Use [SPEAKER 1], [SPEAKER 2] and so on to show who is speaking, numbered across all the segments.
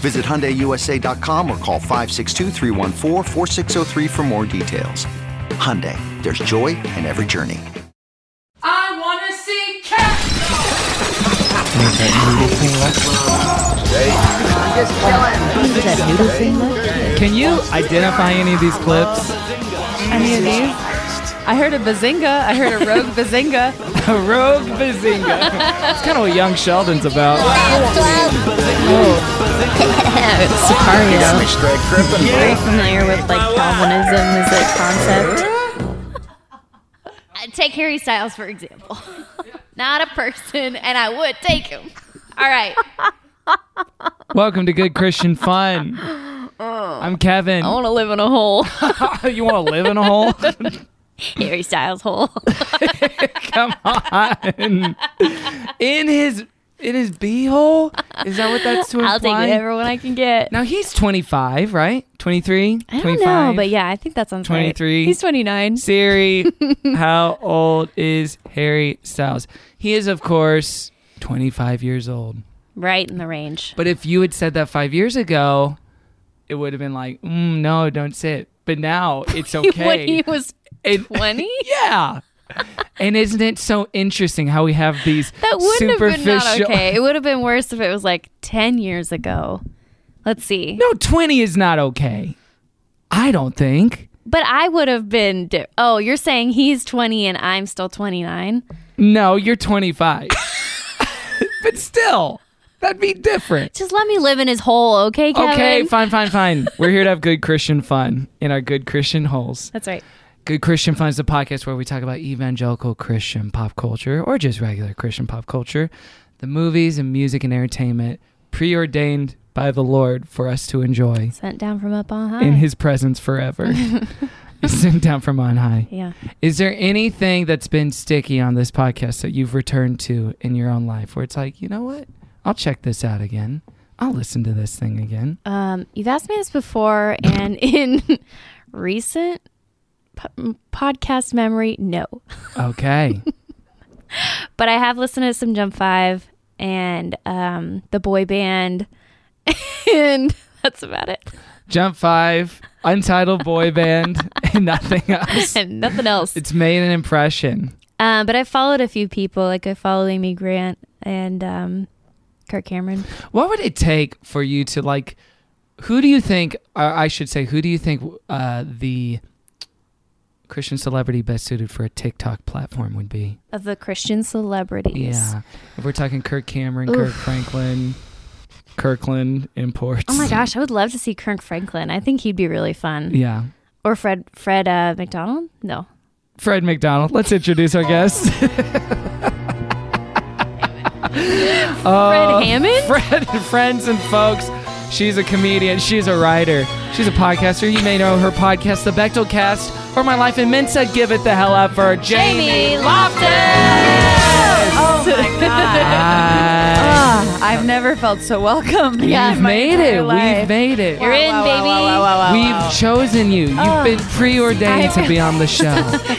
[SPEAKER 1] Visit HyundaiUSA.com or call 562-314-4603 for more details. Hyundai, there's joy in every journey.
[SPEAKER 2] I want to see cats.
[SPEAKER 3] Is that noodle thing left?
[SPEAKER 4] Can you identify any of these clips?
[SPEAKER 5] Any of these? I heard a bazinga. I heard a rogue bazinga.
[SPEAKER 4] A rogue bazinga. It's kind of what Young Sheldon's about.
[SPEAKER 6] Sicario. Very familiar with like Calvinism as a concept. I Uh, take Harry Styles for example. Not a person, and I would take him. All right.
[SPEAKER 4] Welcome to Good Christian Fun. I'm Kevin.
[SPEAKER 6] Oh. I want to live in a hole.
[SPEAKER 4] you want to live in a hole?
[SPEAKER 6] Harry Styles hole.
[SPEAKER 4] Come on. In his in his beehole? Is that what that's to imply?
[SPEAKER 6] I'll take whatever one I can get.
[SPEAKER 4] Now he's 25, right? 23,
[SPEAKER 6] I don't
[SPEAKER 4] 25.
[SPEAKER 6] know, but yeah, I think that sounds right.
[SPEAKER 4] 23.
[SPEAKER 6] He's 29.
[SPEAKER 4] Siri, how old is Harry Styles? He is, of course, 25 years old.
[SPEAKER 6] Right in the range.
[SPEAKER 4] But if you had said that five years ago, it would have been like, mm, no, don't sit. But now it's okay.
[SPEAKER 6] When he was
[SPEAKER 4] And-
[SPEAKER 6] 20?
[SPEAKER 4] yeah. and isn't it so interesting how we have these
[SPEAKER 6] That wouldn't have been
[SPEAKER 4] superficial?
[SPEAKER 6] not okay. It would have been worse if it was like 10 years ago. Let's see.
[SPEAKER 4] No, twenty is not okay. I don't think.
[SPEAKER 6] But I would have been. Di- oh, you're saying he's 20 and I'm still 29?
[SPEAKER 4] No, you're twenty five. but still, that'd be different.
[SPEAKER 6] Just let me live in his hole, okay, Kevin?
[SPEAKER 4] Okay, fine, fine, fine. We're here to have good Christian fun in our good Christian holes.
[SPEAKER 6] That's right.
[SPEAKER 4] Good Christian Fun is the podcast where we talk about evangelical Christian pop culture or just regular Christian pop culture, the movies and music and entertainment preordained by the Lord for us to enjoy
[SPEAKER 6] Sent down from up on high.
[SPEAKER 4] in His presence forever. Sent down from on high.
[SPEAKER 6] yeah.
[SPEAKER 4] Is there anything that's been sticky on this podcast that you've returned to in your own life where it's like, you know what? I'll check this out again. I'll listen to this thing again.
[SPEAKER 6] Um, you've asked me this before, and in recent po- podcast memory, no.
[SPEAKER 4] Okay.
[SPEAKER 6] But I have listened to some Jump Five and um, the boy band, and that's about it.
[SPEAKER 4] Jump Five, Untitled Boy Band, and nothing else.
[SPEAKER 6] And nothing else.
[SPEAKER 4] It's made an impression.
[SPEAKER 6] Um, but I followed a few people, like I followed Amy Grant and um, Kirk Cameron.
[SPEAKER 4] What would it take for you to like? Who do you think? Or I should say, who do you think uh, the Christian celebrity best suited for a TikTok platform would be?
[SPEAKER 6] of the Christian celebrities.
[SPEAKER 4] Yeah, if we're talking Kirk Cameron, Kirk Franklin, Kirkland imports.
[SPEAKER 6] Oh my gosh, I would love to see Kirk Franklin. I think he'd be really fun.
[SPEAKER 4] Yeah,
[SPEAKER 6] Or Fred Fred uh, McDonald? No.
[SPEAKER 4] Fred McDonald. Let's introduce our guest. Uh,
[SPEAKER 6] Fred Hammond?
[SPEAKER 4] Fred, friends and folks. She's a comedian. She's a writer. She's a podcaster. You may know her podcast, The Bechtel Cast, or My Life in Mensa. Give it the hell up for Jamie.
[SPEAKER 5] Loftus. Oh my god!
[SPEAKER 4] Hi.
[SPEAKER 5] Ah, I've never felt so welcome.
[SPEAKER 6] Yeah.
[SPEAKER 4] We've made it. We've made it.
[SPEAKER 6] You're in, baby.
[SPEAKER 4] We've chosen you. You've been preordained to be on the show.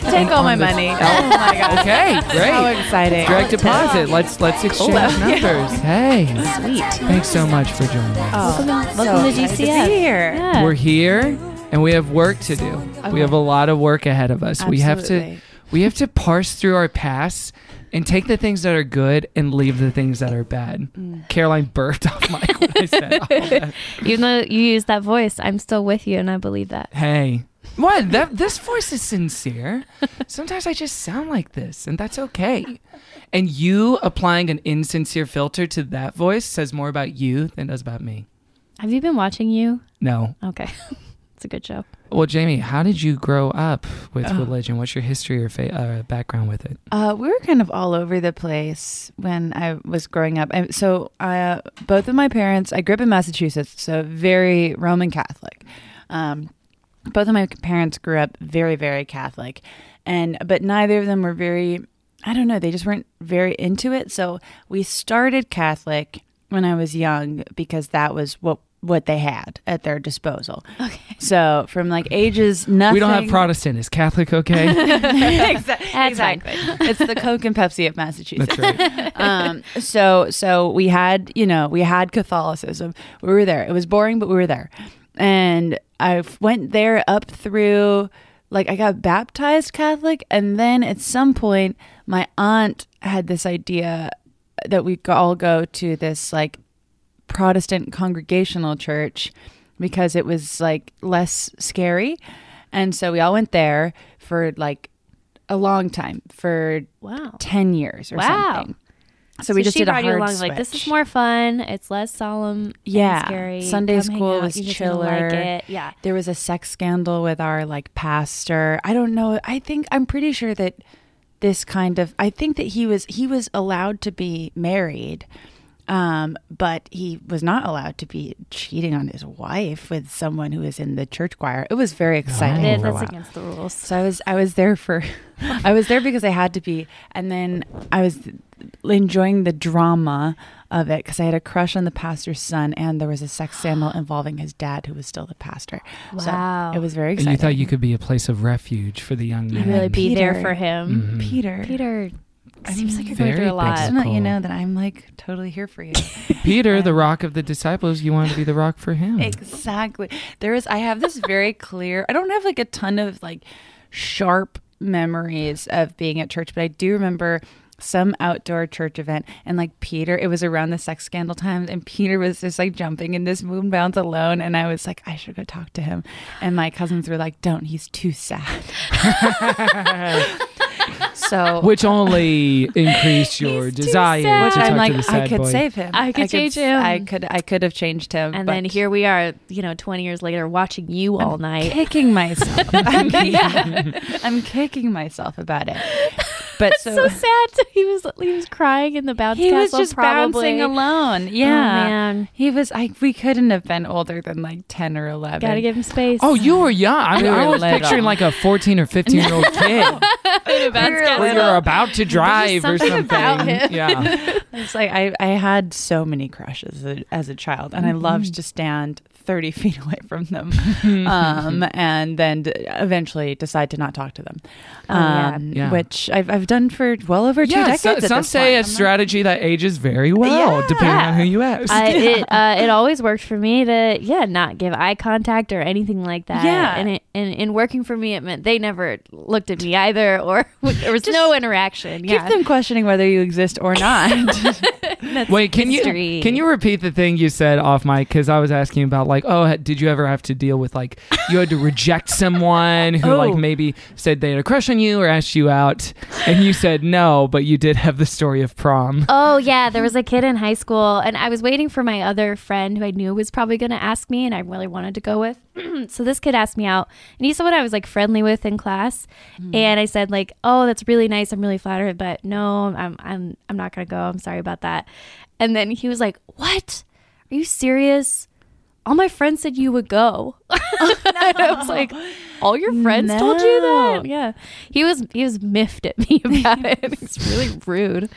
[SPEAKER 5] Take all my money. Oh my god!
[SPEAKER 4] okay,
[SPEAKER 5] How
[SPEAKER 4] great.
[SPEAKER 5] exciting!
[SPEAKER 4] Direct
[SPEAKER 6] Oh,
[SPEAKER 4] deposit. Let's let's exchange numbers. Hey,
[SPEAKER 6] Sweet.
[SPEAKER 4] thanks so much for joining us.
[SPEAKER 3] Oh,
[SPEAKER 6] Welcome to GCF.
[SPEAKER 5] Here.
[SPEAKER 6] Yeah.
[SPEAKER 4] We're here and we have work to do. We have a lot of work ahead of us. We have to
[SPEAKER 5] Absolutely.
[SPEAKER 4] we have to parse through our past and take the things that are good and leave the things that are bad.
[SPEAKER 6] Mm.
[SPEAKER 4] Caroline burped off my when I said all that.
[SPEAKER 6] Even though you use that voice, I'm still with you and I believe that.
[SPEAKER 4] Hey. What? That this voice is sincere. Sometimes I just sound like this and that's okay. And you applying an insincere filter to that voice says more about you than does about me.
[SPEAKER 6] Have you been watching you?
[SPEAKER 4] No.
[SPEAKER 6] Okay. it's a good show.
[SPEAKER 4] Well, Jamie, how did you grow up with religion? What's your history or fa- uh, background with it?
[SPEAKER 5] Uh, we were kind of all over the place when I was growing up. I, so, uh, both of my parents, I grew up in Massachusetts, so very Roman Catholic. Um, both of my parents grew up very very catholic and but neither of them were very i don't know they just weren't very into it so we started catholic when i was young because that was what what they had at their disposal okay so from like ages nothing
[SPEAKER 4] We don't have Protestant. Is Catholic okay?
[SPEAKER 5] Exac-
[SPEAKER 6] Exactly.
[SPEAKER 5] exactly. it's the coke and pepsi of massachusetts
[SPEAKER 4] That's right.
[SPEAKER 5] um, so so we had you know we had Catholicism. We were there. It was boring, but we were there. And I f- went there up through like I got baptized Catholic, and then at some point my aunt had this idea that we go- all go to this like Protestant congregational church because it was like less scary. And so we all went there for like a long time for
[SPEAKER 6] Wow.
[SPEAKER 5] 10 years or
[SPEAKER 6] Wow.
[SPEAKER 5] something. So we
[SPEAKER 6] So
[SPEAKER 5] just
[SPEAKER 6] she
[SPEAKER 5] did a
[SPEAKER 6] brought
[SPEAKER 5] hard
[SPEAKER 6] you along, like this is
[SPEAKER 5] switch.
[SPEAKER 6] more fun. It's less solemn. and
[SPEAKER 5] yeah.
[SPEAKER 6] scary.
[SPEAKER 5] Sunday
[SPEAKER 6] Come hang
[SPEAKER 5] school
[SPEAKER 6] out.
[SPEAKER 5] was
[SPEAKER 6] You're just gonna
[SPEAKER 5] chiller.
[SPEAKER 6] like it. Yeah.
[SPEAKER 5] There was a sex scandal with our like pastor. I don't know. I think I'm pretty sure that this kind of I think that he was he was allowed to be married. Um, but he was not allowed to be cheating on his wife with someone who was in the church choir. It was very exciting.
[SPEAKER 6] It is.
[SPEAKER 5] for a
[SPEAKER 6] That's
[SPEAKER 5] while.
[SPEAKER 6] against the rules.
[SPEAKER 5] So I was I was there for I was there because I had to be, and then I was enjoying the drama of it because I had a crush on the pastor's son, and there was a sex scandal involving his dad who was still the pastor.
[SPEAKER 6] Wow.
[SPEAKER 5] so it was very
[SPEAKER 4] and
[SPEAKER 5] exciting.
[SPEAKER 4] you thought you could be a place of refuge for the young man.
[SPEAKER 6] Really be there
[SPEAKER 5] Peter. Mm.
[SPEAKER 6] for him.
[SPEAKER 4] mm-hmm.
[SPEAKER 5] Peter,
[SPEAKER 6] Peter seems like you're going
[SPEAKER 4] very
[SPEAKER 6] through a
[SPEAKER 5] I
[SPEAKER 6] lot.
[SPEAKER 5] just want you
[SPEAKER 4] Cool.
[SPEAKER 5] know that I'm like totally here for you.
[SPEAKER 4] Peter, the rock of the disciples, you wanted to be the rock for
[SPEAKER 6] Hmm.
[SPEAKER 4] him.
[SPEAKER 5] exactly. There is. I have this very clear. I don't have like a ton of like sharp memories of being at church, but I do remember some outdoor church event and like Peter. It was around the sex scandal times, and Peter was just like jumping in this moon bounce alone, and I was like, I should go talk to him. And my cousins were like, Don't. He's too sad. so.
[SPEAKER 4] Which only increased your
[SPEAKER 6] He's too
[SPEAKER 4] desire
[SPEAKER 6] sad.
[SPEAKER 4] to
[SPEAKER 5] which
[SPEAKER 4] talk
[SPEAKER 5] I'm
[SPEAKER 4] to the
[SPEAKER 5] like,
[SPEAKER 4] sad
[SPEAKER 5] I could
[SPEAKER 4] boy.
[SPEAKER 5] save him.
[SPEAKER 6] I could change him.
[SPEAKER 5] I could. I could have changed him.
[SPEAKER 6] And
[SPEAKER 5] but
[SPEAKER 6] then here we are, you know, 20 years later, watching you all night.
[SPEAKER 5] kicking myself. I mean, I'm kicking myself about it. But so,
[SPEAKER 6] so sad. He was he was crying in the bounce
[SPEAKER 5] he was
[SPEAKER 6] castle.
[SPEAKER 5] just
[SPEAKER 6] probably. Oh,
[SPEAKER 5] bouncing alone. Yeah,
[SPEAKER 6] man.
[SPEAKER 5] he was. I we couldn't have been older than like ten or eleven.
[SPEAKER 6] Gotta give him space.
[SPEAKER 4] Oh, you were young. I, mean,
[SPEAKER 5] We
[SPEAKER 4] I
[SPEAKER 5] were
[SPEAKER 4] was
[SPEAKER 5] little.
[SPEAKER 4] picturing like a 14 or 15 year old kid where you're about to drive or
[SPEAKER 6] something
[SPEAKER 4] something.
[SPEAKER 6] about him.
[SPEAKER 4] Yeah.
[SPEAKER 5] It's like I I had so many crushes as a, as a child, and I
[SPEAKER 6] Mm-hmm.
[SPEAKER 5] loved to stand thirty feet away from them, um, and then d- eventually decide to not talk to them,
[SPEAKER 6] Oh, yeah.
[SPEAKER 5] um,
[SPEAKER 4] Yeah.
[SPEAKER 5] which I've I've done for well over two
[SPEAKER 4] yeah.
[SPEAKER 5] decades.
[SPEAKER 4] so-
[SPEAKER 5] at
[SPEAKER 4] some
[SPEAKER 5] this
[SPEAKER 4] say a
[SPEAKER 5] point. I'm like,
[SPEAKER 4] strategy that ages very well, depending on who you ask.
[SPEAKER 6] I, it uh, it always worked for me to yeah not give eye contact or anything like that.
[SPEAKER 5] Yeah.
[SPEAKER 6] and it, and in working for me, it meant they never looked at me either, or there was no interaction.
[SPEAKER 5] Keep
[SPEAKER 6] Yeah,
[SPEAKER 5] them questioning whether you exist or not.
[SPEAKER 4] Wait, can
[SPEAKER 6] history.
[SPEAKER 4] you can you repeat the thing you said off mic? Because I was asking about like, oh, ha- did you ever have to deal with like you had to reject someone who like
[SPEAKER 5] Oh.
[SPEAKER 4] maybe said they had a crush on you or asked you out, and you said no, but you did have the story of prom.
[SPEAKER 6] Oh yeah, there was a kid in high school, and I was waiting for my other friend who I knew was probably going to ask me, and I really wanted to go with. so this kid asked me out, and he's someone I was like friendly with in class,
[SPEAKER 5] Hmm.
[SPEAKER 6] and I said like, "Oh, that's really nice. I'm really flattered, but no, I'm I'm I'm not going to go. I'm sorry about that." And then he was like, "What? Are you serious?" All my friends said you would go. and I was like, "All your friends told you that?"
[SPEAKER 5] No.
[SPEAKER 6] Yeah, he was he was miffed at me about it. It's really rude.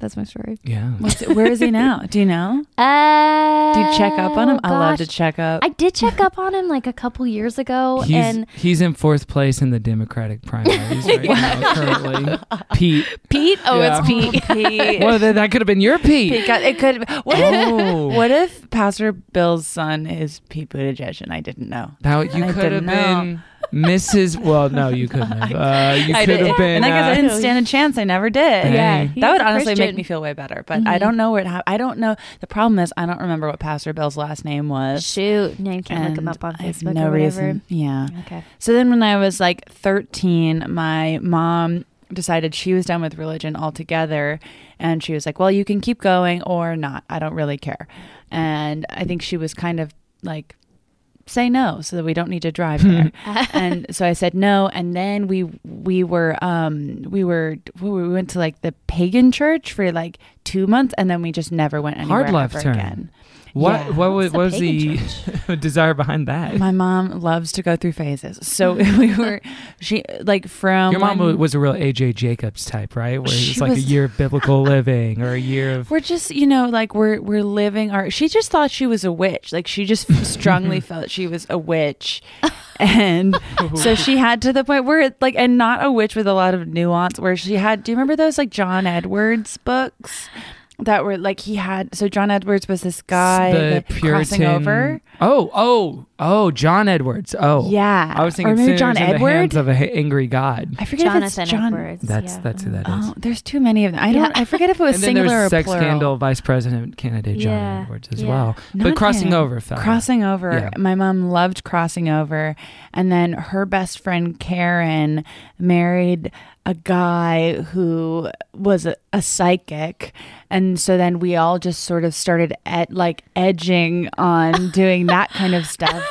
[SPEAKER 6] That's my story.
[SPEAKER 4] Yeah.
[SPEAKER 5] What's where is he now? Do you know?
[SPEAKER 6] Uh,
[SPEAKER 5] Do you check up on him? I love to
[SPEAKER 6] Oh, gosh.
[SPEAKER 5] check up.
[SPEAKER 6] I did check up on him like a couple years ago,
[SPEAKER 4] He's,
[SPEAKER 6] and
[SPEAKER 4] he's in fourth place in the Democratic primaries right now, currently. Pete.
[SPEAKER 6] Pete. Oh,
[SPEAKER 4] Yeah.
[SPEAKER 6] it's Pete.
[SPEAKER 5] Pete.
[SPEAKER 4] Well, then that could have been your Pete.
[SPEAKER 5] God, it could. What
[SPEAKER 4] Oh.
[SPEAKER 5] if? What if Pastor Bill's son is Pete Buttigieg and I didn't know?
[SPEAKER 4] Now you
[SPEAKER 5] I
[SPEAKER 4] could have
[SPEAKER 5] didn't know.
[SPEAKER 4] been Mrs. Well, no, you couldn't have. Uh, you
[SPEAKER 5] I
[SPEAKER 4] could
[SPEAKER 5] did,
[SPEAKER 4] have been.
[SPEAKER 5] and I guess I
[SPEAKER 4] uh,
[SPEAKER 5] didn't stand a chance. I never did.
[SPEAKER 4] Yeah,
[SPEAKER 6] he's
[SPEAKER 5] that would
[SPEAKER 6] a
[SPEAKER 5] honestly make
[SPEAKER 6] Christian.
[SPEAKER 5] me feel way better. But I don't know where. It ha- I don't know. The problem is I don't remember what Pastor Bill's last name was.
[SPEAKER 6] Shoot, no, you can't look him
[SPEAKER 5] and
[SPEAKER 6] up on
[SPEAKER 5] I have
[SPEAKER 6] Facebook
[SPEAKER 5] no
[SPEAKER 6] or whatever.
[SPEAKER 5] reason. Yeah.
[SPEAKER 6] Okay.
[SPEAKER 5] So then when I was like 13, my mom decided she was done with religion altogether and she was like, "Well, you can keep going or not. I don't really care." And I think she was kind of like say no so that we don't need to drive there. and so I said no and then we we were um we were we went to like the pagan church for like 2 months and then we just never went anywhere
[SPEAKER 4] Hard left
[SPEAKER 5] ever
[SPEAKER 4] turn.
[SPEAKER 5] again.
[SPEAKER 4] What
[SPEAKER 5] Yeah.
[SPEAKER 4] what was
[SPEAKER 3] It's a
[SPEAKER 4] what was the
[SPEAKER 3] pagan
[SPEAKER 4] desire behind that?
[SPEAKER 5] My mom loves to go through phases. So we were, she like from
[SPEAKER 4] Your mom
[SPEAKER 5] when-
[SPEAKER 4] wa- was a real AJ Jacobs type, right? Where it was
[SPEAKER 5] She
[SPEAKER 4] like a
[SPEAKER 5] was-
[SPEAKER 4] year of biblical living or a year of
[SPEAKER 5] We're just, you know, like we're we're living our. She just thought she was a witch. Like she just strongly felt she was a witch, and so she had to the point where like, and not a witch with a lot of nuance. Where she had, do you remember those like John Edwards books that were like he had? So John Edwards was this guy that crossing over.
[SPEAKER 4] Oh, oh, oh, John Edwards. Oh,
[SPEAKER 5] Yeah.
[SPEAKER 4] I was thinking
[SPEAKER 5] Or maybe
[SPEAKER 4] sinners
[SPEAKER 5] John
[SPEAKER 4] in the hands
[SPEAKER 5] Edward?
[SPEAKER 4] of an angry God.
[SPEAKER 5] I forget if
[SPEAKER 3] Jonathan
[SPEAKER 5] it's John.
[SPEAKER 3] Edwards.
[SPEAKER 4] That's
[SPEAKER 3] yeah.
[SPEAKER 4] that's who that is.
[SPEAKER 5] Oh, there's too many of them. I don't.
[SPEAKER 3] Yeah.
[SPEAKER 5] I forget if it was
[SPEAKER 4] and then
[SPEAKER 5] singular
[SPEAKER 4] there's
[SPEAKER 5] or
[SPEAKER 4] sex
[SPEAKER 5] plural.
[SPEAKER 4] scandal vice president candidate John
[SPEAKER 3] Yeah,
[SPEAKER 4] Edwards as
[SPEAKER 3] yeah.
[SPEAKER 4] well.
[SPEAKER 5] Not
[SPEAKER 4] but crossing
[SPEAKER 5] him.
[SPEAKER 4] over fell.
[SPEAKER 5] Crossing over.
[SPEAKER 4] Yeah.
[SPEAKER 5] My mom loved crossing over. And then her best friend, Karen, married a guy who was a, a psychic. And so then we all just sort of started at like edging on doing that kind of stuff.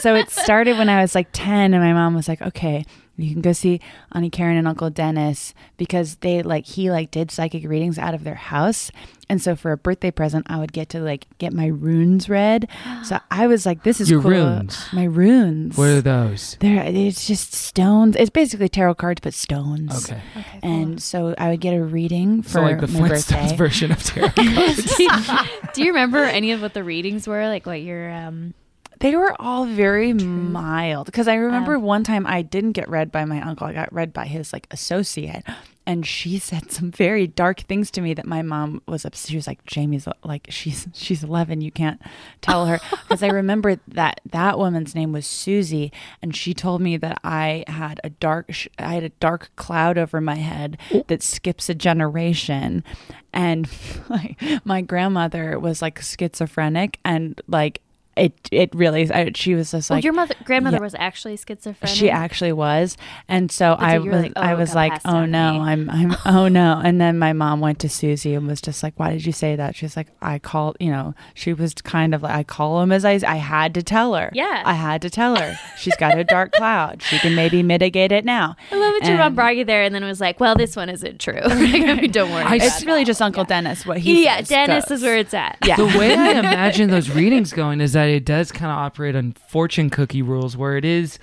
[SPEAKER 5] So it started when I was like 10, and my mom was like, okay. You can go see Auntie Karen and Uncle Dennis because they like he like did psychic readings out of their house. And so for a birthday present, I would get to like get my runes read. So I was like, this is
[SPEAKER 4] Your
[SPEAKER 5] cool.
[SPEAKER 4] runes.
[SPEAKER 5] My runes.
[SPEAKER 4] What are those?
[SPEAKER 5] They're, it's just stones. It's basically tarot cards, but stones.
[SPEAKER 4] Okay.
[SPEAKER 5] And so I would get a reading for
[SPEAKER 4] So like the
[SPEAKER 5] my
[SPEAKER 4] Flintstones
[SPEAKER 5] birthday.
[SPEAKER 4] version of tarot cards.
[SPEAKER 3] Do you remember any of what the readings were? Like what your um
[SPEAKER 5] they were all very mild because I remember one time I didn't get read by my uncle. I got read by his like associate, and she said some very dark things to me that my mom was upset. She was like, "Jamie's like she's she's eleven. You can't tell her." Because I remember that that woman's name was Susie, and she told me that I had a dark sh- I had a dark cloud over my head that skips a generation, and my, my grandmother was like schizophrenic and like it it really I, she was just
[SPEAKER 3] well,
[SPEAKER 5] like
[SPEAKER 3] your mother grandmother
[SPEAKER 5] yeah.
[SPEAKER 3] was actually schizophrenic.
[SPEAKER 5] she actually was and so
[SPEAKER 3] so
[SPEAKER 5] i
[SPEAKER 3] you were
[SPEAKER 5] was
[SPEAKER 3] like, oh,
[SPEAKER 5] i
[SPEAKER 3] it
[SPEAKER 5] was
[SPEAKER 3] got
[SPEAKER 5] like
[SPEAKER 3] passed
[SPEAKER 5] oh
[SPEAKER 3] on
[SPEAKER 5] no
[SPEAKER 3] me."
[SPEAKER 5] i'm i'm oh no and then my mom went to susie and was just like why did you say that she's like i called you know she was kind of like i call him as i i had to tell her
[SPEAKER 3] Yeah.
[SPEAKER 5] i had to tell her she's got a dark cloud she can maybe mitigate it now
[SPEAKER 3] I love that your mom
[SPEAKER 5] And-
[SPEAKER 3] brought you there and then was like, Well, this one isn't true. Don't worry. about
[SPEAKER 5] it's
[SPEAKER 3] it.
[SPEAKER 5] really just uncle dennis what he
[SPEAKER 3] Yeah,
[SPEAKER 5] says
[SPEAKER 3] Dennis
[SPEAKER 5] goes.
[SPEAKER 3] is where it's at.
[SPEAKER 5] yeah
[SPEAKER 4] the way I imagine those readings going is that it does kind of operate on fortune cookie rules where it is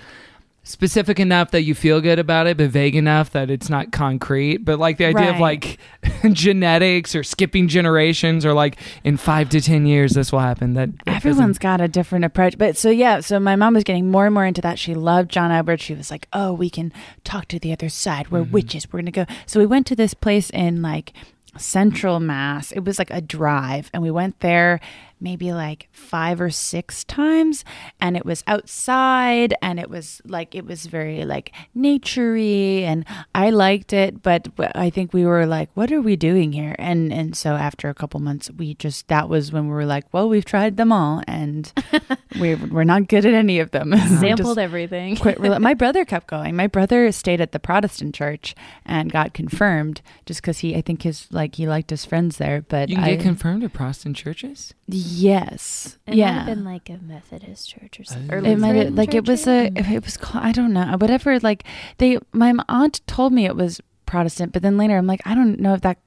[SPEAKER 4] specific enough that you feel good about it, but vague enough that it's not concrete. But like the idea of
[SPEAKER 5] Right.
[SPEAKER 4] like genetics or skipping generations or like in five to 10 years, this will happen. That, that doesn't-
[SPEAKER 5] Everyone's got a different approach. But so, yeah, so my mom was getting more and more into that. She loved John Edwards. She was like, oh, we can talk to the other side. We're witches. We're going to go. So we went to this place in like central mass. It was like a drive. And we went there maybe like five or six times. And it was outside and it was like, it was very like naturey. And I liked it. But I think we were like, what are we doing here? And, and so after a couple months, we just, that was when we were like, well, we've tried them all and we're, we're not good at any of them. We just
[SPEAKER 3] Sampled everything.
[SPEAKER 5] quit rela- my brother kept going. My brother stayed at the Protestant church and got confirmed just because he, I think his, like, he liked his friends there. But
[SPEAKER 4] You can
[SPEAKER 5] I,
[SPEAKER 4] get confirmed at Protestant churches?
[SPEAKER 5] yes.
[SPEAKER 3] It
[SPEAKER 5] yeah.
[SPEAKER 3] might have been like a Methodist church or something. or
[SPEAKER 5] it might have,
[SPEAKER 3] Lutheran
[SPEAKER 5] like it
[SPEAKER 3] church,
[SPEAKER 5] was
[SPEAKER 3] maybe?
[SPEAKER 5] a it was called I don't know whatever like they my aunt told me it was Protestant but then later I'm like I don't know if that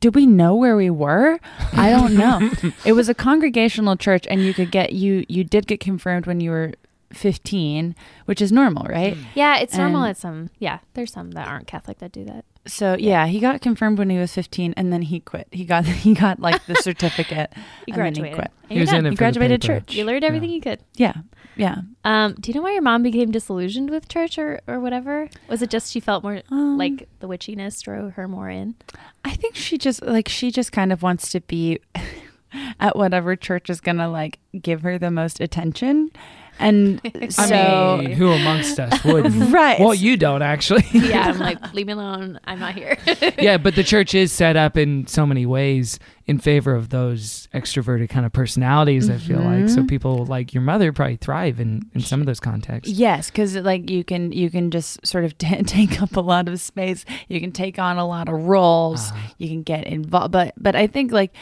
[SPEAKER 5] did we know where we were I don't know it was a congregational church and you could get you you did get confirmed when you were 15 which is normal right
[SPEAKER 3] Yeah, it's normal
[SPEAKER 5] and-
[SPEAKER 3] at some yeah, there's some that aren't Catholic that do that.
[SPEAKER 5] so yeah he got confirmed when he was 15 and then he quit he got he got like the certificate
[SPEAKER 3] You
[SPEAKER 5] and then he
[SPEAKER 3] graduated.
[SPEAKER 5] quit
[SPEAKER 3] And you're
[SPEAKER 4] was
[SPEAKER 3] done.
[SPEAKER 4] in it
[SPEAKER 5] he
[SPEAKER 4] for the
[SPEAKER 5] graduated
[SPEAKER 4] paper.
[SPEAKER 5] church
[SPEAKER 3] You learned everything you could.
[SPEAKER 5] yeah yeah
[SPEAKER 3] Um, do you know why your mom became disillusioned with church or, or whatever? Was it just she felt more
[SPEAKER 5] Um,
[SPEAKER 3] like the witchiness drew her more in?
[SPEAKER 5] I think she just like she just kind of wants to be at whatever church is gonna like give her the most attention, and so
[SPEAKER 4] I mean, who amongst us would?
[SPEAKER 5] right.
[SPEAKER 4] Well, you don't actually.
[SPEAKER 3] Yeah, I'm like, leave me alone. I'm not here.
[SPEAKER 4] yeah, but the church is set up in so many ways in favor of those extroverted kind of personalities. I feel like
[SPEAKER 5] Mm-hmm.
[SPEAKER 4] so people like your mother probably thrive in in some of those contexts.
[SPEAKER 5] Yes, because like you can you can just sort of t- take up a lot of space. You can take on a lot of roles. You can get involved, but but I think like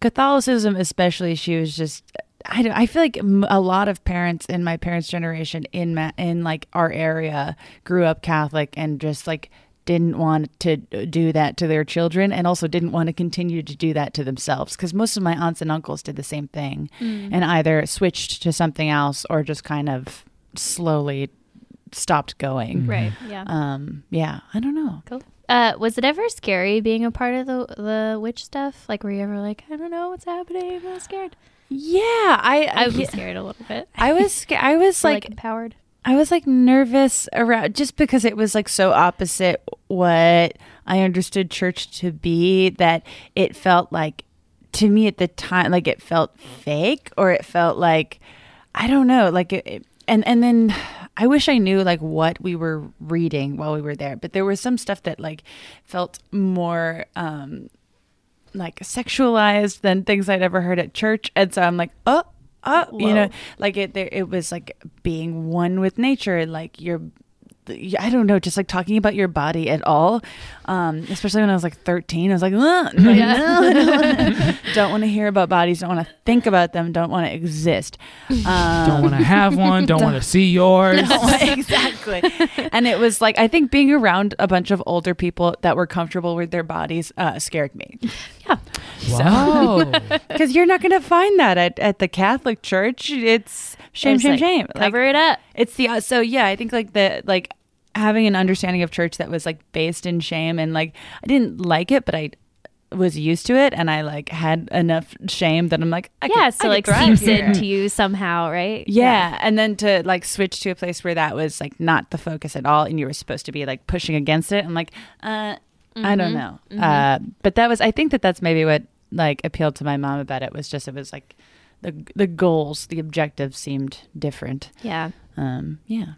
[SPEAKER 5] Catholicism, especially, she was just. I, don't- I feel like m- a lot of parents in my parents' generation in ma- in like our area grew up Catholic and just like didn't want to do that to their children and also didn't want to continue to do that to themselves because most of my aunts and uncles did the same thing and either switched to something else or just kind of slowly stopped going.
[SPEAKER 6] Right. Yeah.
[SPEAKER 5] Um, yeah, I don't know.
[SPEAKER 6] Cool. Uh, was it ever scary being a part of the the witch stuff? Like, were you ever like, I don't know what's happening, I'm scared?
[SPEAKER 5] Yeah, I
[SPEAKER 6] I was scared a little bit.
[SPEAKER 5] I was sca- I was
[SPEAKER 6] Like,
[SPEAKER 5] like
[SPEAKER 6] empowered.
[SPEAKER 5] I was like nervous around just because it was like so opposite what I understood church to be that it felt like to me at the time like it felt fake or it felt like I don't know like it, it- and and then I wish I knew like what we were reading while we were there but there was some stuff that like felt more um like sexualized than things I'd ever heard at church. And so I'm like, oh, oh, you know, like it, there, it was like being one with nature, like your, I don't know, just like talking about your body at all. Um, especially when I was like 13, I was like, "Ugh, no, no, no. don't want to hear about bodies, don't want to think about them, don't want to exist. Um,
[SPEAKER 4] Don't want to have one. Don't want to see yours.
[SPEAKER 5] exactly. and it was like I think being around a bunch of older people that were comfortable with their bodies uh, scared me.
[SPEAKER 4] Wow.
[SPEAKER 5] Because you're not going to find that at, at the Catholic Church. It's shame,
[SPEAKER 6] It's
[SPEAKER 5] shame,
[SPEAKER 6] like,
[SPEAKER 5] shame. Like,
[SPEAKER 6] Cover it up.
[SPEAKER 5] it's the uh, so yeah. I think like the like having an understanding of church that was like based in shame and like I didn't like it, but I was used to it and I like had enough shame that I'm like I
[SPEAKER 6] yeah,
[SPEAKER 5] could-
[SPEAKER 6] so
[SPEAKER 5] I
[SPEAKER 6] like
[SPEAKER 5] could thrive
[SPEAKER 6] seeps
[SPEAKER 5] here.
[SPEAKER 6] into you somehow, right?
[SPEAKER 5] Yeah. And then to like switch to a place where that was like not the focus at all and you were supposed to be like pushing against it. I'm like, uh, I
[SPEAKER 6] Mm-hmm.
[SPEAKER 5] don't know. Uh, but that was, I think that that's maybe what like appealed to my mom about it was just, it was like the, the goals, the objectives seemed different.
[SPEAKER 6] Yeah.
[SPEAKER 5] Um, yeah.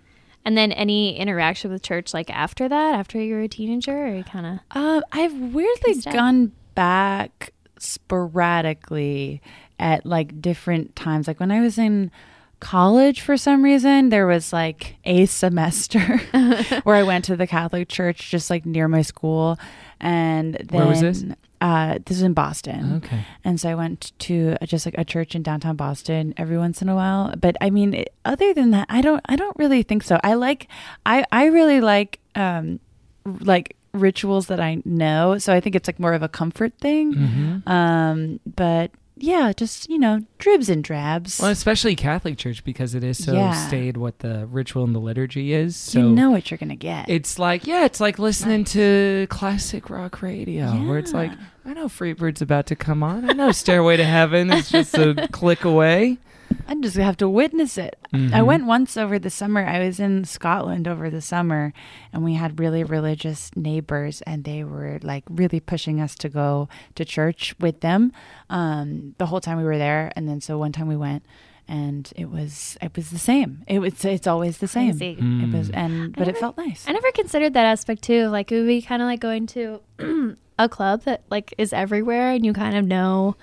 [SPEAKER 6] And then any interaction with church, like after that, after you were a teenager, or you kind of
[SPEAKER 5] Um, I've weirdly
[SPEAKER 6] Instead.
[SPEAKER 5] gone back sporadically at like different times. Like when I was in college, for some reason, there was like a semester where I went to the Catholic church just like near my school, and then
[SPEAKER 4] Where was this?
[SPEAKER 5] Uh, this is in Boston.
[SPEAKER 4] Okay.
[SPEAKER 5] And so I went to a- just like a church in downtown Boston every once in a while. But I mean, it, other than that, I don't I don't really think so. I like I I really like um r- like rituals that I know. So I think it's like more of a comfort thing.
[SPEAKER 4] Mm-hmm.
[SPEAKER 5] Um, but yeah, just you know, dribs and drabs.
[SPEAKER 4] Well, especially Catholic Church because it is so
[SPEAKER 5] Yeah.
[SPEAKER 4] stated what the ritual and the liturgy is. So
[SPEAKER 5] you know what you're gonna get.
[SPEAKER 4] it's like, yeah, it's like listening to classic rock radio where it's like, I know Freebird's about to come on. I know Stairway to Heaven is just a click away.
[SPEAKER 5] I just have to witness it. I went once over the summer. I was in Scotland over the summer, and we had really religious neighbors, and they were like really pushing us to go to church with them um, the whole time we were there. And then so one time we went, and it was it was the same. It was it's always the same.
[SPEAKER 6] Crazy.
[SPEAKER 5] It was and but it felt nice.
[SPEAKER 6] I never considered that aspect too. Like it would be kind of like going to a club that like is everywhere, and you kind of know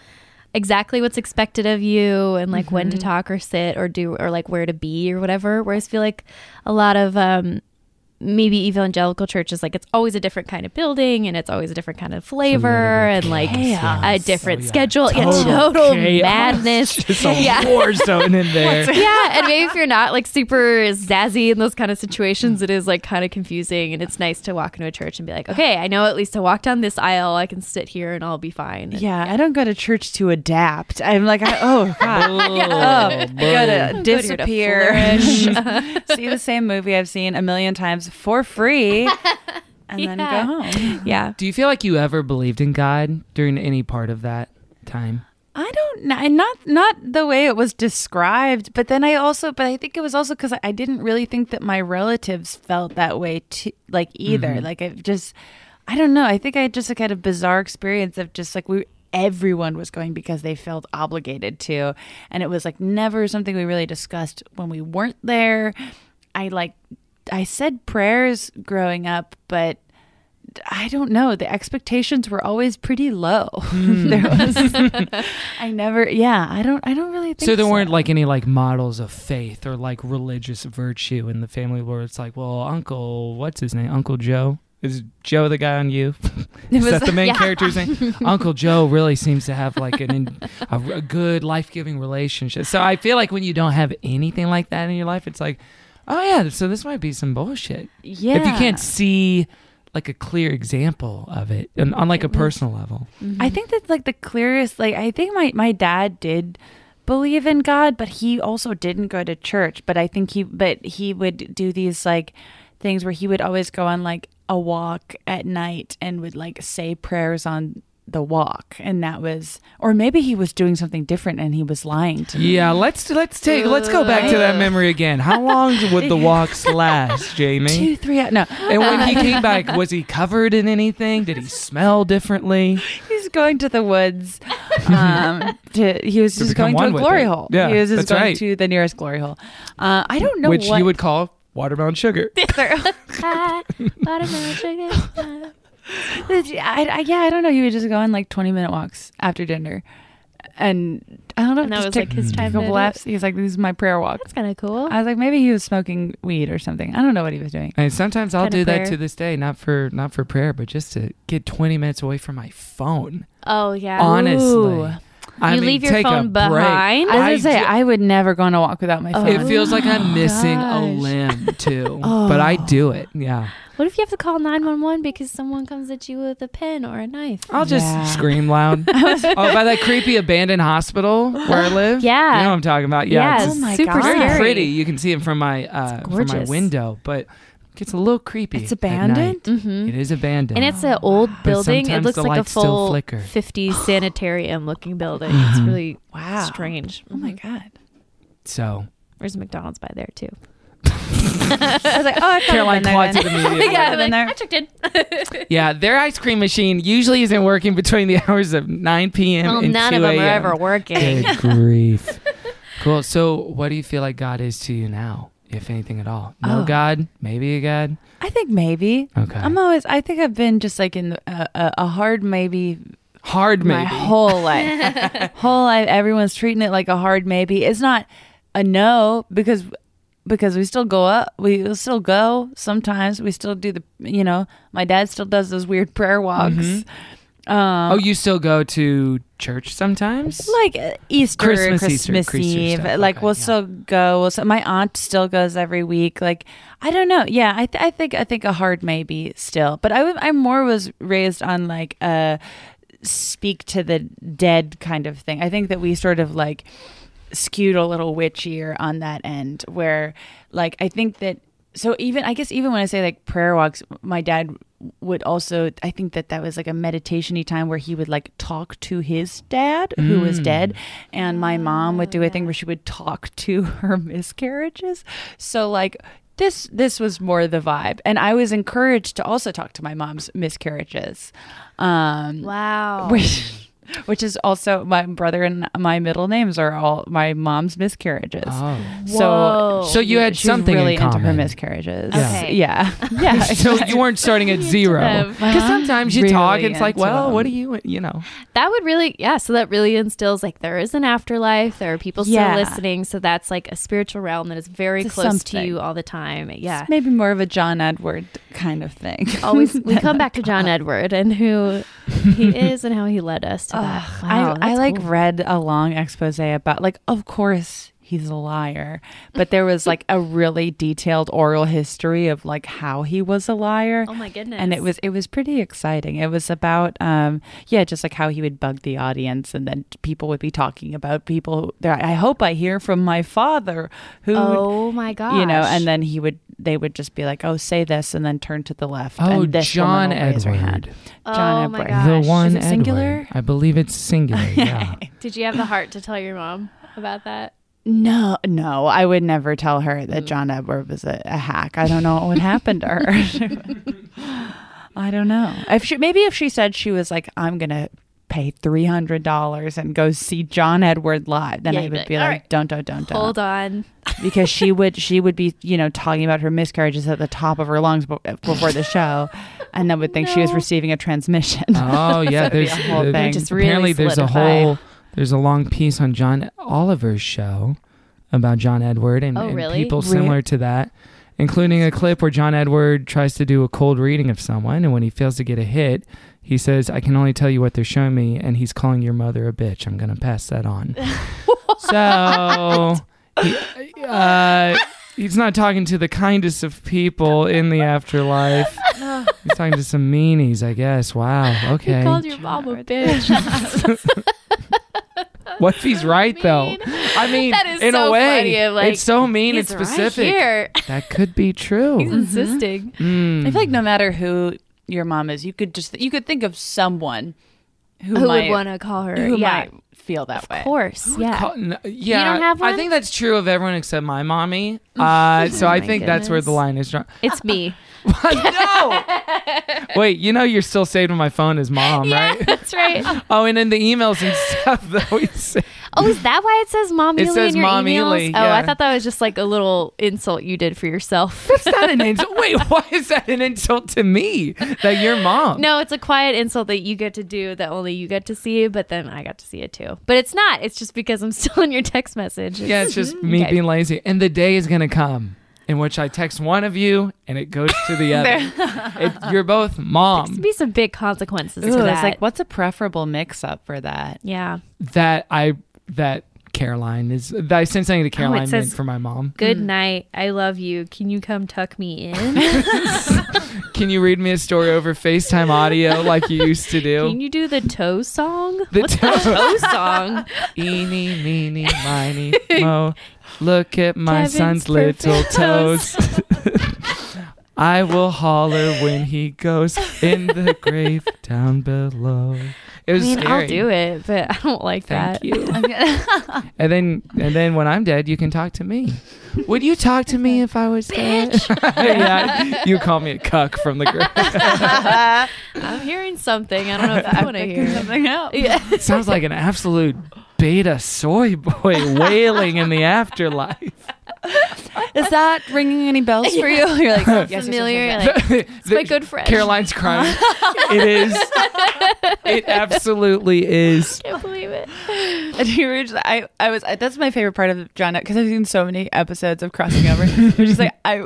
[SPEAKER 6] exactly what's expected of you, and like when to talk or sit or do or like where to be or whatever. Whereas I feel like a lot of um, maybe evangelical churches, like it's always a different kind of building and it's always a different kind of flavor and like a different schedule.
[SPEAKER 4] Total
[SPEAKER 6] yeah, total
[SPEAKER 4] chaos.
[SPEAKER 6] madness.
[SPEAKER 4] Just a
[SPEAKER 6] yeah.
[SPEAKER 4] war zone in there.
[SPEAKER 6] yeah, and maybe if you're not like super zazzy in those kind of situations, it is like kind of confusing. And it's nice to walk into a church and be like, okay, I know at least to walk down this aisle, I can sit here and I'll be fine. And-
[SPEAKER 5] yeah, I don't go to church to adapt. I'm like, I, oh god,
[SPEAKER 4] Oh, boy.
[SPEAKER 5] gotta
[SPEAKER 6] go to your
[SPEAKER 5] disappear. See the same movie I've seen a million times for free, and then go home.
[SPEAKER 6] Yeah.
[SPEAKER 4] Do you feel like you ever believed in God during any part of that time?
[SPEAKER 5] I don't know, not not the way it was described, but then I also, but I think it was also because I didn't really think that my relatives felt that way too, like either. Like I just, I don't know. I think I just like had a bizarre experience of just like we. Everyone was going because they felt obligated to. And it was like never something we really discussed when we weren't there. I like, I said prayers growing up, but I don't know. The expectations were always pretty low.
[SPEAKER 4] Hmm.
[SPEAKER 5] there was, I never, yeah, I don't, I don't really think
[SPEAKER 4] So there weren't like any like models of faith or like religious virtue in the family where it's like, well, Uncle, what's his name? Uncle Joe? Is Joe the guy on you? Is
[SPEAKER 5] was-
[SPEAKER 4] that the main character's name? Uncle Joe really seems to have like an in, a, a good life giving relationship. So I feel like when you don't have anything like that in your life, it's like, oh yeah, so this might be some bullshit.
[SPEAKER 5] yeah.
[SPEAKER 4] If you can't see like a clear example of it, and on like a personal level.
[SPEAKER 5] I think that's like the clearest. Like I think my my dad did believe in God, but he also didn't go to church. But I think he but he would do these like things where he would always go on like a walk at night and would like say prayers on the walk and that was or maybe he was doing something different and he was lying to me
[SPEAKER 4] Yeah, let's let's take let's go back to that memory again. How long would the walks last, Jamie?
[SPEAKER 5] two three hou- no
[SPEAKER 4] And when he came back, was he covered in anything? Did he smell differently?
[SPEAKER 5] He's going to the woods. Um, to, he was just
[SPEAKER 4] become
[SPEAKER 5] going to
[SPEAKER 4] one
[SPEAKER 5] a
[SPEAKER 4] with
[SPEAKER 5] glory
[SPEAKER 4] it.
[SPEAKER 5] hole.
[SPEAKER 4] Yeah,
[SPEAKER 5] he was just
[SPEAKER 4] that's
[SPEAKER 5] going
[SPEAKER 4] right.
[SPEAKER 5] to the nearest glory hole. Uh, I don't know
[SPEAKER 4] Which
[SPEAKER 5] what
[SPEAKER 4] you would call watermelon sugar.
[SPEAKER 3] Hi, watermelon sugar. hi.
[SPEAKER 5] I, I, yeah, I don't know. You would just go on like twenty minute walks after dinner, and I don't know.
[SPEAKER 3] And that
[SPEAKER 5] just
[SPEAKER 3] was,
[SPEAKER 5] take
[SPEAKER 3] like, his
[SPEAKER 5] a
[SPEAKER 3] time to
[SPEAKER 5] couple
[SPEAKER 3] do
[SPEAKER 5] laps. He's like, "This is my prayer walk."
[SPEAKER 3] That's kind of cool.
[SPEAKER 5] I was like, maybe he was smoking weed or something. I don't know what he was doing.
[SPEAKER 4] And sometimes I'll
[SPEAKER 3] Kind
[SPEAKER 4] do
[SPEAKER 3] of
[SPEAKER 4] that
[SPEAKER 3] prayer.
[SPEAKER 4] to this day, not for not for prayer, but just to get 20 minutes away from my phone.
[SPEAKER 3] Oh yeah.
[SPEAKER 4] Honestly,
[SPEAKER 5] Ooh.
[SPEAKER 4] I
[SPEAKER 3] You
[SPEAKER 4] mean,
[SPEAKER 3] leave your
[SPEAKER 4] take a
[SPEAKER 3] phone
[SPEAKER 4] break.
[SPEAKER 3] behind?
[SPEAKER 5] I was gonna say
[SPEAKER 4] ju-
[SPEAKER 5] I would never go on a walk without my
[SPEAKER 3] Oh,
[SPEAKER 5] phone.
[SPEAKER 4] it feels like I'm missing a
[SPEAKER 5] gosh.
[SPEAKER 4] limb too, but
[SPEAKER 3] Oh.
[SPEAKER 4] I do it. Yeah,
[SPEAKER 3] What if you have to call nine one one because someone comes at you with a pen or a knife?
[SPEAKER 4] I'll just
[SPEAKER 5] Yeah.
[SPEAKER 4] scream loud. oh, by that creepy abandoned hospital where I live.
[SPEAKER 3] Yeah.
[SPEAKER 4] you know what I'm talking about. Yeah,
[SPEAKER 3] yeah
[SPEAKER 4] it's
[SPEAKER 3] it's
[SPEAKER 5] Oh my
[SPEAKER 3] super
[SPEAKER 5] God.
[SPEAKER 4] very
[SPEAKER 3] scary.
[SPEAKER 4] pretty. You can see it from my uh, from my
[SPEAKER 3] gorgeous.
[SPEAKER 4] window, but it gets a little creepy.
[SPEAKER 5] It's
[SPEAKER 4] at night.
[SPEAKER 5] abandoned?
[SPEAKER 4] It is abandoned,
[SPEAKER 3] Mm-hmm. And it's an old building. It
[SPEAKER 4] sometimes
[SPEAKER 3] looks
[SPEAKER 4] the
[SPEAKER 3] like a
[SPEAKER 4] lights still
[SPEAKER 3] full
[SPEAKER 4] flicker. Uh-huh.
[SPEAKER 3] 50s sanitarium looking building. It's really
[SPEAKER 5] Wow.
[SPEAKER 3] strange. Mm-hmm.
[SPEAKER 5] Oh my god.
[SPEAKER 4] so
[SPEAKER 3] There's a McDonald's by there too.
[SPEAKER 5] I was like, oh, I
[SPEAKER 4] Caroline Quad to the media.
[SPEAKER 5] Yeah, I've been there.
[SPEAKER 3] I checked in.
[SPEAKER 4] Yeah, their ice cream machine usually isn't working between the hours of 9 p.m.
[SPEAKER 3] well,
[SPEAKER 4] and
[SPEAKER 3] none
[SPEAKER 4] 2
[SPEAKER 3] of them are
[SPEAKER 4] a.m..
[SPEAKER 3] ever working.
[SPEAKER 4] Good grief. Cool. So, what do you feel like God is to you now, if anything at all? No
[SPEAKER 5] Oh.
[SPEAKER 4] God, maybe a God.
[SPEAKER 5] I think maybe.
[SPEAKER 4] Okay.
[SPEAKER 5] I'm always. I think I've been just like in the, a a a hard maybe
[SPEAKER 4] Hard maybe.
[SPEAKER 5] my whole life. whole life. Everyone's treating it like a hard maybe. It's not a no because because we still go up. We will still go sometimes. We still do the. You know, my dad still does those weird prayer walks.
[SPEAKER 4] Mm-hmm.
[SPEAKER 5] Um,
[SPEAKER 4] oh, you still go to church sometimes?
[SPEAKER 5] like uh, Easter,
[SPEAKER 4] Christmas,
[SPEAKER 5] Christmas,
[SPEAKER 4] Easter, Easter
[SPEAKER 5] Eve.
[SPEAKER 4] stuff.
[SPEAKER 5] Like
[SPEAKER 4] Okay,
[SPEAKER 5] we'll
[SPEAKER 4] yeah.
[SPEAKER 5] still go. We'll, so my aunt still goes every week. Like I don't know. Yeah, I, th- I think I think a hard maybe still, but I w- I more was raised on like a speak to the dead kind of thing. I think that we sort of like skewed a little witchier on that end where like i think that so even i guess even when i say like prayer walks my dad would also i think that that was like a meditation-y time where he would like talk to his dad who was dead and my mom would do a thing where she would talk to her miscarriages so like this this was more the vibe and i was encouraged to also talk to my mom's miscarriages um
[SPEAKER 3] wow.
[SPEAKER 5] which which is also my brother and my middle names are all my mom's miscarriages.
[SPEAKER 4] Oh.
[SPEAKER 5] So
[SPEAKER 4] So you had
[SPEAKER 5] she's
[SPEAKER 4] something in
[SPEAKER 5] really into her
[SPEAKER 4] common.
[SPEAKER 5] miscarriages.
[SPEAKER 3] Yeah. Okay.
[SPEAKER 5] Yeah. Yeah.
[SPEAKER 4] So you weren't starting at zero.
[SPEAKER 3] have-
[SPEAKER 4] Because sometimes you talk,
[SPEAKER 5] Really
[SPEAKER 4] it's like,
[SPEAKER 5] into
[SPEAKER 4] well,
[SPEAKER 5] them.
[SPEAKER 4] what do you, you know?
[SPEAKER 3] That would really, yeah. So that really instills like there is an afterlife. There are people still
[SPEAKER 5] Yeah.
[SPEAKER 3] listening. So that's like a spiritual realm that is very
[SPEAKER 5] It's
[SPEAKER 3] close to
[SPEAKER 5] something.
[SPEAKER 3] you all the time. Yeah.
[SPEAKER 5] Maybe more of a John Edward kind of thing.
[SPEAKER 3] Always, we come back to John Edward and who he is and how he led us to that. Wow,
[SPEAKER 5] I, I
[SPEAKER 3] that's
[SPEAKER 5] like
[SPEAKER 3] cool.
[SPEAKER 5] read a long expose about like of course he's a liar, but there was like a really detailed oral history of like how he was a liar.
[SPEAKER 3] Oh my goodness.
[SPEAKER 5] And it was it was pretty exciting. It was about um yeah, just like how he would bug the audience and then people would be talking about people there I hope I hear from my father who
[SPEAKER 3] Oh my gosh.
[SPEAKER 5] you know, and then he would they would just be like, "Oh, say this,'s and then turn to the left
[SPEAKER 4] Oh,
[SPEAKER 5] and this
[SPEAKER 4] John
[SPEAKER 5] woman will raise her
[SPEAKER 4] Edward.
[SPEAKER 5] hand.
[SPEAKER 3] Oh
[SPEAKER 5] John
[SPEAKER 3] my
[SPEAKER 5] Edward.
[SPEAKER 3] God. Gosh,
[SPEAKER 4] the one
[SPEAKER 5] is it singular?
[SPEAKER 4] Edward. I believe it's singular. Yeah.
[SPEAKER 3] Did you have the heart to tell your mom about that?
[SPEAKER 5] No, no, I would never tell her that
[SPEAKER 3] Mm.
[SPEAKER 5] John Edward was a, a hack. I don't know what would happen to her. I don't know. If she, maybe if she said she was like, I'm gonna pay three hundred dollars and go see John Edward live, then
[SPEAKER 3] Yeah,
[SPEAKER 5] I
[SPEAKER 3] you'd
[SPEAKER 5] would
[SPEAKER 3] be
[SPEAKER 5] be
[SPEAKER 3] like,
[SPEAKER 5] like,
[SPEAKER 3] "All right,
[SPEAKER 5] don't, don't, don't, don't,
[SPEAKER 3] Hold on.
[SPEAKER 5] because she would she would be you know talking about her miscarriages at the top of her lungs be- before the show, and then would think she was
[SPEAKER 3] No.
[SPEAKER 5] receiving a transmission.
[SPEAKER 4] Oh yeah,
[SPEAKER 5] that'd
[SPEAKER 4] there's
[SPEAKER 5] be a whole
[SPEAKER 4] uh,
[SPEAKER 5] thing.
[SPEAKER 3] Just really
[SPEAKER 4] apparently there's a
[SPEAKER 3] solidify.
[SPEAKER 4] whole there's a long piece on John Oliver's show about John Edward and,
[SPEAKER 3] Oh,
[SPEAKER 4] and
[SPEAKER 3] really?
[SPEAKER 4] people
[SPEAKER 5] Re-
[SPEAKER 4] similar to that, including a clip where John Edward tries to do a cold reading of someone, and when he fails to get a hit, he says, "I can only tell you what they're showing me," and he's calling your mother a bitch. I'm gonna pass that on. so, he, uh, he's not talking to the kindest of people in the afterlife. You're talking to some meanies, I guess. Wow. Okay.
[SPEAKER 6] Called your mom a bitch.
[SPEAKER 4] What if he's right though? I mean,
[SPEAKER 6] That is
[SPEAKER 4] in a
[SPEAKER 6] so
[SPEAKER 4] way,
[SPEAKER 6] funny, of, like,
[SPEAKER 4] it's so mean and
[SPEAKER 6] He's right
[SPEAKER 4] specific.
[SPEAKER 6] here.
[SPEAKER 4] That could be
[SPEAKER 6] He's
[SPEAKER 5] Mm-hmm.
[SPEAKER 4] true.
[SPEAKER 6] insisting.
[SPEAKER 5] I feel like no matter who your mom is, you could just you could think of someone who,
[SPEAKER 6] Who
[SPEAKER 5] might
[SPEAKER 6] would want to call her?
[SPEAKER 5] who
[SPEAKER 6] yeah,
[SPEAKER 5] might feel that way.
[SPEAKER 6] of course. Yeah.
[SPEAKER 4] Ca- n- yeah,
[SPEAKER 3] don't have
[SPEAKER 4] I
[SPEAKER 3] one?
[SPEAKER 4] think that's true of everyone except my mommy. Uh, so I think that's where the
[SPEAKER 6] Oh goodness.
[SPEAKER 4] line is drawn.
[SPEAKER 6] it's me.
[SPEAKER 4] no. Wait, you know you're still saved on my phone as mom, right?
[SPEAKER 6] That's right.
[SPEAKER 4] Oh, and in the emails and stuff that we say.
[SPEAKER 3] Oh, is that why it says mom?
[SPEAKER 4] It
[SPEAKER 3] Ely
[SPEAKER 4] says
[SPEAKER 3] in your
[SPEAKER 4] Mom
[SPEAKER 3] emails?
[SPEAKER 4] Ely.
[SPEAKER 6] Oh,
[SPEAKER 4] Yeah.
[SPEAKER 6] I thought that was just like a little insult you did for yourself.
[SPEAKER 4] That's not an insult. Wait, why is that an insult to me? That you're mom?
[SPEAKER 6] no, it's a quiet insult that you get to do that only you get to see, but then I got to see it too. But it's not. It's just because I'm still in your text message. Mm-hmm.
[SPEAKER 4] Yeah, it's just me
[SPEAKER 6] Okay.
[SPEAKER 4] being lazy. And the day is gonna come in which I text one of you and it goes to the other. it, you're both mom.
[SPEAKER 6] be some big consequences
[SPEAKER 5] Ooh,
[SPEAKER 6] to
[SPEAKER 5] I
[SPEAKER 6] that.
[SPEAKER 5] was like, what's a preferable mix up for that?
[SPEAKER 6] Yeah.
[SPEAKER 4] That I that Caroline is. That I sent something to Caroline meant
[SPEAKER 6] Oh, says-
[SPEAKER 4] for my mom.
[SPEAKER 6] Good night. I love you. Can you come tuck me in?
[SPEAKER 4] Can you read me a story over Facetime audio like you used to do?
[SPEAKER 6] Can you do the toe song?
[SPEAKER 4] The
[SPEAKER 6] What's
[SPEAKER 4] toe-
[SPEAKER 6] the toe song?
[SPEAKER 4] Eeny, meeny, miny, mo. Look at my
[SPEAKER 6] Kevin's
[SPEAKER 4] son's
[SPEAKER 6] perfect
[SPEAKER 4] little
[SPEAKER 6] toes.
[SPEAKER 4] toes. I will holler when he goes in the grave down below. It
[SPEAKER 6] I
[SPEAKER 4] was
[SPEAKER 6] mean,
[SPEAKER 4] scary.
[SPEAKER 6] I'll do it, but I don't like
[SPEAKER 4] Thank
[SPEAKER 6] that.
[SPEAKER 4] you. and then, and then when I'm dead, you can talk to me. Would you talk to me if I was dead? yeah, you call me a cuck from the grave.
[SPEAKER 6] I'm hearing something. I don't know if I want to hear.
[SPEAKER 5] Something else.
[SPEAKER 4] It sounds like an absolute beta soy boy wailing in the afterlife.
[SPEAKER 5] Is that ringing any bells for you? You're like "Oh, yes, yes,
[SPEAKER 6] Familiar,
[SPEAKER 5] yes, yes,
[SPEAKER 6] like,
[SPEAKER 4] it's
[SPEAKER 6] my good friend.
[SPEAKER 4] Caroline's crying. it is. It absolutely is.
[SPEAKER 6] I can't believe it.
[SPEAKER 5] yes. And you were just- I, I was. I, that's my favorite part of John because I've seen so many episodes of Crossing Over. You're just like I,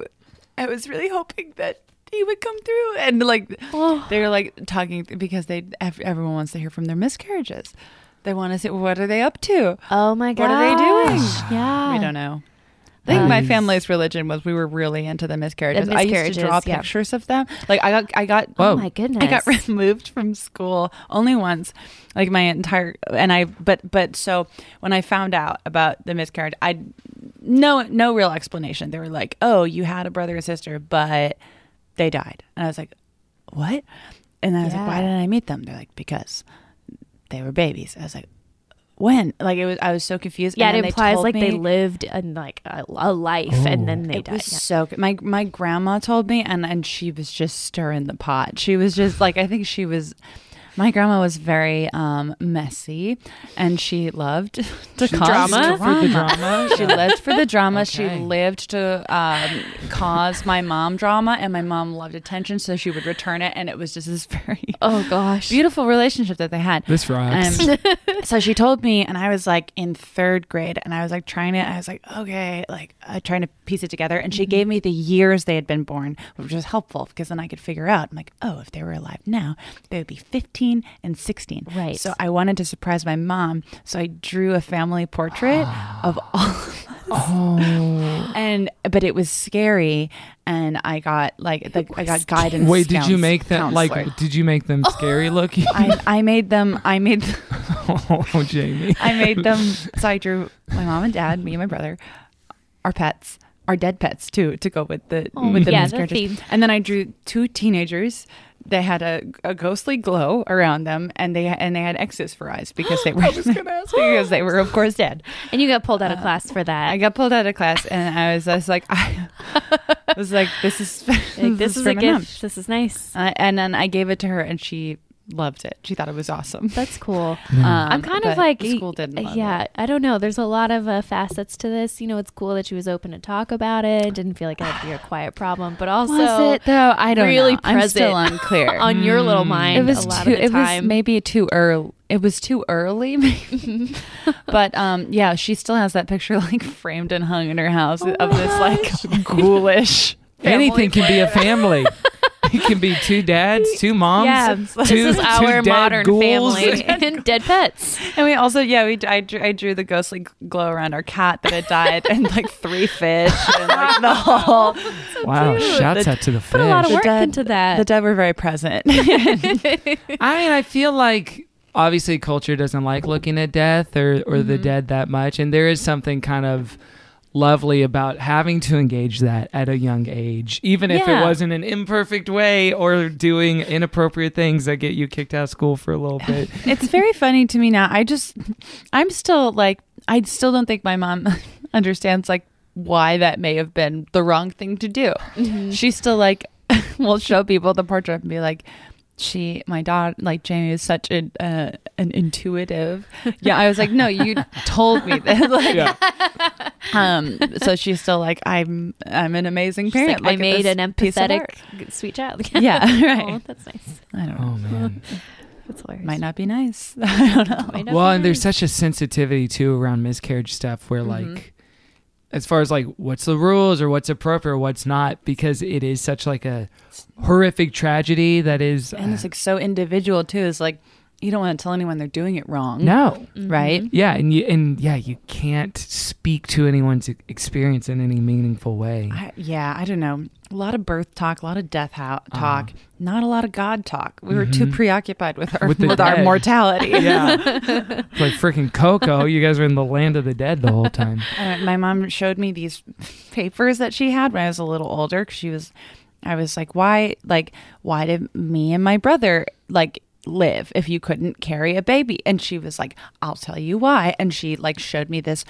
[SPEAKER 5] I was really hoping that he would come through and like they're like talking because they ev- everyone wants to hear from their miscarriages. They want to see what are they up to.
[SPEAKER 6] Oh my
[SPEAKER 5] What
[SPEAKER 6] god.
[SPEAKER 5] are they doing?
[SPEAKER 6] Yeah.
[SPEAKER 5] We don't know. I think my
[SPEAKER 4] Nice.
[SPEAKER 5] family's religion was we were really into the miscarriages. I used to draw
[SPEAKER 6] miscarriages, yeah.
[SPEAKER 5] pictures of them. Like I got, I got,
[SPEAKER 4] Whoa.
[SPEAKER 6] Oh my goodness.
[SPEAKER 5] I got removed from school only once, like my entire and I. But but so when I found out about the miscarriage, I no no real explanation. They were like, "Oh, you had a brother and sister, but they died," and I was like, "What?" And I was like,
[SPEAKER 6] Yeah.
[SPEAKER 5] "Why didn't I meet them?" They're like, "Because they were babies." I was like, "When?" Like it was. I was so confused.
[SPEAKER 6] yeah,
[SPEAKER 5] and then
[SPEAKER 6] it
[SPEAKER 5] they
[SPEAKER 6] implies
[SPEAKER 5] told
[SPEAKER 6] like they
[SPEAKER 5] me-
[SPEAKER 6] lived in like a, a life and then
[SPEAKER 4] Oh.
[SPEAKER 6] they
[SPEAKER 5] it
[SPEAKER 6] died.
[SPEAKER 5] was so good. My my grandma told me, and and she was just stirring the pot. She was just like, I think she was. My grandma was very um, messy, and she loved to cause
[SPEAKER 4] Drama? For the drama?
[SPEAKER 5] She lived for the drama.
[SPEAKER 4] Okay.
[SPEAKER 5] She lived to um, cause my mom drama, and my mom loved attention, so she would return it, and it was just this very
[SPEAKER 6] Oh gosh.
[SPEAKER 5] beautiful relationship that they had.
[SPEAKER 4] This rocks.
[SPEAKER 5] Um, so she told me, and I was like in third grade, and I was like trying to, I was like, okay, like uh, trying to piece it together. And
[SPEAKER 6] Mm-hmm.
[SPEAKER 5] she gave me the years they had been born, which was helpful because then I could figure out, I'm like, oh, if they were alive now, they would be 15 and 16.
[SPEAKER 6] Right.
[SPEAKER 5] So I wanted to surprise my mom. So I drew a family portrait of all of us.
[SPEAKER 4] Oh.
[SPEAKER 5] And, but it was scary. And I got like, the, I got guidance.
[SPEAKER 4] Wait, did you
[SPEAKER 5] couns-
[SPEAKER 4] make them
[SPEAKER 5] counselor.
[SPEAKER 4] like? Did you make them scary looking?
[SPEAKER 5] I, I made them, I made them.
[SPEAKER 4] oh, Jamie.
[SPEAKER 5] I made them. So I drew my mom and dad, me and my brother, our pets, our dead pets too, to go with the with the
[SPEAKER 6] Oh, yeah, the
[SPEAKER 5] miscarriages.
[SPEAKER 6] theme.
[SPEAKER 5] and then I drew two teenagers. They had a, a ghostly glow around them, and they and they had X's for eyes because they were because they were of course dead.
[SPEAKER 6] And you got pulled out of class for that.
[SPEAKER 5] I got pulled out of class, and I was just like, I was like, this is
[SPEAKER 6] Like, this is
[SPEAKER 5] for
[SPEAKER 6] a
[SPEAKER 5] my mom.
[SPEAKER 6] gift. This is nice.
[SPEAKER 5] Uh, and then I gave it to her, and she loved it. She thought it was awesome.
[SPEAKER 6] That's cool.
[SPEAKER 5] Um,
[SPEAKER 6] I'm kind
[SPEAKER 5] but
[SPEAKER 6] of like
[SPEAKER 5] the school didn't. Love
[SPEAKER 6] yeah, I don't know. There's a lot of uh, facets to this. You know, it's cool that she was open to talk about it. Didn't feel like it had to be a quiet problem, but also
[SPEAKER 5] was it though? I don't
[SPEAKER 6] really
[SPEAKER 5] know. I'm still
[SPEAKER 6] present
[SPEAKER 5] unclear. Mm.
[SPEAKER 6] on your little mind.
[SPEAKER 5] it was
[SPEAKER 6] a lot
[SPEAKER 5] too.
[SPEAKER 6] of the
[SPEAKER 5] It was
[SPEAKER 6] time.
[SPEAKER 5] maybe too early. It was too early, maybe. but um, yeah, she still has that picture like framed and Oh hung in her house of this like ghoulish.
[SPEAKER 4] Anything can be a family. it can be two dads, two moms.
[SPEAKER 6] Yeah, this
[SPEAKER 4] two,
[SPEAKER 6] is
[SPEAKER 4] two
[SPEAKER 6] our
[SPEAKER 4] dead
[SPEAKER 6] modern
[SPEAKER 4] ghouls.
[SPEAKER 6] family and dead pets.
[SPEAKER 5] And we also, yeah, we I, drew- I drew the ghostly glow around our cat that had died, and like three fish, and like the whole.
[SPEAKER 4] Wow, shouts out to the fish.
[SPEAKER 6] Put a lot of
[SPEAKER 5] The
[SPEAKER 6] work
[SPEAKER 5] dead-
[SPEAKER 6] into that.
[SPEAKER 5] The dead were very present.
[SPEAKER 4] I mean, I feel like obviously culture doesn't like looking at death or, or
[SPEAKER 6] Mm-hmm.
[SPEAKER 4] the dead that much. And there is something kind of lovely about having to engage that at a young age, even if it
[SPEAKER 6] Yeah.
[SPEAKER 4] was in an imperfect way or doing inappropriate things that get you kicked out of school for a little bit.
[SPEAKER 5] it's very funny to me now. I just, I'm still like, I still don't think my mom understands like why that may have been the wrong thing to do.
[SPEAKER 6] Mm-hmm.
[SPEAKER 5] She's still like, will show people the portrait and be like, she, my daughter, like Jamie is such an uh, an intuitive. Yeah, I was like, no, you told me that. like,
[SPEAKER 4] Yeah.
[SPEAKER 5] um, so she's still like, I'm, I'm an amazing
[SPEAKER 6] It's like,
[SPEAKER 5] parent.
[SPEAKER 6] I
[SPEAKER 5] Look at
[SPEAKER 6] made
[SPEAKER 5] this
[SPEAKER 6] an
[SPEAKER 5] piece of
[SPEAKER 6] empathetic,
[SPEAKER 5] art."
[SPEAKER 6] g- sweet child.
[SPEAKER 5] Yeah,
[SPEAKER 6] Oh,
[SPEAKER 5] right.
[SPEAKER 6] that's nice.
[SPEAKER 5] I don't know.
[SPEAKER 4] Oh, man.
[SPEAKER 6] That's hilarious.
[SPEAKER 5] Might not be nice. I don't know.
[SPEAKER 6] Might not
[SPEAKER 4] Well,
[SPEAKER 6] be
[SPEAKER 4] and there's
[SPEAKER 6] nice.
[SPEAKER 4] such a sensitivity too around miscarriage stuff where
[SPEAKER 5] Mm-hmm.
[SPEAKER 4] like as far as like what's the rules or what's appropriate or what's not because it is such like a horrific tragedy that is uh,
[SPEAKER 5] and it's like so individual too. It's like you don't want to tell anyone they're doing it wrong,
[SPEAKER 4] no Mm-hmm.
[SPEAKER 5] right?
[SPEAKER 4] yeah and you and yeah you can't speak to anyone's e- experience in any meaningful way
[SPEAKER 5] I, yeah, I don't know. A lot of birth talk, a lot of death ho-
[SPEAKER 4] Uh-huh.
[SPEAKER 5] talk, not a lot of God talk. We were too preoccupied with our
[SPEAKER 4] Mm-hmm. With
[SPEAKER 5] with,
[SPEAKER 4] the
[SPEAKER 5] our
[SPEAKER 4] dead.
[SPEAKER 5] mortality.
[SPEAKER 4] yeah like freaking coco you guys were in the land of the dead the whole time
[SPEAKER 5] Uh, my mom showed me these papers that she had when I was a little older. 'cause she was, I was like, why, like, why did me and my brother like live if you couldn't carry a baby? And she was like, I'll tell you why. And she like showed me this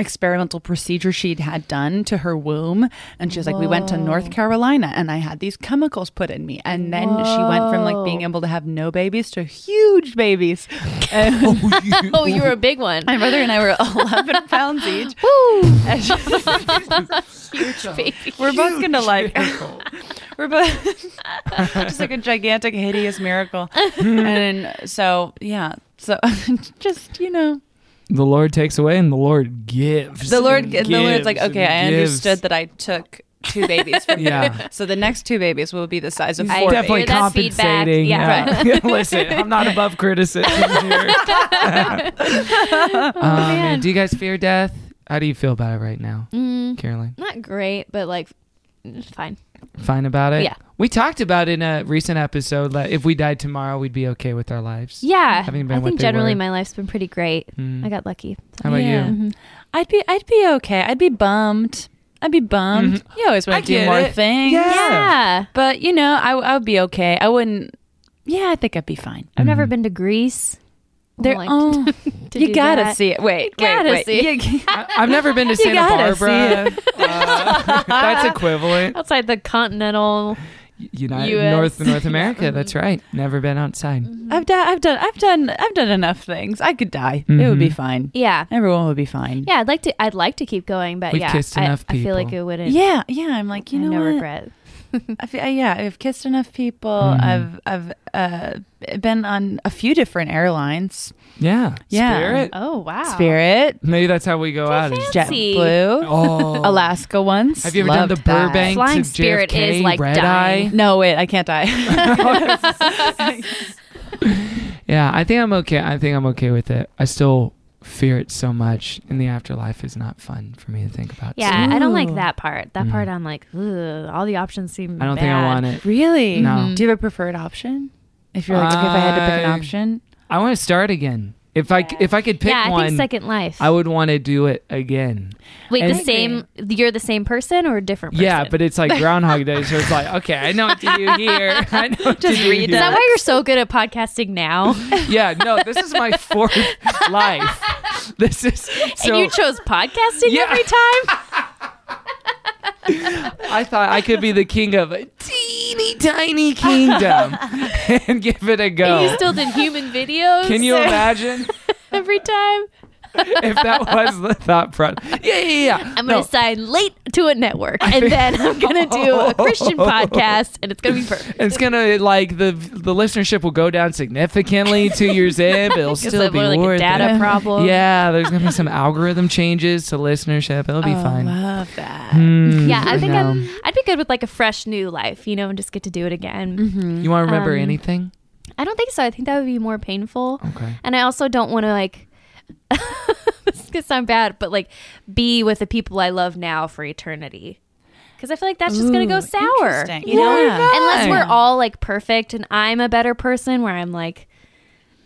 [SPEAKER 5] experimental procedure she'd had done to her womb and she was like we went to North Carolina and I had these chemicals put in me and then she went from like being able to have no babies to huge babies and
[SPEAKER 6] Oh, you were a big one.
[SPEAKER 5] my brother and I were 11 pounds each We're both gonna like. we're both just like a gigantic, hideous miracle, and so yeah, so just you know,
[SPEAKER 4] the lord takes away and the lord gives
[SPEAKER 5] the Lord,
[SPEAKER 4] and
[SPEAKER 5] the Lord's like,
[SPEAKER 4] gives
[SPEAKER 5] okay,
[SPEAKER 4] and
[SPEAKER 5] I
[SPEAKER 4] gives."
[SPEAKER 5] understood that I took two babies from
[SPEAKER 4] Yeah.
[SPEAKER 5] you, so the next two babies will be the size of
[SPEAKER 4] He's
[SPEAKER 5] four.
[SPEAKER 4] definitely
[SPEAKER 6] hear that feedback.
[SPEAKER 4] compensating.
[SPEAKER 6] Yeah.
[SPEAKER 4] Yeah. Listen, I'm not above criticism here. Um,
[SPEAKER 6] Oh, man.
[SPEAKER 4] do you guys fear death? How do you feel about it right now, Caroline?
[SPEAKER 6] Mm, Not great, but like, mm, fine.
[SPEAKER 4] Fine about it?
[SPEAKER 6] Yeah.
[SPEAKER 4] We talked about in a recent episode that if we died tomorrow, we'd be okay with our lives.
[SPEAKER 6] Yeah,
[SPEAKER 4] Having been
[SPEAKER 6] I
[SPEAKER 4] what
[SPEAKER 6] think
[SPEAKER 4] they
[SPEAKER 6] generally
[SPEAKER 4] were.
[SPEAKER 6] my life's been pretty great. I got lucky.
[SPEAKER 4] Mm-hmm. How
[SPEAKER 6] Mm-hmm.
[SPEAKER 4] about
[SPEAKER 5] Yeah.
[SPEAKER 4] you?
[SPEAKER 5] I'd be, I'd be okay. I'd be bummed. I'd be bummed. You always
[SPEAKER 4] Mm-hmm. I
[SPEAKER 5] want to
[SPEAKER 4] get
[SPEAKER 5] do more
[SPEAKER 4] it.
[SPEAKER 5] things.
[SPEAKER 4] Yeah.
[SPEAKER 6] Yeah,
[SPEAKER 5] But you know, I, I would be okay. I wouldn't. Yeah, I think I'd be fine.
[SPEAKER 6] I've
[SPEAKER 4] Mm-hmm.
[SPEAKER 6] never been to Greece.
[SPEAKER 5] They're,
[SPEAKER 6] Like,
[SPEAKER 5] oh,
[SPEAKER 6] to
[SPEAKER 5] you
[SPEAKER 6] do
[SPEAKER 5] gotta
[SPEAKER 6] that.
[SPEAKER 5] see it. Wait, wait,
[SPEAKER 6] gotta
[SPEAKER 5] wait.
[SPEAKER 6] see it.
[SPEAKER 5] You-
[SPEAKER 4] I, I've never been to Santa
[SPEAKER 5] gotta see
[SPEAKER 4] Barbara. Uh, that's equivalent.
[SPEAKER 6] outside the continental.
[SPEAKER 4] United
[SPEAKER 6] US.
[SPEAKER 4] North North America. That's right. Never been outside.
[SPEAKER 6] Mm-hmm.
[SPEAKER 5] I've done, I've done, I've done, I've done enough things. I could die. It
[SPEAKER 4] Mm-hmm.
[SPEAKER 5] would be fine.
[SPEAKER 6] Yeah,
[SPEAKER 5] Everyone would be fine.
[SPEAKER 6] yeah. I'd like to. I'd like to keep going, but
[SPEAKER 4] We've
[SPEAKER 6] yeah,
[SPEAKER 4] kissed
[SPEAKER 6] I,
[SPEAKER 4] enough
[SPEAKER 6] I feel like
[SPEAKER 4] people.
[SPEAKER 6] it wouldn't.
[SPEAKER 5] yeah, yeah. I'm like, you
[SPEAKER 6] I
[SPEAKER 5] know,
[SPEAKER 6] no
[SPEAKER 5] what?
[SPEAKER 6] regret.
[SPEAKER 5] I feel, yeah, I've kissed enough people.
[SPEAKER 4] Mm-hmm.
[SPEAKER 5] I've, I've uh, been on a few different airlines.
[SPEAKER 4] Yeah.
[SPEAKER 5] Yeah.
[SPEAKER 4] Spirit.
[SPEAKER 6] Oh wow,
[SPEAKER 5] Spirit,
[SPEAKER 4] Maybe that's how we go out. is-
[SPEAKER 6] Fancy.
[SPEAKER 5] JetBlue,
[SPEAKER 4] Oh.
[SPEAKER 5] Alaska once.
[SPEAKER 4] Have you ever done
[SPEAKER 5] Loved
[SPEAKER 4] the
[SPEAKER 5] that.
[SPEAKER 4] Burbank
[SPEAKER 6] Flying
[SPEAKER 4] to
[SPEAKER 6] Spirit
[SPEAKER 4] JFK
[SPEAKER 6] is like
[SPEAKER 4] red
[SPEAKER 6] dying.
[SPEAKER 4] eye?
[SPEAKER 5] No, wait, I can't die.
[SPEAKER 4] Yeah, I think I'm okay. I think I'm okay with it. I still fear it so much, and the afterlife is not fun for me to think about. so
[SPEAKER 6] Yeah, I don't like
[SPEAKER 5] Ooh.
[SPEAKER 6] that part. That part, I'm like, Ugh, all the options seem.
[SPEAKER 4] Mm-hmm. I don't think I want it.
[SPEAKER 5] really?
[SPEAKER 4] No.
[SPEAKER 5] Do you have a preferred option? If you're like, okay, if I had to pick an
[SPEAKER 4] I-
[SPEAKER 5] option,
[SPEAKER 4] I want to start again. If I c- if I could pick
[SPEAKER 6] yeah, I
[SPEAKER 4] one,
[SPEAKER 6] think Second Life.
[SPEAKER 4] I would want to do it again.
[SPEAKER 6] Wait,
[SPEAKER 4] and-
[SPEAKER 6] the same. You're the same person or a different? person?
[SPEAKER 4] Yeah, but it's like Groundhog Day, so it's like okay, I know what to do here. I know what to do
[SPEAKER 5] read
[SPEAKER 4] here.
[SPEAKER 6] is that why you're so good at podcasting now?
[SPEAKER 4] Yeah, no, this is my fourth life. This is so.
[SPEAKER 6] and you chose podcasting
[SPEAKER 4] Yeah.
[SPEAKER 6] every time.
[SPEAKER 4] I thought I could be the king of a teeny tiny kingdom and give it a go.
[SPEAKER 6] You still did human videos.
[SPEAKER 4] Can you imagine?
[SPEAKER 6] every time?
[SPEAKER 4] if that was the thought process. Yeah, yeah, yeah.
[SPEAKER 6] I'm going to sign late to a network and then I'm going to do a Christian podcast and it's going to be perfect.
[SPEAKER 4] It's gonna like the the listenership will go down significantly two years in, but it'll still
[SPEAKER 6] like,
[SPEAKER 4] be
[SPEAKER 6] more like a
[SPEAKER 4] worth
[SPEAKER 6] data
[SPEAKER 4] it.
[SPEAKER 6] problem.
[SPEAKER 4] Yeah, there's gonna be some algorithm changes to listenership. It'll be
[SPEAKER 6] Oh,
[SPEAKER 4] fine.
[SPEAKER 5] Love that.
[SPEAKER 4] Hmm,
[SPEAKER 6] Yeah, I think
[SPEAKER 4] no.
[SPEAKER 6] I'd, I'd be good with like a fresh new life, you know, and just get to do it again.
[SPEAKER 4] you want to remember
[SPEAKER 6] um,
[SPEAKER 4] anything?
[SPEAKER 6] I don't think so. I think that would be more painful.
[SPEAKER 4] Okay.
[SPEAKER 6] And I also don't want to like this is gonna sound bad, but like be with the people I love now for eternity. Because I feel like that's just gonna go
[SPEAKER 5] Ooh,
[SPEAKER 6] sour.
[SPEAKER 5] interesting.
[SPEAKER 6] You know?
[SPEAKER 5] Yeah. Why
[SPEAKER 6] Unless we're
[SPEAKER 4] not?
[SPEAKER 6] all like perfect and I'm a better person where I'm like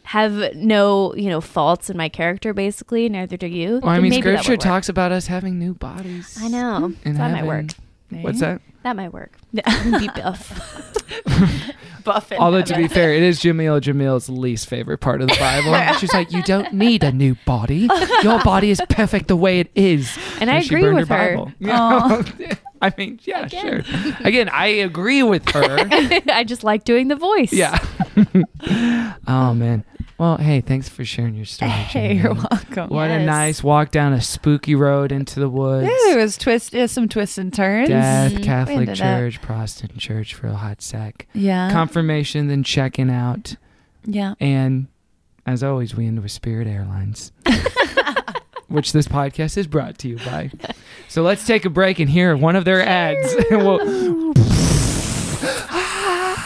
[SPEAKER 6] have no, you know, faults in my character basically, neither do you.
[SPEAKER 4] Well, I
[SPEAKER 6] then
[SPEAKER 4] mean,
[SPEAKER 6] maybe that would
[SPEAKER 4] scripture
[SPEAKER 6] work.
[SPEAKER 4] talks about us having new bodies.
[SPEAKER 6] I know.
[SPEAKER 4] In
[SPEAKER 6] that might
[SPEAKER 4] heaven.
[SPEAKER 6] work.
[SPEAKER 4] What's that?
[SPEAKER 6] That might work. be buff.
[SPEAKER 5] Buffett.
[SPEAKER 4] Although to be fair, it is Jamil Jamil's least favorite part of the Bible. She's like, "You don't need a new body. Your body is perfect the way it is."
[SPEAKER 6] And I
[SPEAKER 4] she
[SPEAKER 6] agree
[SPEAKER 4] burned
[SPEAKER 6] with her.
[SPEAKER 4] Yeah. I mean, yeah, sure. Again, I agree with her.
[SPEAKER 6] I just like doing the voice.
[SPEAKER 4] Yeah. oh man. Well, hey, thanks for sharing your story.
[SPEAKER 5] Hey,
[SPEAKER 4] Jamie.
[SPEAKER 5] you're welcome.
[SPEAKER 4] What a
[SPEAKER 6] Yes.
[SPEAKER 4] nice walk down a spooky road into the woods.
[SPEAKER 5] Yeah, there was twist, yeah, some twists and turns.
[SPEAKER 4] Death,
[SPEAKER 6] Mhm.
[SPEAKER 5] We
[SPEAKER 4] Catholic
[SPEAKER 5] ended up-
[SPEAKER 4] Church, Protestant Church for a hot sec.
[SPEAKER 5] Yeah.
[SPEAKER 6] Uh-huh.
[SPEAKER 4] Confirmation, then checking out.
[SPEAKER 5] yeah.
[SPEAKER 4] And as always, we end with Spirit Airlines, which this podcast is brought to you by. So let's take a break and hear one of their ads. And we'll-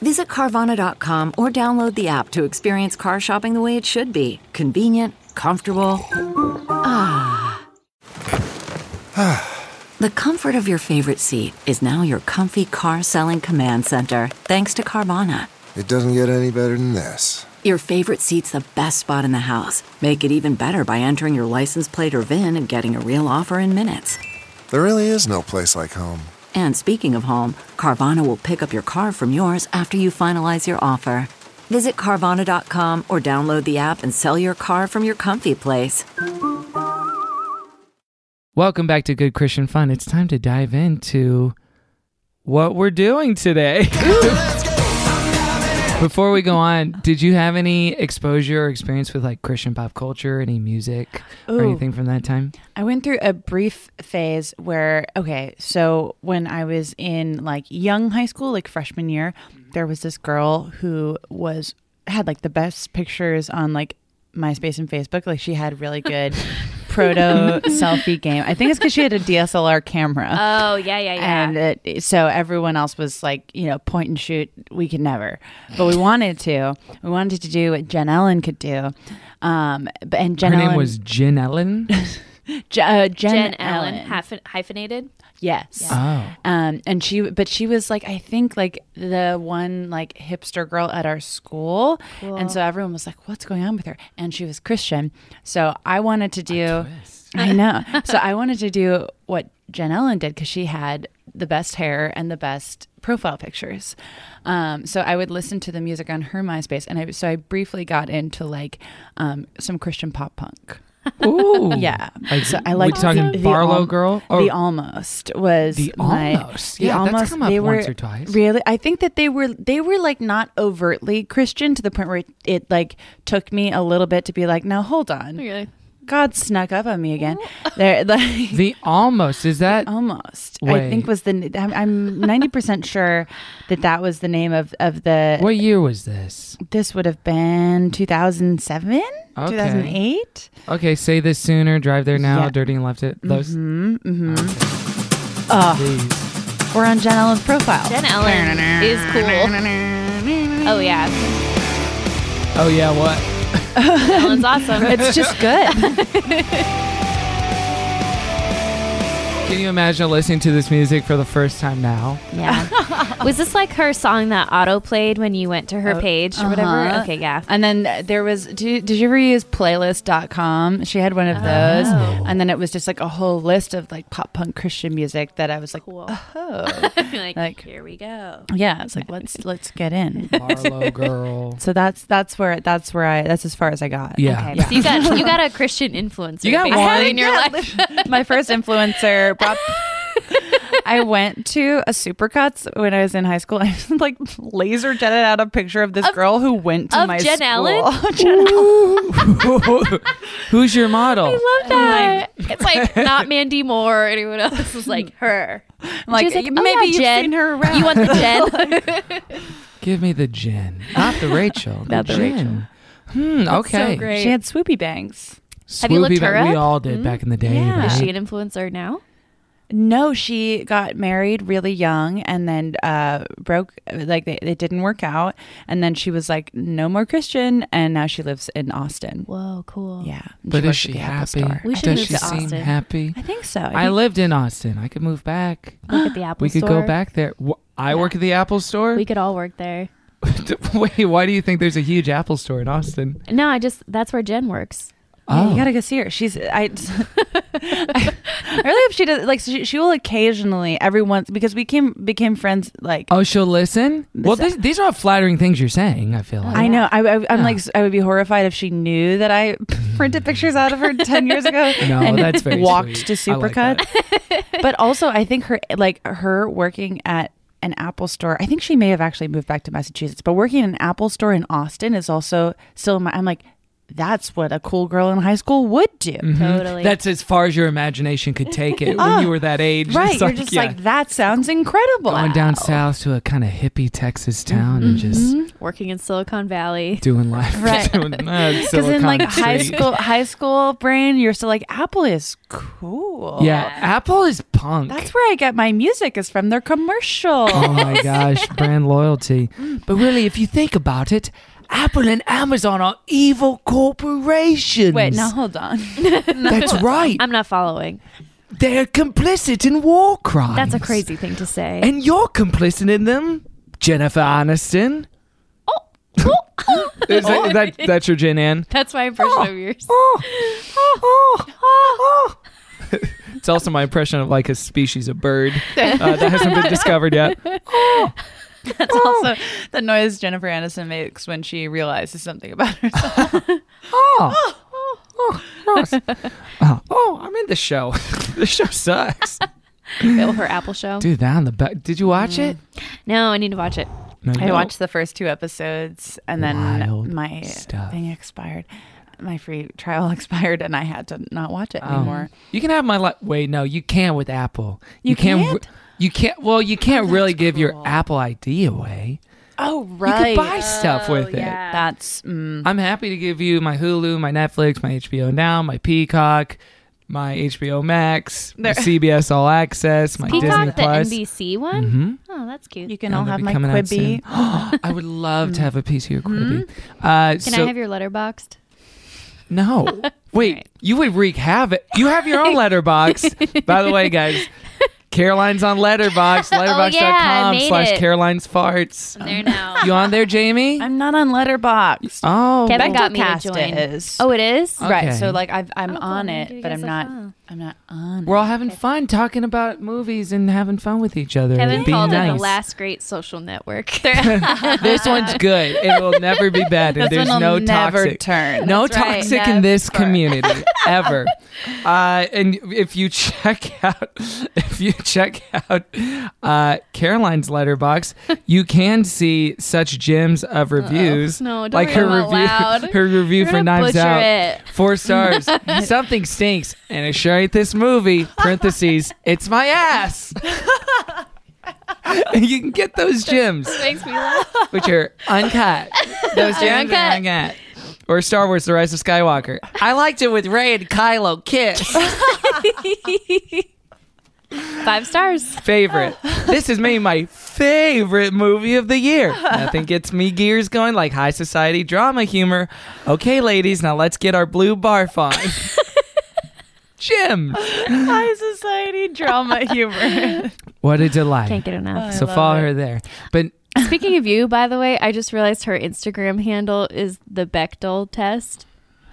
[SPEAKER 7] Visit Carvana.com or download the app to experience car shopping the way it should be convenient, comfortable. Ah. The comfort of your favorite seat is now your comfy car selling command center, thanks to Carvana.
[SPEAKER 8] It doesn't get any better than this.
[SPEAKER 7] Your favorite seat's the best spot in the house. Make it even better by entering your license plate or VIN and getting a real offer in minutes.
[SPEAKER 8] There really is no place like home.
[SPEAKER 7] And speaking of home, Carvana will pick up your car from yours after you finalize your offer. Visit Carvana.com or download the app and sell your car from your comfy place.
[SPEAKER 4] Welcome back to Good Christian Fun. It's time to dive into what we're doing today. Before we go on, did you have any exposure or experience with like Christian pop culture, any music or
[SPEAKER 5] Ooh.
[SPEAKER 4] anything from that time?
[SPEAKER 5] I went through a brief phase where, okay, so when I was in like young high school, like freshman year, there was this girl who was had like the best pictures on like MySpace and Facebook. Like she had really good proto selfie game. I think it's because she had a DSLR camera.
[SPEAKER 6] Oh yeah, yeah, yeah.
[SPEAKER 5] And it, so everyone else was like, you know, point and shoot. We could never, but we wanted to. We wanted to do what Jen Ellen could do. Um, but and Jen
[SPEAKER 4] Her
[SPEAKER 5] Ellen
[SPEAKER 4] name was Jen Ellen.
[SPEAKER 5] Je- uh, Jen,
[SPEAKER 6] Jen
[SPEAKER 5] Ellen.
[SPEAKER 6] Allen, hyphen- hyphenated.
[SPEAKER 5] yes.
[SPEAKER 4] oh.
[SPEAKER 5] Um, and she, but she was like, I think like the one like hipster girl at our school, and so everyone was like, "What's going on with her?" And she was Christian, so I wanted to do, I know, so I wanted to do what Jen Ellen did because she had the best hair and the best profile pictures. Um, so I would listen to the music on her MySpace, and I so I briefly got into like um, some Christian pop punk.
[SPEAKER 4] Ooh.
[SPEAKER 5] Yeah. so I like
[SPEAKER 4] we talking Barlow Girl? Or-
[SPEAKER 5] the almost was
[SPEAKER 4] The
[SPEAKER 5] my-
[SPEAKER 4] Almost. Yeah, that's come up once or twice.
[SPEAKER 5] Really, I think that they were they were like not overtly Christian to the point where it, it like took me a little bit to be like, now hold on, God snuck up on me again. They're like
[SPEAKER 4] The almost is that
[SPEAKER 5] almost. I
[SPEAKER 4] Wait.
[SPEAKER 5] think was the I'm- I'm ninety percent sure that that was the name of of the.
[SPEAKER 4] what year was this?
[SPEAKER 5] This would have been two thousand seven,
[SPEAKER 4] Okay.
[SPEAKER 5] two thousand eight.
[SPEAKER 4] Okay, say this sooner, drive there now,
[SPEAKER 5] Yeah. Mm-hmm,
[SPEAKER 4] dirty and left it. Those
[SPEAKER 5] We're on Jen Ellen's profile.
[SPEAKER 6] Jen Ellen is cool. Oh yeah,
[SPEAKER 4] Oh yeah, what?
[SPEAKER 6] Ellen's awesome.
[SPEAKER 5] It's just good.
[SPEAKER 4] Can you imagine listening to this music for the first time now?
[SPEAKER 6] Yeah. was this like her song that auto played when you went to her page or whatever?
[SPEAKER 5] Uh-huh.
[SPEAKER 6] Okay, yeah.
[SPEAKER 5] And then there was, do, did you ever use playlist.com? She had one of those. And then it was just like a whole list of like pop punk Christian music that I was like, oh.
[SPEAKER 6] like,
[SPEAKER 5] Like-
[SPEAKER 6] here we go.
[SPEAKER 5] yeah, it's like, let's, let's get in.
[SPEAKER 4] Marlowe girl.
[SPEAKER 5] So that's, that's where, that's where I, that's as far as I got.
[SPEAKER 4] Yeah.
[SPEAKER 6] So you got you got a Christian influencer.
[SPEAKER 4] You got
[SPEAKER 6] basically
[SPEAKER 4] one?
[SPEAKER 6] in your
[SPEAKER 5] Yeah,
[SPEAKER 6] life.
[SPEAKER 5] My first influencer brought. I went to a Supercuts when I was in high school. I like laser jetted out a picture of this girl who went to
[SPEAKER 6] of
[SPEAKER 5] my
[SPEAKER 6] Jen
[SPEAKER 5] school.
[SPEAKER 6] Allen?
[SPEAKER 5] Jen
[SPEAKER 4] Who's your model?
[SPEAKER 6] Love that. it's like not Mandy Moore or anyone else. It's like her.
[SPEAKER 5] I'm like,
[SPEAKER 6] She's like,
[SPEAKER 5] "You-
[SPEAKER 6] "Oh,
[SPEAKER 5] maybe
[SPEAKER 6] yeah,
[SPEAKER 5] you've
[SPEAKER 6] Jen.
[SPEAKER 5] seen her around.
[SPEAKER 6] You want the Jen?
[SPEAKER 4] Give me the Jen, not the Rachel.
[SPEAKER 5] Not the Rachel.
[SPEAKER 4] Jen. Hmm. okay.
[SPEAKER 6] great.
[SPEAKER 5] she had swoopy bangs.
[SPEAKER 6] Have you
[SPEAKER 4] Swoopy
[SPEAKER 6] looked
[SPEAKER 4] back-
[SPEAKER 6] her up?
[SPEAKER 4] We all did back in the day.
[SPEAKER 5] Yeah.
[SPEAKER 4] right?
[SPEAKER 6] Is she an influencer now?
[SPEAKER 5] No, she got married really young and then uh, broke. Like they, it didn't work out, and then she was like, no more Christian, and now she lives in Austin.
[SPEAKER 6] Whoa, cool.
[SPEAKER 5] Yeah, And
[SPEAKER 4] but is
[SPEAKER 5] works
[SPEAKER 4] she
[SPEAKER 5] at the Apple
[SPEAKER 4] happy?
[SPEAKER 5] Store.
[SPEAKER 6] We should
[SPEAKER 4] Does
[SPEAKER 6] move
[SPEAKER 4] she
[SPEAKER 6] to
[SPEAKER 4] seem
[SPEAKER 6] Austin.
[SPEAKER 4] happy?
[SPEAKER 5] I think so.
[SPEAKER 4] I
[SPEAKER 5] think-
[SPEAKER 4] lived in Austin. I could move back.
[SPEAKER 6] Look at the Apple
[SPEAKER 4] we could
[SPEAKER 6] Store.
[SPEAKER 4] go back there. Wh- I work at the Apple Store.
[SPEAKER 6] We could all work there.
[SPEAKER 4] Wait, why do you think there's a huge Apple Store in Austin?
[SPEAKER 6] No, I just that's where Jen works.
[SPEAKER 5] Yeah,
[SPEAKER 4] Oh.
[SPEAKER 5] you gotta go see her. She's I. I really hope she does. Like she, she will occasionally every once because we came became friends. Like
[SPEAKER 4] Oh, she'll listen. Well,
[SPEAKER 5] This- Oh,
[SPEAKER 4] these, these are all flattering things you're saying. I feel like.
[SPEAKER 5] I know. I, I, I'm like I would be horrified if she knew that I printed pictures out of her ten years ago.
[SPEAKER 4] No,
[SPEAKER 5] and
[SPEAKER 4] that's very
[SPEAKER 5] walked
[SPEAKER 4] sweet.
[SPEAKER 5] to
[SPEAKER 4] I like
[SPEAKER 5] Supercut. but also, I think her like her working at an Apple store. I think she may have actually moved back to Massachusetts, but working in an Apple store in Austin is also still. in My, I'm like, that's what a cool girl in high school would do.
[SPEAKER 4] Mm-hmm.
[SPEAKER 6] Totally.
[SPEAKER 4] That's as far as your imagination could take it when you were that age.
[SPEAKER 5] Right.
[SPEAKER 4] It's
[SPEAKER 5] You're just
[SPEAKER 4] yeah.
[SPEAKER 5] like, that sounds incredible.
[SPEAKER 4] going down south to a kind of hippie Texas town and just
[SPEAKER 6] working in Silicon Valley.
[SPEAKER 4] doing life.
[SPEAKER 5] Mm-hmm. Right.
[SPEAKER 4] doing that
[SPEAKER 5] Because in
[SPEAKER 4] Silicon
[SPEAKER 5] like high
[SPEAKER 4] Tree.
[SPEAKER 5] school, high school brain, you're still like, Apple is cool.
[SPEAKER 4] Yeah, Apple is punk.
[SPEAKER 5] That's where I get my music is from their commercial.
[SPEAKER 4] oh my gosh, brand loyalty.
[SPEAKER 5] Mm.
[SPEAKER 4] But really, if you think about it, Apple and Amazon are evil corporations.
[SPEAKER 5] Wait, now hold on.
[SPEAKER 4] That's right.
[SPEAKER 6] I'm not following.
[SPEAKER 4] They're complicit in war crimes.
[SPEAKER 6] That's a crazy thing to say.
[SPEAKER 4] And you're complicit in them, Jennifer Aniston. Is
[SPEAKER 5] Oh,
[SPEAKER 4] that, that, that's your Jen Ann?
[SPEAKER 6] that's my impression of yours.
[SPEAKER 4] It's also my impression of like a species of bird uh, that hasn't been discovered yet.
[SPEAKER 5] That's also the noise Jennifer Aniston makes when she realizes something about herself.
[SPEAKER 4] Oh, oh, gross. oh, oh, I'm in the show. the show sucks.
[SPEAKER 6] Bill, her Apple show.
[SPEAKER 4] Dude, that on the back. Did you watch it?
[SPEAKER 6] No, I need to watch it.
[SPEAKER 4] No, you
[SPEAKER 5] I
[SPEAKER 4] don't.
[SPEAKER 5] watched the first two episodes and then
[SPEAKER 4] Wild
[SPEAKER 5] my
[SPEAKER 4] stuff.
[SPEAKER 5] thing expired. My free trial expired and I had to not watch
[SPEAKER 4] Oh.
[SPEAKER 5] it anymore.
[SPEAKER 4] You can have my li Wait, no, you can with Apple. You,
[SPEAKER 5] can't?
[SPEAKER 4] You can't. Well, you can't really give your Apple ID away.
[SPEAKER 5] Oh,
[SPEAKER 4] You can buy stuff with it.
[SPEAKER 5] That's mm,
[SPEAKER 4] I'm happy to give you my Hulu, my Netflix, my HBO Now, my Peacock, my HBO Max, my CBS All Access, my Disney
[SPEAKER 6] Peacock, the
[SPEAKER 4] Plus.
[SPEAKER 6] NBC one. Oh, that's cute.
[SPEAKER 5] you can
[SPEAKER 4] And
[SPEAKER 5] all
[SPEAKER 4] they'll
[SPEAKER 5] have
[SPEAKER 4] be
[SPEAKER 5] my
[SPEAKER 4] coming out soon.
[SPEAKER 5] Quibi.
[SPEAKER 4] I would love to have a piece of your Quibi. Uh,
[SPEAKER 6] Hmm? can
[SPEAKER 4] so,
[SPEAKER 6] I have your letterboxed?
[SPEAKER 4] no. Wait, you would wreak havoc. You have your own letterbox. By the way, guys, Caroline's on letterbox, letterbox.com
[SPEAKER 6] Oh, yeah, I made
[SPEAKER 4] slash
[SPEAKER 6] it.
[SPEAKER 4] Caroline's farts.
[SPEAKER 6] There now.
[SPEAKER 4] You on there, Jamie?
[SPEAKER 5] I'm not on Letterboxd.
[SPEAKER 4] oh,
[SPEAKER 6] Kevin got me to
[SPEAKER 5] Cast
[SPEAKER 6] join.
[SPEAKER 5] is.
[SPEAKER 6] Oh, it is.
[SPEAKER 5] Right.
[SPEAKER 4] Okay.
[SPEAKER 5] So like I've, I'm
[SPEAKER 6] cool.
[SPEAKER 5] on
[SPEAKER 6] You
[SPEAKER 5] it,
[SPEAKER 6] guys
[SPEAKER 5] but I'm
[SPEAKER 6] are
[SPEAKER 5] not.
[SPEAKER 6] fun.
[SPEAKER 5] I'm not on.
[SPEAKER 4] we're all having fun talking about movies and having fun with each other.
[SPEAKER 6] Kevin
[SPEAKER 4] and being
[SPEAKER 6] called
[SPEAKER 4] nice.
[SPEAKER 6] it the last great social network.
[SPEAKER 4] this one's good. It will never be bad, and
[SPEAKER 5] This
[SPEAKER 4] there's
[SPEAKER 5] one'll
[SPEAKER 4] no
[SPEAKER 5] never
[SPEAKER 4] toxic.
[SPEAKER 5] turn.
[SPEAKER 4] No
[SPEAKER 6] That's right.
[SPEAKER 4] toxic in this community ever. Uh, and if you check out, if you check out uh, Caroline's letterbox, you can see such gems of reviews.
[SPEAKER 6] No, don't
[SPEAKER 4] like
[SPEAKER 6] read
[SPEAKER 4] her
[SPEAKER 6] them out
[SPEAKER 4] review,
[SPEAKER 6] loud.
[SPEAKER 4] her review
[SPEAKER 6] You're
[SPEAKER 4] for
[SPEAKER 6] gonna
[SPEAKER 4] Knives
[SPEAKER 6] butcher
[SPEAKER 4] Out,
[SPEAKER 6] it.
[SPEAKER 4] four stars. Something stinks, and it sure ain't this movie. Parentheses, it's my ass. you can get those gems
[SPEAKER 6] Makes me laugh.
[SPEAKER 4] which are uncut. Those are uncut. uncut. Or Star Wars: The Rise of Skywalker. I liked it with Ray and Kylo kiss.
[SPEAKER 6] Five stars.
[SPEAKER 4] favorite. This is maybe my favorite movie of the year. Nothing gets me gears going like high society drama humor. Okay, ladies, now let's get our blue barf on. Jim.
[SPEAKER 5] High society drama humor.
[SPEAKER 4] What a delight.
[SPEAKER 6] Can't get enough.
[SPEAKER 4] so follow her there. But
[SPEAKER 6] Speaking of you, by the way, I just realized her Instagram handle is the Bechtel test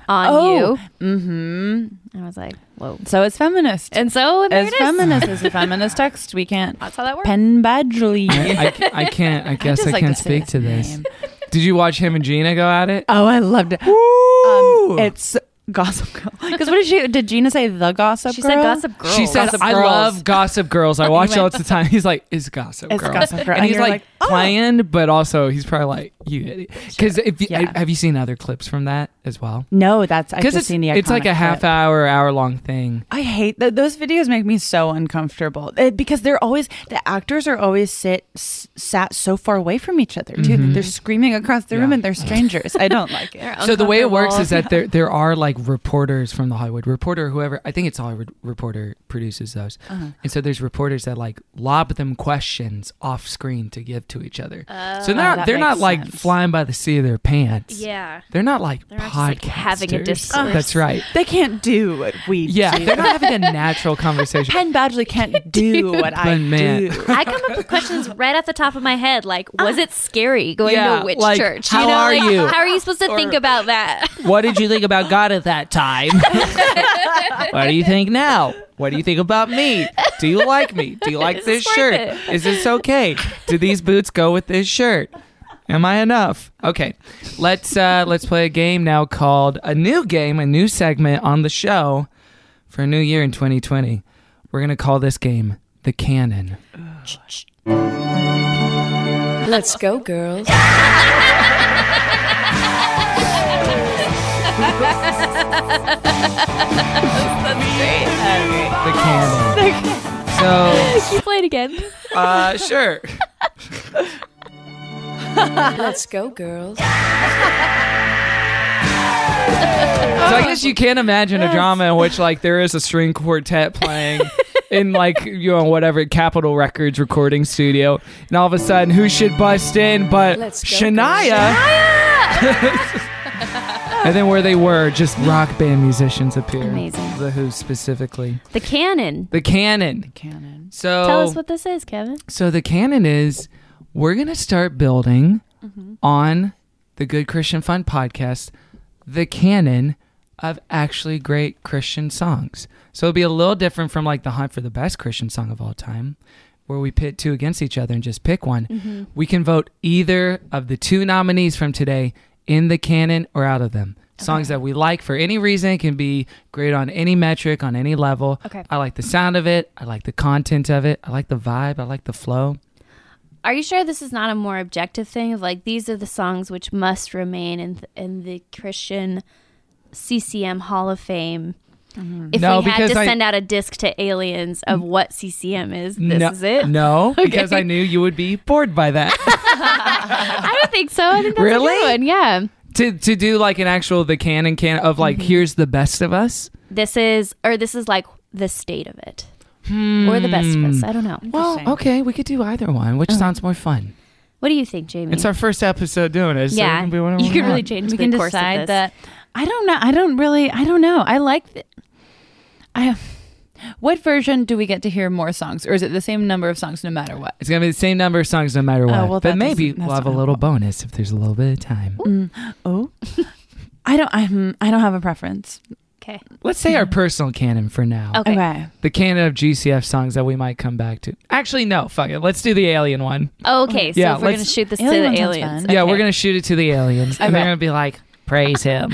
[SPEAKER 6] on
[SPEAKER 5] Oh.
[SPEAKER 6] you. Mm-hmm. I was like, whoa.
[SPEAKER 5] so it's feminist.
[SPEAKER 6] And so there
[SPEAKER 5] as
[SPEAKER 6] it is.
[SPEAKER 5] feminist as a feminist text, we can't.
[SPEAKER 6] That's how that works.
[SPEAKER 5] Pen Badgley.
[SPEAKER 4] I, ca- I can't, I guess
[SPEAKER 5] just
[SPEAKER 4] I,
[SPEAKER 5] like
[SPEAKER 4] can't
[SPEAKER 5] to say
[SPEAKER 4] speak
[SPEAKER 5] his
[SPEAKER 4] to this.
[SPEAKER 5] name.
[SPEAKER 4] Did you watch him and Gina go at it?
[SPEAKER 5] Oh, I loved it.
[SPEAKER 4] Woo!
[SPEAKER 5] Um, it's Gossip Girl. Because what did she? Did Gina say the Gossip
[SPEAKER 6] she
[SPEAKER 5] Girl?
[SPEAKER 6] said Gossip Girl.
[SPEAKER 4] She said,
[SPEAKER 5] Gossip
[SPEAKER 4] "I
[SPEAKER 5] Girls."
[SPEAKER 4] love Gossip Girls. I watch it all
[SPEAKER 5] went-
[SPEAKER 4] the time." He's like, "It's Gossip
[SPEAKER 5] It's
[SPEAKER 4] Girl,"
[SPEAKER 5] Gossip Girl.
[SPEAKER 4] and,
[SPEAKER 5] And
[SPEAKER 4] he's
[SPEAKER 5] you're
[SPEAKER 4] like,
[SPEAKER 5] like, "Oh."
[SPEAKER 4] planned, but also he's probably like, "You idiot." Because if you,
[SPEAKER 5] Yeah.
[SPEAKER 4] have you seen other clips from that as well?
[SPEAKER 5] No, that's I've
[SPEAKER 4] Because
[SPEAKER 5] just
[SPEAKER 4] it's
[SPEAKER 5] seen the.
[SPEAKER 4] it's like
[SPEAKER 5] iconic
[SPEAKER 4] a half
[SPEAKER 5] clip.
[SPEAKER 4] hour, hour long thing.
[SPEAKER 5] I hate that. Those videos make me so uncomfortable Uh, because they're always the actors are always sit s- sat so far away from each other too. They're screaming across the room
[SPEAKER 4] Mm-hmm. Yeah.
[SPEAKER 5] and they're strangers. I don't like it.
[SPEAKER 4] So the way it works is that there there are like reporters from the Hollywood Reporter, whoever I think it's Hollywood Reporter produces those, and so there's reporters that like lob them questions off screen to give to each other. so they're not
[SPEAKER 5] that
[SPEAKER 4] they're not
[SPEAKER 5] makes
[SPEAKER 4] like
[SPEAKER 5] sense.
[SPEAKER 4] flying by the seat of their pants.
[SPEAKER 6] Yeah.
[SPEAKER 4] They're not like
[SPEAKER 6] not just, like,
[SPEAKER 4] podcasters.
[SPEAKER 6] having a discourse.
[SPEAKER 4] That's right.
[SPEAKER 5] They can't do what we.
[SPEAKER 4] Yeah,
[SPEAKER 5] do.
[SPEAKER 4] they're not having a natural conversation.
[SPEAKER 5] Penn Badgley can't do what I
[SPEAKER 4] But man-
[SPEAKER 5] do.
[SPEAKER 6] I come up with questions right off the top of my head, like,
[SPEAKER 2] Uh-huh.
[SPEAKER 6] was it scary going
[SPEAKER 4] Yeah,
[SPEAKER 6] to a witch
[SPEAKER 4] like,
[SPEAKER 6] church?
[SPEAKER 4] how are
[SPEAKER 6] like,
[SPEAKER 4] you?
[SPEAKER 6] How are you supposed to think about that?
[SPEAKER 4] What did you think about God at that time? what do you think now? What do you think about me? Do you like me? Do you like this
[SPEAKER 6] worth
[SPEAKER 4] shirt?
[SPEAKER 6] it?
[SPEAKER 4] Is this okay? Do these boots go with this shirt? Am I enough? Okay, let's uh, let's play a game now called a new game, a new segment on the show for a new year in 2020. We're gonna call this game the Canon.
[SPEAKER 2] Let's go, girls.
[SPEAKER 4] The Canon. So
[SPEAKER 6] you play it again.
[SPEAKER 4] uh, sure.
[SPEAKER 2] Let's go, girls.
[SPEAKER 4] So I guess you can't imagine a drama in which like there is a string quartet playing in like you know whatever Capitol Records recording studio, and all of a sudden who should bust in but
[SPEAKER 2] Let's go,
[SPEAKER 4] Shania? and then where they were, just rock band musicians appear.
[SPEAKER 6] Amazing.
[SPEAKER 4] The Who specifically.
[SPEAKER 6] The canon.
[SPEAKER 4] The Canon.
[SPEAKER 5] Canon.
[SPEAKER 4] So
[SPEAKER 6] Tell us what this is, Kevin.
[SPEAKER 4] so the canon is we're going to start building on the Good Christian Fun podcast the canon of actually great Christian songs. So it'll be a little different from like the hunt for the best Christian song of all time where we pit two against each other and just pick one. We can vote either of the two nominees from today in the canon or out of them. Songs that we like for any reason It can be great on any metric, on any level.
[SPEAKER 6] Okay.
[SPEAKER 4] I like the sound of it. I like the content of it. I like the vibe. I like the flow.
[SPEAKER 6] Are you sure this is not a more objective thing of like these are the songs which must remain in th- in the Christian CCM Hall of Fame? If
[SPEAKER 4] No,
[SPEAKER 6] we had to
[SPEAKER 4] because I-
[SPEAKER 6] send out a disc to aliens of what CCM is, this
[SPEAKER 4] no,
[SPEAKER 6] is it.
[SPEAKER 4] No, because I knew you would be bored by that.
[SPEAKER 6] I don't think so. I think that's a
[SPEAKER 4] Really?
[SPEAKER 6] good one. Yeah,
[SPEAKER 4] to to do like an actual the canon can of like here's the best of us.
[SPEAKER 6] this is or this is like the state of it or the best of us. I don't know.
[SPEAKER 5] Hmm.
[SPEAKER 4] Well, okay, we could do either one. Which sounds more fun?
[SPEAKER 6] What do you think, Jamie?
[SPEAKER 4] Uh-huh. It's our first episode doing it. So it
[SPEAKER 6] yeah,
[SPEAKER 4] can be whatever
[SPEAKER 6] you
[SPEAKER 4] we
[SPEAKER 6] could
[SPEAKER 4] want.
[SPEAKER 6] really change
[SPEAKER 5] we
[SPEAKER 6] the
[SPEAKER 5] can
[SPEAKER 6] course
[SPEAKER 5] decide
[SPEAKER 6] of this.
[SPEAKER 5] that. I don't know. I don't really. I don't know. I like. Th- I. What version do we get to hear more songs, or is it the same number of songs no matter what?
[SPEAKER 4] It's gonna be the same number of songs no matter what.
[SPEAKER 5] well,
[SPEAKER 4] but
[SPEAKER 5] that
[SPEAKER 4] maybe
[SPEAKER 5] doesn't-
[SPEAKER 4] we'll
[SPEAKER 5] that's
[SPEAKER 4] have a
[SPEAKER 5] not
[SPEAKER 4] little bonus if there's a little bit of time.
[SPEAKER 5] Oh, I don't. I, hmm, I don't have a preference.
[SPEAKER 6] Okay.
[SPEAKER 4] Let's say our personal canon for now.
[SPEAKER 6] Okay.
[SPEAKER 4] The canon of GCF songs that we might come back to. Actually, no, fuck it. Let's do the alien one.
[SPEAKER 6] Oh, Okay. So
[SPEAKER 4] Yeah,
[SPEAKER 6] if we're
[SPEAKER 4] let's-
[SPEAKER 6] gonna shoot this
[SPEAKER 5] Alien
[SPEAKER 6] to
[SPEAKER 5] one
[SPEAKER 6] the
[SPEAKER 5] sounds
[SPEAKER 6] aliens.
[SPEAKER 5] fun.
[SPEAKER 4] Yeah,
[SPEAKER 6] okay.
[SPEAKER 4] we're gonna shoot it to the aliens, and they're gonna be like, "Praise him."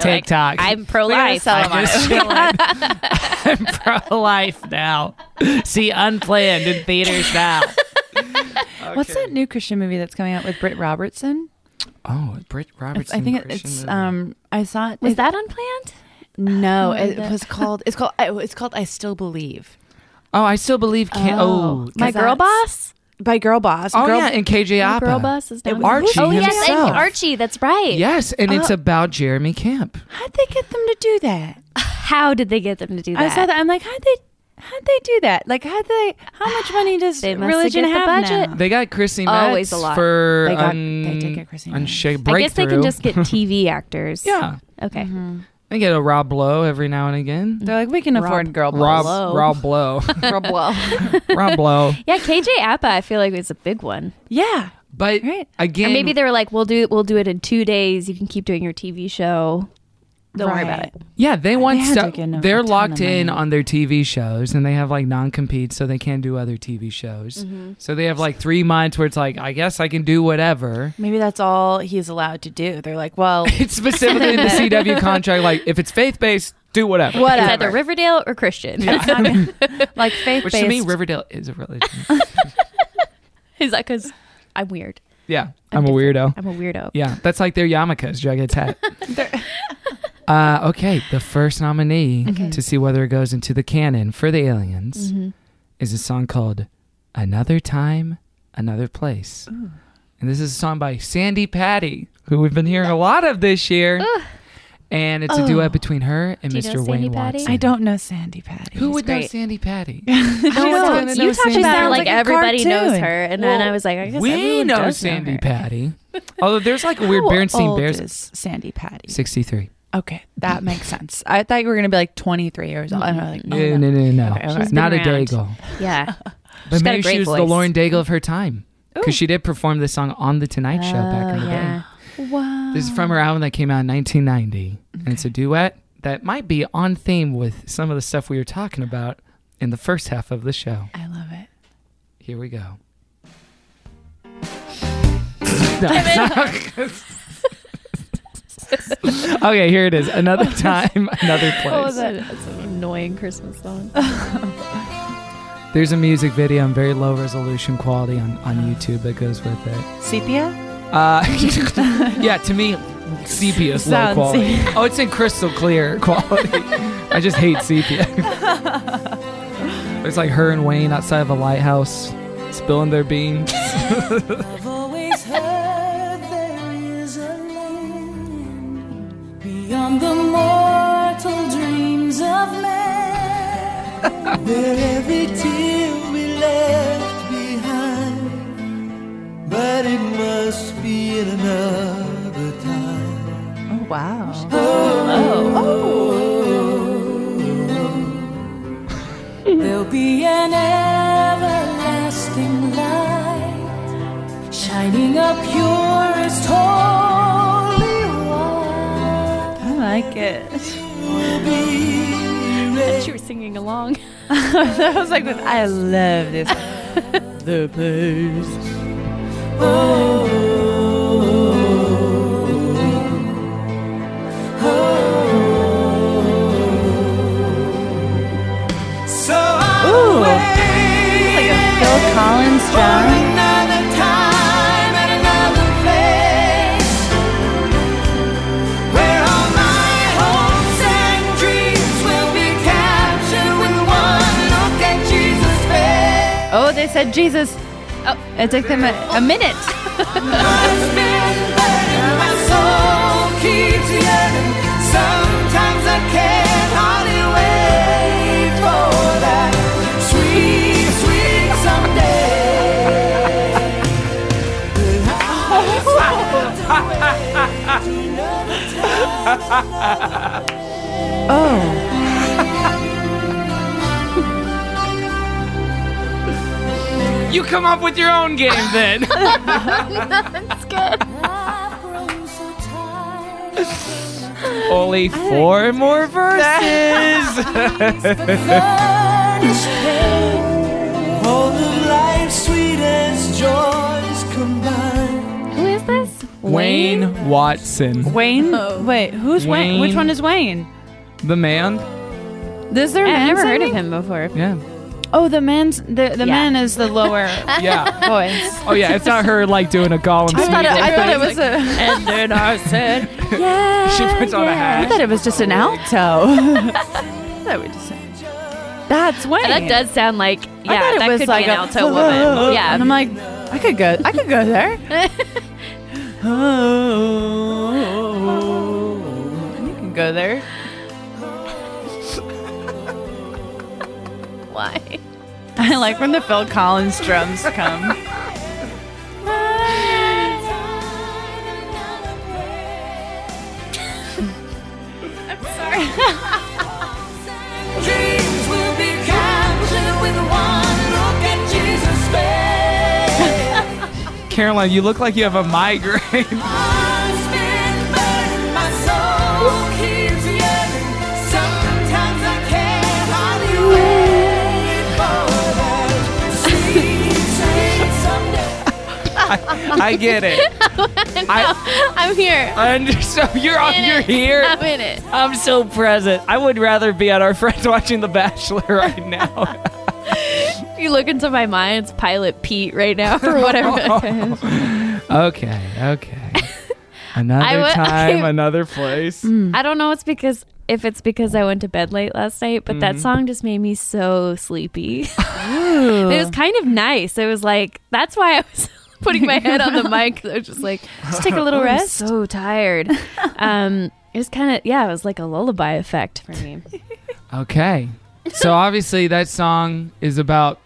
[SPEAKER 4] TikTok.
[SPEAKER 6] I'm pro life.
[SPEAKER 4] I'm just chilling. I'm pro-life now. See Unplanned in theaters now.
[SPEAKER 5] What's that new Christian movie that's coming out with Britt Robertson?
[SPEAKER 4] Oh, Britt Robertson.
[SPEAKER 5] I think it,
[SPEAKER 4] Christian
[SPEAKER 5] it's.
[SPEAKER 4] movie.
[SPEAKER 5] Um, I saw it.
[SPEAKER 6] Was
[SPEAKER 5] it-
[SPEAKER 6] that unplanned?
[SPEAKER 5] No, it was called. It's called. It's called. I still believe
[SPEAKER 4] Oh, I still believe. Can- oh,
[SPEAKER 5] My
[SPEAKER 6] My girl boss.
[SPEAKER 5] by Girl Boss.
[SPEAKER 4] Oh
[SPEAKER 5] Girl
[SPEAKER 4] yeah, and KJ Apa.
[SPEAKER 6] Girl boss is down.
[SPEAKER 4] Archie
[SPEAKER 6] Oh yes,
[SPEAKER 4] himself.
[SPEAKER 6] and Archie. That's right.
[SPEAKER 4] Yes, and
[SPEAKER 5] Oh.
[SPEAKER 4] it's about Jeremy Camp.
[SPEAKER 5] How'd they get them to do that?
[SPEAKER 6] How did they get them to do that?
[SPEAKER 5] I saw that. I'm like, how'd they? How'd they do that? Like, how'd they? How much money does
[SPEAKER 6] They must have
[SPEAKER 5] religion
[SPEAKER 6] get the
[SPEAKER 5] have
[SPEAKER 6] budget.
[SPEAKER 5] now?
[SPEAKER 4] They got Chrissy Metz
[SPEAKER 6] Always a lot.
[SPEAKER 4] for
[SPEAKER 5] They got-
[SPEAKER 4] un-
[SPEAKER 5] they did get Chrissy Metz.
[SPEAKER 4] unsha-
[SPEAKER 6] I guess they
[SPEAKER 4] breakthrough.
[SPEAKER 6] can just get TV actors.
[SPEAKER 5] Mm-hmm.
[SPEAKER 4] yeah.
[SPEAKER 6] Okay.
[SPEAKER 4] I get a raw blow every now and again.
[SPEAKER 5] They're like, we can afford girl
[SPEAKER 4] Raw,
[SPEAKER 5] blow.
[SPEAKER 4] raw blow,
[SPEAKER 5] Girl blow.
[SPEAKER 4] raw blow.
[SPEAKER 6] Yeah, KJ Appa, I feel like was a big one.
[SPEAKER 5] yeah.
[SPEAKER 4] But
[SPEAKER 5] Right.
[SPEAKER 4] again,
[SPEAKER 6] And maybe they were like, "We'll do we'll do it in two days. You can keep doing your TV show. Don't worry about
[SPEAKER 5] Right.
[SPEAKER 6] it."
[SPEAKER 4] Yeah, they want
[SPEAKER 5] had to
[SPEAKER 4] stuff.
[SPEAKER 5] get a
[SPEAKER 4] They're
[SPEAKER 5] ton of
[SPEAKER 4] locked in
[SPEAKER 5] money.
[SPEAKER 4] on their TV shows, and they have like non-compete, so they can't do other TV shows.
[SPEAKER 5] Mm-hmm.
[SPEAKER 4] So they have like three months where it's like, I guess I can do whatever.
[SPEAKER 5] Maybe that's all he's allowed to do. They're like, well,
[SPEAKER 4] It's specifically in the CW contract, like if it's faith-based, do whatever.
[SPEAKER 6] It's
[SPEAKER 5] whatever.
[SPEAKER 6] either Riverdale or Christian.
[SPEAKER 5] like faith
[SPEAKER 4] Which
[SPEAKER 5] based.
[SPEAKER 4] to me, Riverdale is a religion.
[SPEAKER 6] Is that because I'm weird?
[SPEAKER 4] yeah, I'm, a weirdo.
[SPEAKER 6] I'm a weirdo.
[SPEAKER 4] yeah, that's like their yarmulkes, jagged hat. uh, okay, the first nominee to see whether it goes into the canon for the aliens
[SPEAKER 5] Mm-hmm.
[SPEAKER 4] is a song called "Another Time, Another Place," and this is a song by Sandy Patty, who we've been hearing a lot of this year. And it's a duet between her and
[SPEAKER 6] you
[SPEAKER 4] Mr.
[SPEAKER 6] know
[SPEAKER 4] Wayne
[SPEAKER 6] Sandy Patty?
[SPEAKER 4] Watson.
[SPEAKER 5] I don't know Sandy Patty.
[SPEAKER 4] Who would know
[SPEAKER 6] great.
[SPEAKER 4] Sandy Patty? no one's
[SPEAKER 5] knows.
[SPEAKER 4] gonna
[SPEAKER 5] You
[SPEAKER 4] know
[SPEAKER 5] talk
[SPEAKER 4] Sandy
[SPEAKER 6] She
[SPEAKER 5] about
[SPEAKER 4] Patty.
[SPEAKER 6] sounded
[SPEAKER 5] her
[SPEAKER 6] like,
[SPEAKER 5] like a
[SPEAKER 6] everybody knows
[SPEAKER 5] cartoon.
[SPEAKER 6] her, and then I was like, I guess
[SPEAKER 4] We
[SPEAKER 6] everyone
[SPEAKER 4] know
[SPEAKER 6] does
[SPEAKER 4] Sandy
[SPEAKER 6] her.
[SPEAKER 4] Patty. Although there's like a weird
[SPEAKER 5] How
[SPEAKER 4] Bernstein
[SPEAKER 5] old
[SPEAKER 4] Bears.
[SPEAKER 5] is Sandy Patty.
[SPEAKER 4] 63.
[SPEAKER 5] Okay, that makes sense. I thought you were gonna be like 23 years old. And I was like,
[SPEAKER 4] No, no,
[SPEAKER 5] oh, no.
[SPEAKER 4] no, no, no.
[SPEAKER 5] Okay, okay.
[SPEAKER 6] She's
[SPEAKER 4] Not a
[SPEAKER 6] been around.
[SPEAKER 4] Daigle.
[SPEAKER 6] Yeah,
[SPEAKER 4] But
[SPEAKER 6] got a
[SPEAKER 4] maybe she
[SPEAKER 6] great
[SPEAKER 4] was the
[SPEAKER 6] voice.
[SPEAKER 4] Lauren Daigle of her time. Because she did perform this song on The Tonight Show back in the
[SPEAKER 6] Oh, yeah.
[SPEAKER 4] day. This is from her album that came out in 1990. And it's a duet that might be on theme with some of the stuff we were talking about in the first half of the show.
[SPEAKER 5] I love it.
[SPEAKER 4] Here we go. okay, here it is. Another time, another place.
[SPEAKER 6] That's an annoying Christmas song.
[SPEAKER 4] There's a music video and very low resolution quality on, on YouTube that goes with it.
[SPEAKER 5] Sepia.
[SPEAKER 4] Uh, yeah, to me, sepia is low
[SPEAKER 5] Sounds-
[SPEAKER 4] quality. Oh, it's in crystal clear quality. I just hate sepia. it's like her and Wayne outside of a lighthouse spilling their beans.
[SPEAKER 5] Oh wow.
[SPEAKER 2] Oh. There'll be an everlasting light shining up purest holy light.
[SPEAKER 5] I like it.
[SPEAKER 6] She was singing along.
[SPEAKER 5] I was like, I love this. the place. Ooh. It's like a Phil Collins drum. Oh, they said Jesus. Oh, it took them a, a minute. Oh,
[SPEAKER 4] You come up with your own game then. Only four more verses.
[SPEAKER 6] Who is this?
[SPEAKER 4] Wayne Watson,
[SPEAKER 5] Wayne. Wait, who's Oh. Wayne?
[SPEAKER 4] Wayne.
[SPEAKER 5] Which one is Wayne?
[SPEAKER 4] the man.
[SPEAKER 5] This their
[SPEAKER 6] I've
[SPEAKER 5] man
[SPEAKER 6] never heard of
[SPEAKER 5] singing?
[SPEAKER 6] him before.
[SPEAKER 4] Yeah,
[SPEAKER 5] Oh, the man's the the man is the lower
[SPEAKER 4] yeah.
[SPEAKER 5] voice.
[SPEAKER 4] Oh yeah, it's not her like doing a Gollum.
[SPEAKER 5] I thought it, I thought it was a.
[SPEAKER 4] and then I said,
[SPEAKER 5] Yeah,
[SPEAKER 4] She puts on a
[SPEAKER 5] I
[SPEAKER 4] hat.
[SPEAKER 5] thought it was just an alto. that would just. That's Wayne.
[SPEAKER 6] That does sound like yeah.
[SPEAKER 5] I thought it
[SPEAKER 6] that
[SPEAKER 5] was
[SPEAKER 6] could
[SPEAKER 5] like
[SPEAKER 6] be an
[SPEAKER 5] a-
[SPEAKER 6] alto woman. Yeah.
[SPEAKER 5] and I'm like, I could go. I could go there. Oh, you can go there.
[SPEAKER 6] Why?
[SPEAKER 5] I like when the Phil Collins drums come.
[SPEAKER 4] Caroline, you look like you have a migraine.
[SPEAKER 2] Heart's been burned, my soul keeps yearning. Sometimes I can't hardly wait for that sweet, sweet someday.
[SPEAKER 4] I get it. I,
[SPEAKER 6] I'm here.
[SPEAKER 4] I understand. You're on. You're here.
[SPEAKER 6] I'm in it.
[SPEAKER 4] I'm so present. I would rather be at our friends watching The Bachelor right now.
[SPEAKER 6] You look into my mind. It's Pilot Pete right now or whatever. that is.
[SPEAKER 4] Okay. Okay. Another
[SPEAKER 6] I Mm. wa-
[SPEAKER 4] time,
[SPEAKER 6] I-
[SPEAKER 4] another place.
[SPEAKER 6] I don't know. It's because if it's because I went to bed late last night, but
[SPEAKER 4] Mm-hmm.
[SPEAKER 6] that song just made me so sleepy. it was kind of nice. It was like that's why I was putting my head on the mic. I was just like, just take a little rest. I'm so tired. um, it was kind of yeah. It was like a lullaby effect for me.
[SPEAKER 4] Okay. So obviously that song is about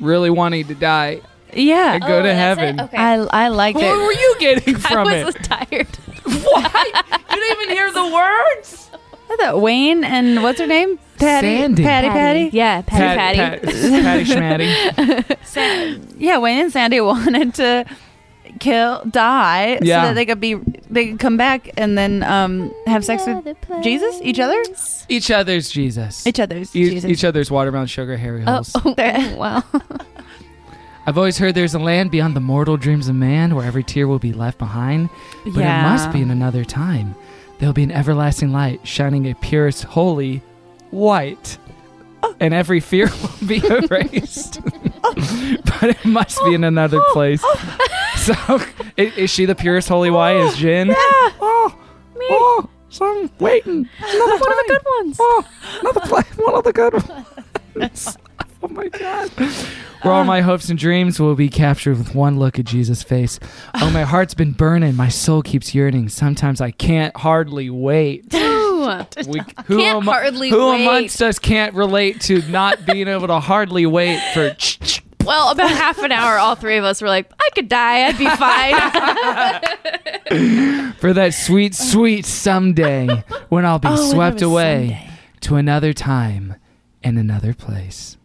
[SPEAKER 4] really wanting to die
[SPEAKER 5] Yeah.
[SPEAKER 4] and go
[SPEAKER 6] Oh,
[SPEAKER 4] to heaven.
[SPEAKER 3] Okay.
[SPEAKER 5] I, I liked
[SPEAKER 4] What
[SPEAKER 5] it.
[SPEAKER 4] were you getting
[SPEAKER 6] I
[SPEAKER 4] from it?
[SPEAKER 6] was tired.
[SPEAKER 4] You didn't even hear the words.
[SPEAKER 5] I thought Wayne and what's her name? Patty.
[SPEAKER 4] Sandy.
[SPEAKER 5] Patty Patty.
[SPEAKER 6] Yeah, Patty Patty.
[SPEAKER 4] Pat- Patty Schmatty.
[SPEAKER 5] Yeah, Wayne and Sandy wanted to kill, die,
[SPEAKER 4] Yeah.
[SPEAKER 5] so that they could be, they could come back and then um have sex with Jesus, each other,
[SPEAKER 4] Each other's Jesus.
[SPEAKER 5] each other's
[SPEAKER 4] E-
[SPEAKER 5] Jesus. Oh,
[SPEAKER 4] each other's watermelon sugar hairy holes.
[SPEAKER 5] There-
[SPEAKER 6] Wow.
[SPEAKER 4] I've always heard there's a land beyond the mortal dreams of man where every tear will be left behind, but
[SPEAKER 5] Yeah.
[SPEAKER 4] it must be in another time. There'll be an everlasting light shining a purest, holy white, and every fear will be erased. but it must be in another place. so, i- is, she the purest, holy white? Is Jin? Yeah. Oh, me. Oh, so I'm waiting. Another one of the good ones. Oh, another play. One of the good ones. oh my God. Where all my hopes and dreams will be captured with one look at Jesus' face. Oh, my heart's been burning. My soul keeps yearning. Sometimes I can't hardly wait. We, who
[SPEAKER 6] Can't hardly
[SPEAKER 4] who
[SPEAKER 6] wait.
[SPEAKER 4] amongst us can't relate to not being able to hardly wait for?
[SPEAKER 6] Well, about half an hour, all three of us were like, I could die. I'd be fine.
[SPEAKER 4] for that sweet, sweet someday when I'll be
[SPEAKER 6] Oh,
[SPEAKER 4] swept away to another time and another place.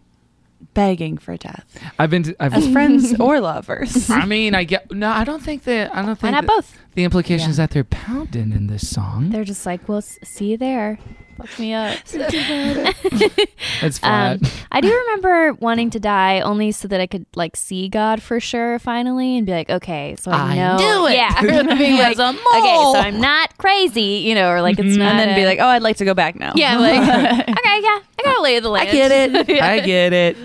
[SPEAKER 5] begging for death
[SPEAKER 4] I've been. I've,
[SPEAKER 5] as friends or lovers.
[SPEAKER 4] I mean, I get. No, I don't think that. I don't think.
[SPEAKER 6] Why not
[SPEAKER 4] that
[SPEAKER 6] both?
[SPEAKER 4] The implication is that they're pounding in this song.
[SPEAKER 6] They're just like, well, s- see you there. Fuck me up.
[SPEAKER 4] That's flat.
[SPEAKER 6] Um, I do remember wanting to die only so that I could like see God for sure finally and be like, okay, so I,
[SPEAKER 4] I
[SPEAKER 6] know,
[SPEAKER 4] knew it.
[SPEAKER 6] yeah, being like, okay, so I'm not crazy, you know, or like it's not,
[SPEAKER 5] and then
[SPEAKER 6] a-
[SPEAKER 5] be like, oh, I'd like to go back now.
[SPEAKER 6] yeah, like okay, yeah, I got to lay of the land.
[SPEAKER 5] I get it.
[SPEAKER 4] I get it.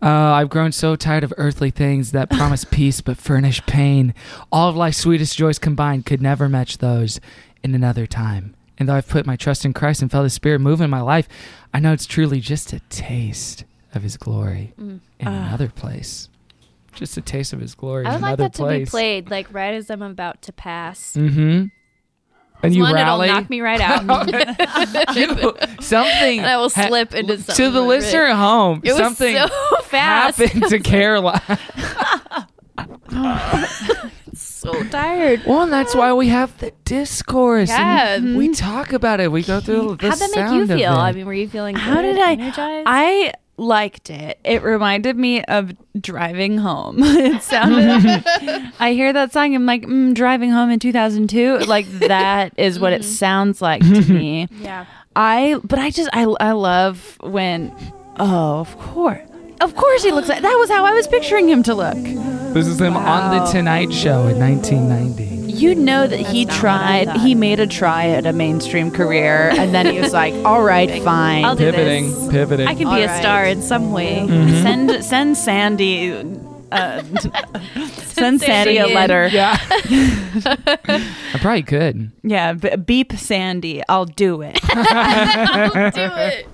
[SPEAKER 4] Uh, I've grown so tired of earthly things that promise peace but furnish pain. All of life's sweetest joys combined could never match those in another time. And though I've put my trust in Christ and felt His Spirit move in my life, I know it's truly just a taste of His glory
[SPEAKER 6] Mm.
[SPEAKER 4] in another place. Just a taste of His glory
[SPEAKER 6] Ah. I
[SPEAKER 4] in
[SPEAKER 6] would like
[SPEAKER 4] another
[SPEAKER 6] that to be
[SPEAKER 4] place.
[SPEAKER 6] played like right as I'm about to pass.
[SPEAKER 4] Mm-hmm. And you
[SPEAKER 6] One,
[SPEAKER 4] rally.
[SPEAKER 6] it'll knock me right out.
[SPEAKER 4] You- something.
[SPEAKER 6] I will slip into
[SPEAKER 4] to
[SPEAKER 6] something
[SPEAKER 4] the
[SPEAKER 6] really
[SPEAKER 4] listener
[SPEAKER 6] big.
[SPEAKER 4] at home.
[SPEAKER 6] It was
[SPEAKER 4] something
[SPEAKER 6] so fast.
[SPEAKER 4] happened to Caroline.
[SPEAKER 6] so tired.
[SPEAKER 4] Well, and that's why we have the discourse. and
[SPEAKER 6] Yeah. Mm-hmm.
[SPEAKER 4] we talk about it. We go through the
[SPEAKER 6] How'd that make
[SPEAKER 4] sound
[SPEAKER 6] you
[SPEAKER 4] of
[SPEAKER 6] feel?
[SPEAKER 4] it.
[SPEAKER 6] I mean, were you feeling
[SPEAKER 5] How
[SPEAKER 6] good,
[SPEAKER 5] did I?
[SPEAKER 6] energized?
[SPEAKER 5] I liked it. It reminded me of driving home. it sounded. I hear that song. I'm like, mm, driving home in 2002. Like that is what it sounds like to me.
[SPEAKER 6] yeah.
[SPEAKER 5] I but I just I I love when oh of course of course he looks like that was how I was picturing him to look.
[SPEAKER 4] this is them on the Tonight Show in 1990.
[SPEAKER 5] You know that he tried he made a try at a mainstream career and then he was like all right fine
[SPEAKER 6] I'll do
[SPEAKER 4] Pivoting, Mm-hmm.
[SPEAKER 6] this.
[SPEAKER 4] pivoting.
[SPEAKER 6] I can be
[SPEAKER 5] All
[SPEAKER 6] a star in some way.
[SPEAKER 5] send send Sandy uh, send Sandy a
[SPEAKER 6] in.
[SPEAKER 5] letter yeah
[SPEAKER 4] I probably could.
[SPEAKER 5] yeah b- beep Sandy I'll do it
[SPEAKER 6] Do it.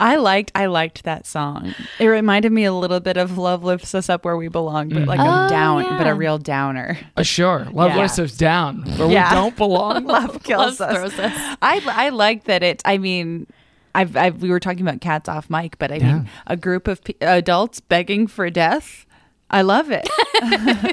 [SPEAKER 5] I liked I liked that song it reminded me a little bit of Love Lifts Us Up Where We Belong but like
[SPEAKER 6] Mm-hmm. Oh,
[SPEAKER 5] a down but a real downer.
[SPEAKER 4] Uh, sure. Love
[SPEAKER 5] Yeah.
[SPEAKER 4] lifts us down where
[SPEAKER 5] Yeah.
[SPEAKER 4] we don't belong.
[SPEAKER 5] love kills us.
[SPEAKER 6] throws us.
[SPEAKER 5] I I like that it. I mean, I've, I've we were talking about cats off mic, but I
[SPEAKER 4] Yeah.
[SPEAKER 5] mean, a group of pe- adults begging for death. I love it.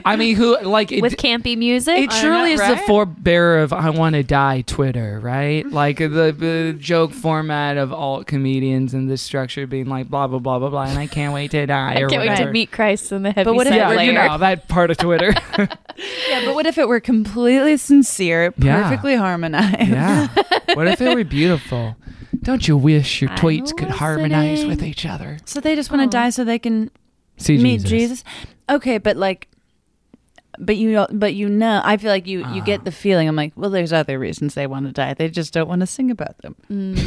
[SPEAKER 4] I mean, who like it,
[SPEAKER 6] with campy music.
[SPEAKER 4] it surely is the
[SPEAKER 5] right?
[SPEAKER 4] forebearer of "I Want to Die" Twitter, right? Like the, the joke format of alt comedians and this structure being like blah blah blah blah blah, and I can't wait to die.
[SPEAKER 6] I
[SPEAKER 4] or
[SPEAKER 6] can't wait
[SPEAKER 4] whatever.
[SPEAKER 6] to meet Christ in the heavy
[SPEAKER 5] But what if-
[SPEAKER 6] side
[SPEAKER 4] Yeah,
[SPEAKER 6] layer.
[SPEAKER 4] you know that part of Twitter.
[SPEAKER 5] yeah, but what if it were completely sincere,
[SPEAKER 4] Yeah.
[SPEAKER 5] perfectly harmonized?
[SPEAKER 4] yeah. What if it were beautiful? Don't you wish your
[SPEAKER 6] I'm
[SPEAKER 4] tweets could harmonize with
[SPEAKER 6] listening.
[SPEAKER 4] each other?
[SPEAKER 5] So they just want to die so they can
[SPEAKER 4] See
[SPEAKER 5] meet Jesus. Okay, but like, but you know, but you know, I feel like you
[SPEAKER 4] Ah.
[SPEAKER 5] you get the feeling. I'm like, well, there's other reasons they want to die. They just don't want to sing about them.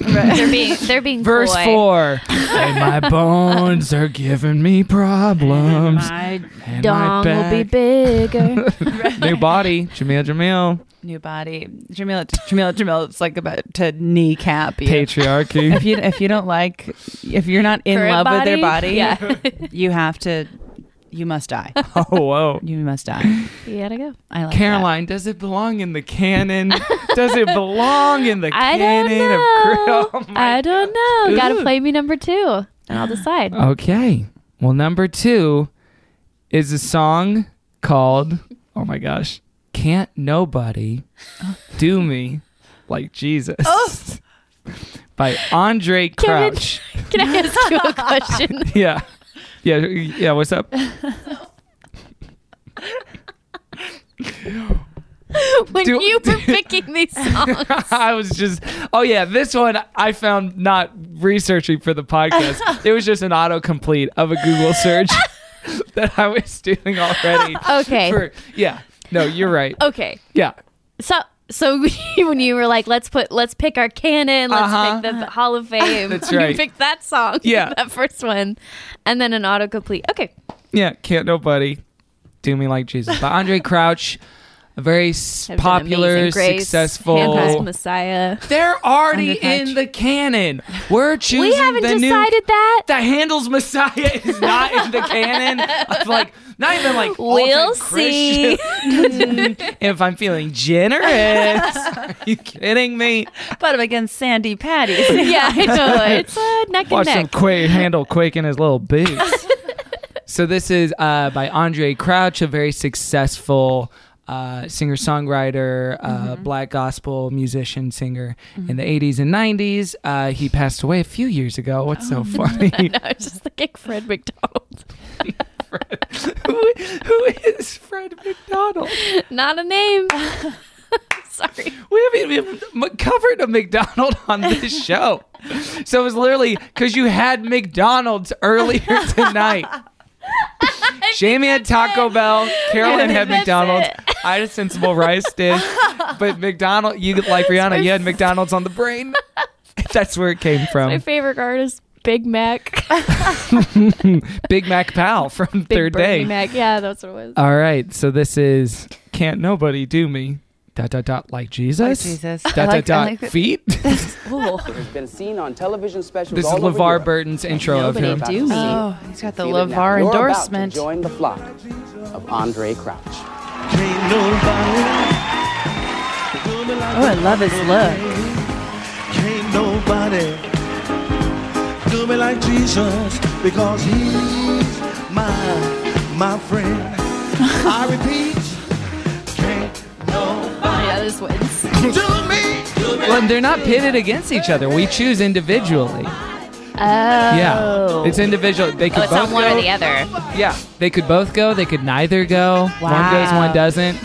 [SPEAKER 6] they're being they're being
[SPEAKER 4] Verse
[SPEAKER 6] coy.
[SPEAKER 4] four. and my bones are giving me problems.
[SPEAKER 5] My
[SPEAKER 4] And my
[SPEAKER 6] Dong will be
[SPEAKER 4] back.
[SPEAKER 6] bigger.
[SPEAKER 4] New body, Jamil Jamil.
[SPEAKER 5] new body, Jamila, Jamila, Jamila. It's like about to kneecap you.
[SPEAKER 4] Patriarchy.
[SPEAKER 5] If you if you don't like, if you're not in
[SPEAKER 6] Current
[SPEAKER 5] love with their body,
[SPEAKER 6] Yeah.
[SPEAKER 5] you have to, you must die.
[SPEAKER 4] oh, whoa.
[SPEAKER 5] You must die.
[SPEAKER 6] you gotta go.
[SPEAKER 5] I like
[SPEAKER 4] Caroline, does it belong in the canon? does it belong in the
[SPEAKER 6] I don't
[SPEAKER 4] canon
[SPEAKER 6] know.
[SPEAKER 4] of Cre- Oh my
[SPEAKER 6] I don't know. Gotta
[SPEAKER 4] Ooh.
[SPEAKER 6] play me number two, and I'll decide.
[SPEAKER 4] Okay. Well, number two is a song called, oh my gosh, Can't Nobody Do Me Like Jesus
[SPEAKER 6] Oh.
[SPEAKER 4] by Andre
[SPEAKER 6] Kevin.
[SPEAKER 4] Crouch.
[SPEAKER 6] Can I ask you a question?
[SPEAKER 4] yeah. Yeah. Yeah. What's up?
[SPEAKER 6] when
[SPEAKER 4] Do-
[SPEAKER 6] you were picking these songs,
[SPEAKER 4] I was just, oh yeah, this one I found not researching for the podcast. it was just an autocomplete of a Google search that I was doing already.
[SPEAKER 6] Okay.
[SPEAKER 4] For- yeah. No, you're right.
[SPEAKER 6] okay.
[SPEAKER 4] Yeah.
[SPEAKER 6] So so when you were like, let's put let's pick our canon, let's
[SPEAKER 4] Uh-huh.
[SPEAKER 6] pick the Hall of Fame.
[SPEAKER 4] That's
[SPEAKER 6] You
[SPEAKER 4] right.
[SPEAKER 6] picked that song.
[SPEAKER 4] Yeah.
[SPEAKER 6] That first one. And then an autocomplete. Okay.
[SPEAKER 4] Yeah. Can't nobody do me like Jesus. But Andre Crouch, a very s-
[SPEAKER 6] Have been
[SPEAKER 4] popular,
[SPEAKER 6] amazing. Grace, Handcuffed
[SPEAKER 4] successful.
[SPEAKER 6] Messiah.
[SPEAKER 4] They're already
[SPEAKER 5] Andre Crouch.
[SPEAKER 4] in the canon. We're choosing
[SPEAKER 6] We haven't
[SPEAKER 4] the
[SPEAKER 6] decided
[SPEAKER 4] new
[SPEAKER 6] that.
[SPEAKER 4] the handles Messiah is not in the canon. Of like not even like
[SPEAKER 6] We'll
[SPEAKER 4] ultimate
[SPEAKER 6] see.
[SPEAKER 4] Christian. if I'm feeling generous. Are you kidding me?
[SPEAKER 5] that. Put him against Sandy Patty.
[SPEAKER 6] yeah, I know. It's uh, neck
[SPEAKER 4] Watch him
[SPEAKER 6] and neck.
[SPEAKER 4] quake, handle quaking his little boots. so this is uh, by Andre Crouch, a very successful uh, singer songwriter, uh, black gospel musician singer in the 80s and 90s. Uh, he passed away a few years ago. What's so funny?
[SPEAKER 6] I was just like Fred McDonald.
[SPEAKER 4] who, who is Fred McDonald?
[SPEAKER 6] Not a name. Sorry.
[SPEAKER 4] We haven't even m- covered a McDonald on this show. So it was literally because you had McDonald's earlier tonight. Jamie had Taco Bell. Carolyn had
[SPEAKER 6] that's
[SPEAKER 4] McDonald's. I had a sensible rice dish. But McDonald, you like Rihanna, you had McDonald's on the brain. That's where it came
[SPEAKER 6] My
[SPEAKER 4] from.
[SPEAKER 6] favorite artist, Big Mac.
[SPEAKER 4] Big Mac Pal from
[SPEAKER 6] Big
[SPEAKER 4] Third
[SPEAKER 6] Bernie
[SPEAKER 4] Day.
[SPEAKER 6] Mac. Yeah, that's what it was.
[SPEAKER 4] All right, so this is can't nobody do me dot dot dot like Jesus.
[SPEAKER 5] Jesus.
[SPEAKER 4] Dot
[SPEAKER 5] I
[SPEAKER 4] dot dot
[SPEAKER 5] like- I like that.
[SPEAKER 4] feet. this
[SPEAKER 2] Been seen on television specials.
[SPEAKER 4] is LeVar Burton's intro of him.
[SPEAKER 2] do
[SPEAKER 5] Oh, he's got the LeVar endorsement.
[SPEAKER 2] join the flock of Andre Crouch.
[SPEAKER 5] Oh, I love his look.
[SPEAKER 2] Can't nobody do me like Jesus because he's my, my friend. I repeat, can't
[SPEAKER 6] Yeah, this wins.
[SPEAKER 2] do me.
[SPEAKER 4] Well, and they're not pitted against each other. We choose individually. Uh, Yeah,
[SPEAKER 5] Oh.
[SPEAKER 4] it's individual. They could
[SPEAKER 3] Oh, it's
[SPEAKER 4] both
[SPEAKER 3] on one
[SPEAKER 4] go.
[SPEAKER 3] or the other.
[SPEAKER 4] Yeah, they could both go. They could neither go. One goes, one doesn't.
[SPEAKER 2] He's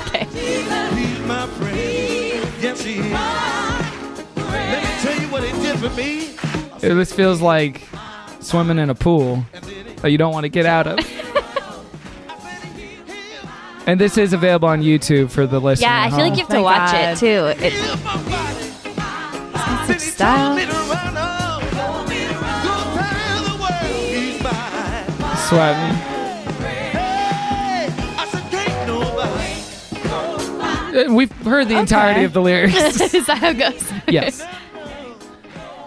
[SPEAKER 2] my friend. Yes, he is. Let me tell you what he did for me.
[SPEAKER 4] It just feels like swimming in a pool that you don't want to get out of. and this is available on YouTube for the listener.
[SPEAKER 3] Yeah, I feel
[SPEAKER 4] huh?
[SPEAKER 3] like you have to
[SPEAKER 5] Oh my
[SPEAKER 3] watch
[SPEAKER 5] God.
[SPEAKER 3] it too. It,
[SPEAKER 5] Such style.
[SPEAKER 4] sweating. Uh, We've heard the entirety
[SPEAKER 5] Okay.
[SPEAKER 4] of the lyrics.
[SPEAKER 6] Is that how it goes?
[SPEAKER 4] yes.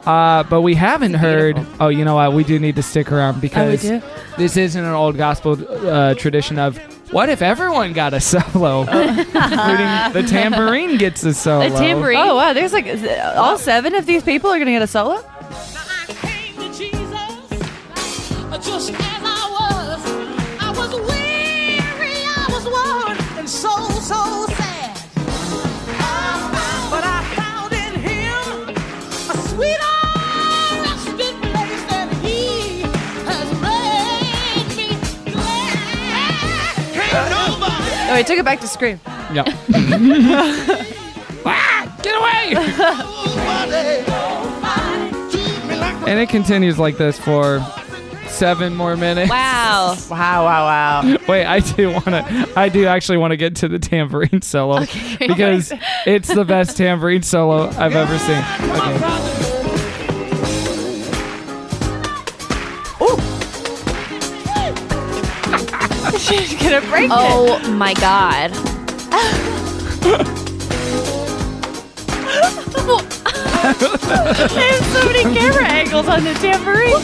[SPEAKER 4] Uh, but we haven't heard. Oh, you know what? We do need to stick around because
[SPEAKER 5] do?
[SPEAKER 4] this isn't an old gospel uh, tradition of what if everyone got a solo, including the tambourine gets a solo.
[SPEAKER 6] The tambourine.
[SPEAKER 5] Oh wow, there's like is it- all seven of these people are gonna get a solo.
[SPEAKER 2] Just as I was, I was
[SPEAKER 9] good and so, so sad. But I found in him a sweet resting place, and he has made me glad. Can't nobody
[SPEAKER 5] Oh, he took it back to Scream.
[SPEAKER 4] Yeah. ah, get away! and it continues like this for seven more minutes.
[SPEAKER 6] Wow.
[SPEAKER 5] Wow, wow, wow.
[SPEAKER 4] Wait, I do want to. I do actually want to get to the tambourine solo because it's the best tambourine solo I've ever seen. Okay.
[SPEAKER 5] She's gonna break it.
[SPEAKER 6] Oh my god.
[SPEAKER 5] There's so many camera angles on the tambourine.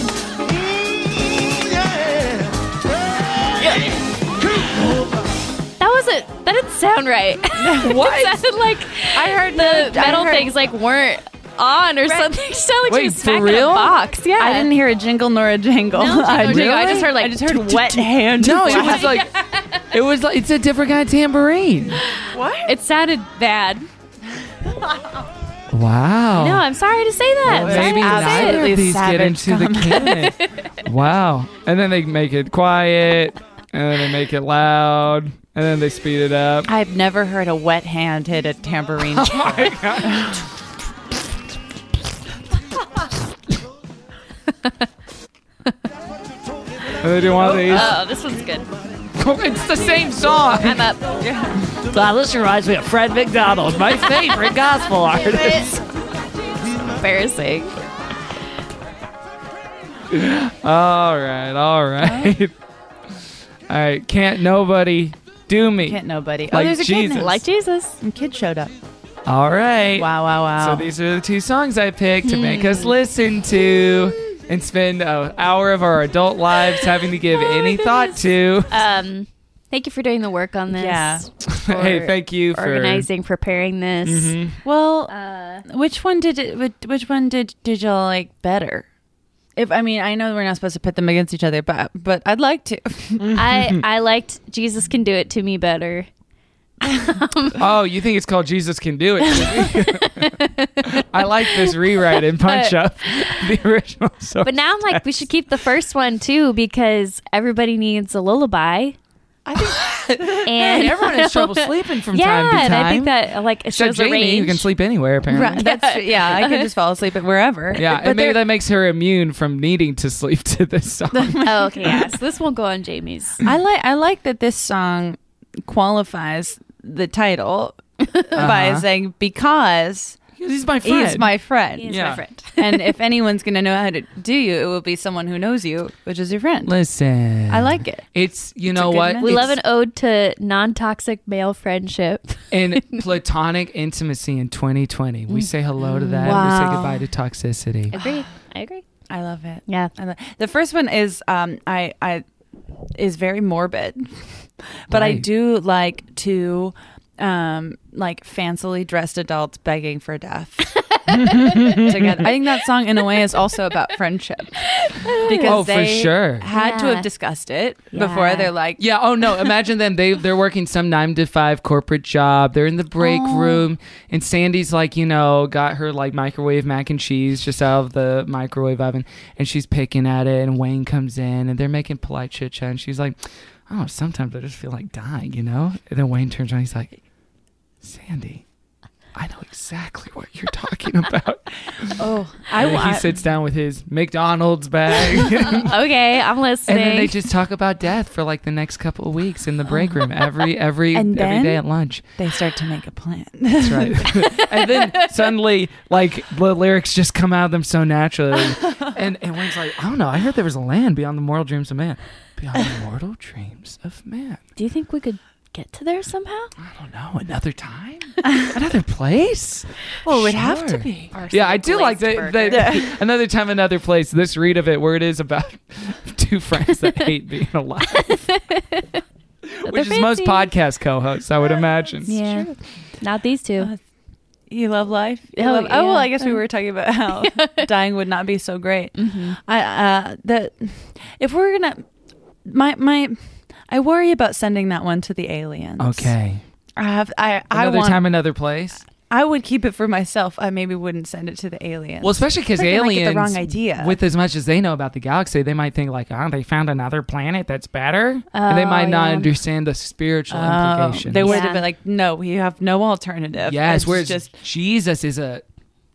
[SPEAKER 6] That wasn't that didn't sound right.
[SPEAKER 5] What?
[SPEAKER 6] it sounded like I heard the metal
[SPEAKER 5] heard-
[SPEAKER 6] things like weren't on or something. It sounded like
[SPEAKER 4] Wait,
[SPEAKER 6] she was
[SPEAKER 4] for
[SPEAKER 6] smacking
[SPEAKER 4] real?
[SPEAKER 6] a box. Yeah.
[SPEAKER 5] I didn't hear a jingle nor a jingle.
[SPEAKER 6] No jingle
[SPEAKER 5] I,
[SPEAKER 6] or jingle. I
[SPEAKER 5] really?
[SPEAKER 6] just heard, like,
[SPEAKER 5] I just heard wet hand.
[SPEAKER 4] No, it was like it was like it's a different kind of tambourine.
[SPEAKER 5] what?
[SPEAKER 6] It sounded bad.
[SPEAKER 4] Wow.
[SPEAKER 6] No, I'm sorry to say that. I'm sorry
[SPEAKER 4] Maybe
[SPEAKER 6] to say it.
[SPEAKER 4] neither
[SPEAKER 5] absolutely
[SPEAKER 4] of these get
[SPEAKER 5] savage
[SPEAKER 4] into the canon. wow. And then they make it quiet, and then they make it loud, and then they speed it up.
[SPEAKER 5] I've never heard a wet hand hit a tambourine.
[SPEAKER 4] And they do one of these.
[SPEAKER 6] Oh, this one's good.
[SPEAKER 4] Oh, it's the same song.
[SPEAKER 6] I'm up.
[SPEAKER 4] this reminds me of Fred McDonald, my favorite gospel artist.
[SPEAKER 6] Embarrassing.
[SPEAKER 4] All right, all right. All right, can't nobody do me.
[SPEAKER 5] Can't nobody.
[SPEAKER 4] Like
[SPEAKER 5] oh, there's a kid.
[SPEAKER 4] Jesus.
[SPEAKER 5] now.
[SPEAKER 4] Like
[SPEAKER 5] Jesus. And kid showed up.
[SPEAKER 4] All right.
[SPEAKER 5] Wow, wow, wow.
[SPEAKER 4] So these are the two songs I picked to make us listen to and spend an hour of our adult lives having to give any thought to.
[SPEAKER 6] Um, thank you for doing the work on this.
[SPEAKER 5] Yeah.
[SPEAKER 6] for
[SPEAKER 4] hey, thank you for
[SPEAKER 6] organizing, preparing this.
[SPEAKER 4] Mm-hmm.
[SPEAKER 6] Uh,
[SPEAKER 5] well, which one did it? which- Which one did did y'all like better? If I mean, I know we're not supposed to pit them against each other, but but I'd like to.
[SPEAKER 6] I I liked Jesus can do it to me better.
[SPEAKER 4] Oh, you think it's called Jesus Can Do It? I like this rewrite and punch up the original song.
[SPEAKER 6] But now I'm like, we should keep the first one too because everybody needs a lullaby. I think, and
[SPEAKER 4] Everyone has trouble sleeping from
[SPEAKER 6] yeah,
[SPEAKER 4] time to time.
[SPEAKER 6] and I think that like it
[SPEAKER 4] Except
[SPEAKER 6] shows a
[SPEAKER 4] Jamie,
[SPEAKER 6] range.
[SPEAKER 4] who can sleep anywhere apparently.
[SPEAKER 5] Right, that's true. yeah. I could just fall asleep at wherever.
[SPEAKER 4] Yeah,
[SPEAKER 5] but
[SPEAKER 4] and maybe
[SPEAKER 5] there-
[SPEAKER 4] that makes her immune from needing to sleep to this song.
[SPEAKER 6] Oh, okay, yeah. So this won't go on Jamie's.
[SPEAKER 5] I like I like that this song qualifies the title by
[SPEAKER 4] Uh-huh.
[SPEAKER 5] saying because
[SPEAKER 4] He's my
[SPEAKER 5] he's my friend.
[SPEAKER 6] He's
[SPEAKER 4] Yeah.
[SPEAKER 6] my friend.
[SPEAKER 5] and if anyone's gonna know how to do you, it will be someone who knows you, which is your friend.
[SPEAKER 4] Listen,
[SPEAKER 5] I like it.
[SPEAKER 4] It's you
[SPEAKER 5] a
[SPEAKER 4] know
[SPEAKER 5] good
[SPEAKER 4] what
[SPEAKER 5] message.
[SPEAKER 6] We love an
[SPEAKER 4] It's-
[SPEAKER 6] ode to non-toxic male friendship.
[SPEAKER 4] and platonic intimacy in 2020. We say hello to that. and We say
[SPEAKER 5] Mm. Wow.
[SPEAKER 4] goodbye to toxicity.
[SPEAKER 6] Agree. I agree.
[SPEAKER 5] I love it.
[SPEAKER 6] Yeah.
[SPEAKER 5] I lo- the first one is um I I is very morbid, but I
[SPEAKER 4] Right.
[SPEAKER 5] do like to um like fancily dressed adults begging for death. together. I think that song in a way is also about friendship because
[SPEAKER 4] Oh, for
[SPEAKER 5] they
[SPEAKER 4] sure.
[SPEAKER 5] had to
[SPEAKER 6] Yeah.
[SPEAKER 5] have discussed it before.
[SPEAKER 6] Yeah.
[SPEAKER 5] They're like,
[SPEAKER 4] Yeah. Oh no. Imagine them. They they're working some nine to five corporate job. They're in the break room, and Sandy's like, you know, got her like microwave mac and cheese just out of the microwave oven, and she's picking at it. And Wayne comes in, and they're making polite chit chat, and she's like, oh, sometimes I just feel like dying, you know. And then Wayne turns around, he's like, Sandy. I know exactly what you're talking about.
[SPEAKER 5] oh, I
[SPEAKER 4] And he
[SPEAKER 5] want.
[SPEAKER 4] sits down with his McDonald's bag.
[SPEAKER 6] Okay, I'm listening.
[SPEAKER 4] And then they just talk about death for like the next couple of weeks in the break room every every every
[SPEAKER 5] And
[SPEAKER 4] day
[SPEAKER 5] then-
[SPEAKER 4] at lunch.
[SPEAKER 5] They start to make a plan.
[SPEAKER 4] That's right. and then suddenly, like the lyrics just come out of them so naturally. And and Wayne's like, I don't know. I heard there was a land beyond the mortal dreams of man. Beyond the mortal dreams of man.
[SPEAKER 6] Do you think we could get to there somehow?
[SPEAKER 4] I don't know. Another time, another place.
[SPEAKER 5] Well, it would have to
[SPEAKER 4] Sure.
[SPEAKER 5] be.
[SPEAKER 4] yeah, I do like that. that another time, another place. This read of it, where it is about two friends that hate being alive, which is most
[SPEAKER 6] fancy.
[SPEAKER 4] podcast co-hosts, I would imagine.
[SPEAKER 6] Yeah. Not these two.
[SPEAKER 5] You love life. You
[SPEAKER 6] Oh,
[SPEAKER 5] love- oh well,
[SPEAKER 6] yeah.
[SPEAKER 5] I guess we were talking about how dying would not be
[SPEAKER 6] Mm-hmm.
[SPEAKER 5] so great. I uh, that if we're gonna my my I worry about sending that one to the aliens.
[SPEAKER 4] Okay.
[SPEAKER 5] I have. I. I
[SPEAKER 4] Another
[SPEAKER 5] want.
[SPEAKER 4] time, another place.
[SPEAKER 5] I would keep it for myself. I maybe wouldn't send it to the aliens.
[SPEAKER 4] Well, especially because
[SPEAKER 5] They might
[SPEAKER 4] aliens,
[SPEAKER 5] get the wrong idea.
[SPEAKER 4] with as much as they know about the galaxy, they might think like, oh, they found another planet that's better, and they
[SPEAKER 5] Oh,
[SPEAKER 4] might not
[SPEAKER 5] yeah.
[SPEAKER 4] understand the spiritual
[SPEAKER 5] Oh,
[SPEAKER 4] implications.
[SPEAKER 5] They would have been like, no, we have no alternative.
[SPEAKER 4] yes,
[SPEAKER 5] It's
[SPEAKER 4] whereas
[SPEAKER 5] just
[SPEAKER 4] Jesus is a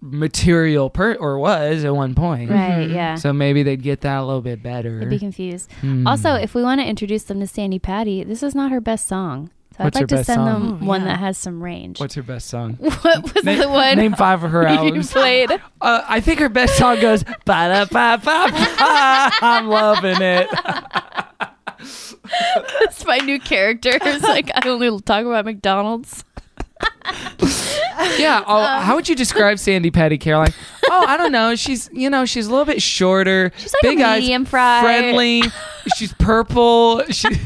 [SPEAKER 4] material per or was at one point,
[SPEAKER 6] Right, Mhm. yeah.
[SPEAKER 4] So maybe they'd get that a little bit better.
[SPEAKER 6] They'd be confused.
[SPEAKER 4] Hmm.
[SPEAKER 6] Also, if we want to introduce them to Sandy Patty, this is not her best song. So
[SPEAKER 4] What's
[SPEAKER 6] I'd
[SPEAKER 4] her
[SPEAKER 6] like to
[SPEAKER 4] best
[SPEAKER 6] send
[SPEAKER 4] song?
[SPEAKER 6] them one that has some range.
[SPEAKER 4] What's her best song?
[SPEAKER 6] what was
[SPEAKER 4] Name-
[SPEAKER 6] the one?
[SPEAKER 4] Name five of her
[SPEAKER 6] you
[SPEAKER 4] albums.
[SPEAKER 6] played.
[SPEAKER 4] Uh, I think her best song goes ba da ba ba. I'm loving it.
[SPEAKER 6] That's my new character. It's like I only talk about McDonald's.
[SPEAKER 4] Yeah. Oh,
[SPEAKER 6] Um,
[SPEAKER 4] how would you describe Sandy Patty Caroline? Oh, I don't know. She's you know she's a little bit shorter. She's
[SPEAKER 6] like a
[SPEAKER 4] big eyes,
[SPEAKER 6] medium fry.
[SPEAKER 4] friendly. She's purple. She,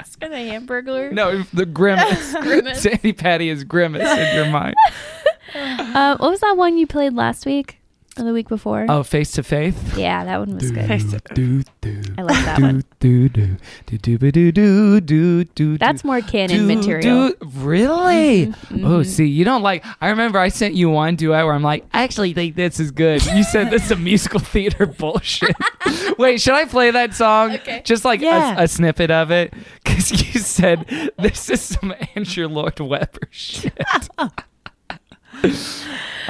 [SPEAKER 6] It's kind of hamburger.
[SPEAKER 4] no, the grimace.
[SPEAKER 6] Grimace.
[SPEAKER 4] Sandy Patty is grimace in your mind.
[SPEAKER 6] Uh, what was that one you played last week or the week before?
[SPEAKER 4] Oh, face to faith.
[SPEAKER 6] Yeah, that one was good.
[SPEAKER 4] Do, do,
[SPEAKER 6] I like that
[SPEAKER 4] do,
[SPEAKER 6] one.
[SPEAKER 4] Do do do do ba, do do do do.
[SPEAKER 6] That's more canon material. Mm-hmm.
[SPEAKER 4] really? Oh, see, you don't like. I remember I sent you one duet where I'm like, I actually think this is good. You said this is a musical theater bullshit. Wait, should I play that song? Just like a-
[SPEAKER 5] Yeah.
[SPEAKER 4] a, snippet of it? Because you said this is some Andrew Lloyd Webber shit.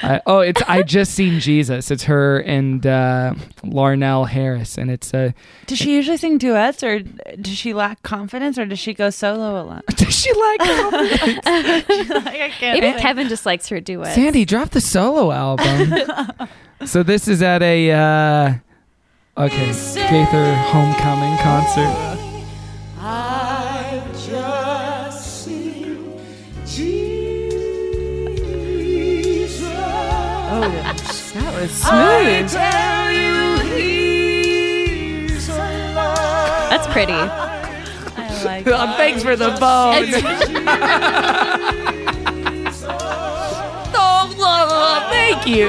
[SPEAKER 4] I- oh, it's I just seen Jesus. It's her and uh, Larnell Harris, and it's uh,
[SPEAKER 5] Does she usually sing duets, or does she lack confidence, or does she go solo alone?
[SPEAKER 4] does she like
[SPEAKER 5] I can't.
[SPEAKER 6] Maybe Kevin just likes her duet.
[SPEAKER 4] Sandy, drop the solo album. so this is at a uh okay, Gaither homecoming concert.
[SPEAKER 9] I've just seen Jesus.
[SPEAKER 5] That was
[SPEAKER 9] I
[SPEAKER 5] smooth.
[SPEAKER 9] tell you, he's alive.
[SPEAKER 6] That's pretty.
[SPEAKER 5] I like it.
[SPEAKER 4] Oh, thanks for the bone. oh, love, thank you.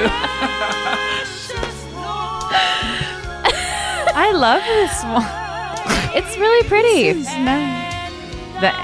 [SPEAKER 5] I love this one.
[SPEAKER 6] It's really pretty.
[SPEAKER 5] That,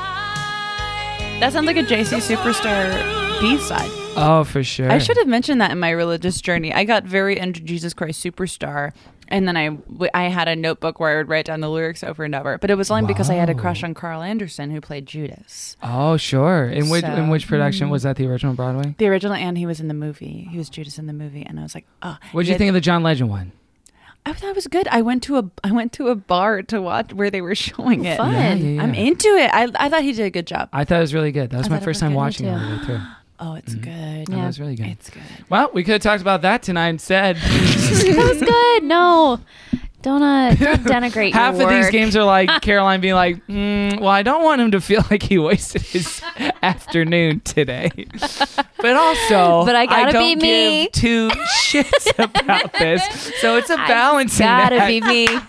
[SPEAKER 5] that sounds like a JC Superstar B side.
[SPEAKER 4] Oh, for sure.
[SPEAKER 5] I should have mentioned that in my religious journey. I got very into Jesus Christ Superstar, and then I w- I had a notebook where I would write down the lyrics over and over. But it was only because I had a crush on Carl Anderson, who played Judas,
[SPEAKER 4] Oh, sure. In which in
[SPEAKER 5] So-
[SPEAKER 4] which production was that? The original Broadway.
[SPEAKER 5] the original, and he was in the movie. He was Judas in the movie, and I was like, oh.
[SPEAKER 4] What did you
[SPEAKER 5] he had-
[SPEAKER 4] think of the John Legend one?
[SPEAKER 5] I thought it was good. I went to a I went to a bar to watch where they were showing it.
[SPEAKER 6] Fun.
[SPEAKER 4] Yeah, yeah,
[SPEAKER 5] I'm
[SPEAKER 4] yeah.
[SPEAKER 5] into it. I, I thought he did a good job.
[SPEAKER 4] I thought it was really good. That was
[SPEAKER 5] I
[SPEAKER 4] my
[SPEAKER 5] thought it
[SPEAKER 4] first time
[SPEAKER 5] was good. Me
[SPEAKER 4] watching it all the way through.
[SPEAKER 5] Oh, it's
[SPEAKER 4] Mm-hmm.
[SPEAKER 5] good.
[SPEAKER 4] That was really good.
[SPEAKER 5] It's good.
[SPEAKER 4] Well, we could have talked about that tonight instead.
[SPEAKER 6] That was good. No, don't uh, don't denigrate
[SPEAKER 4] Half
[SPEAKER 6] your
[SPEAKER 4] of these
[SPEAKER 6] work.
[SPEAKER 4] games are like Caroline being like, mm, "Well, I don't want him to feel like he wasted his afternoon today," but also,
[SPEAKER 6] But I gotta
[SPEAKER 4] don't
[SPEAKER 6] be me.
[SPEAKER 4] give two shits about this. So it's a balancing
[SPEAKER 6] Gotta
[SPEAKER 4] act.
[SPEAKER 6] be me.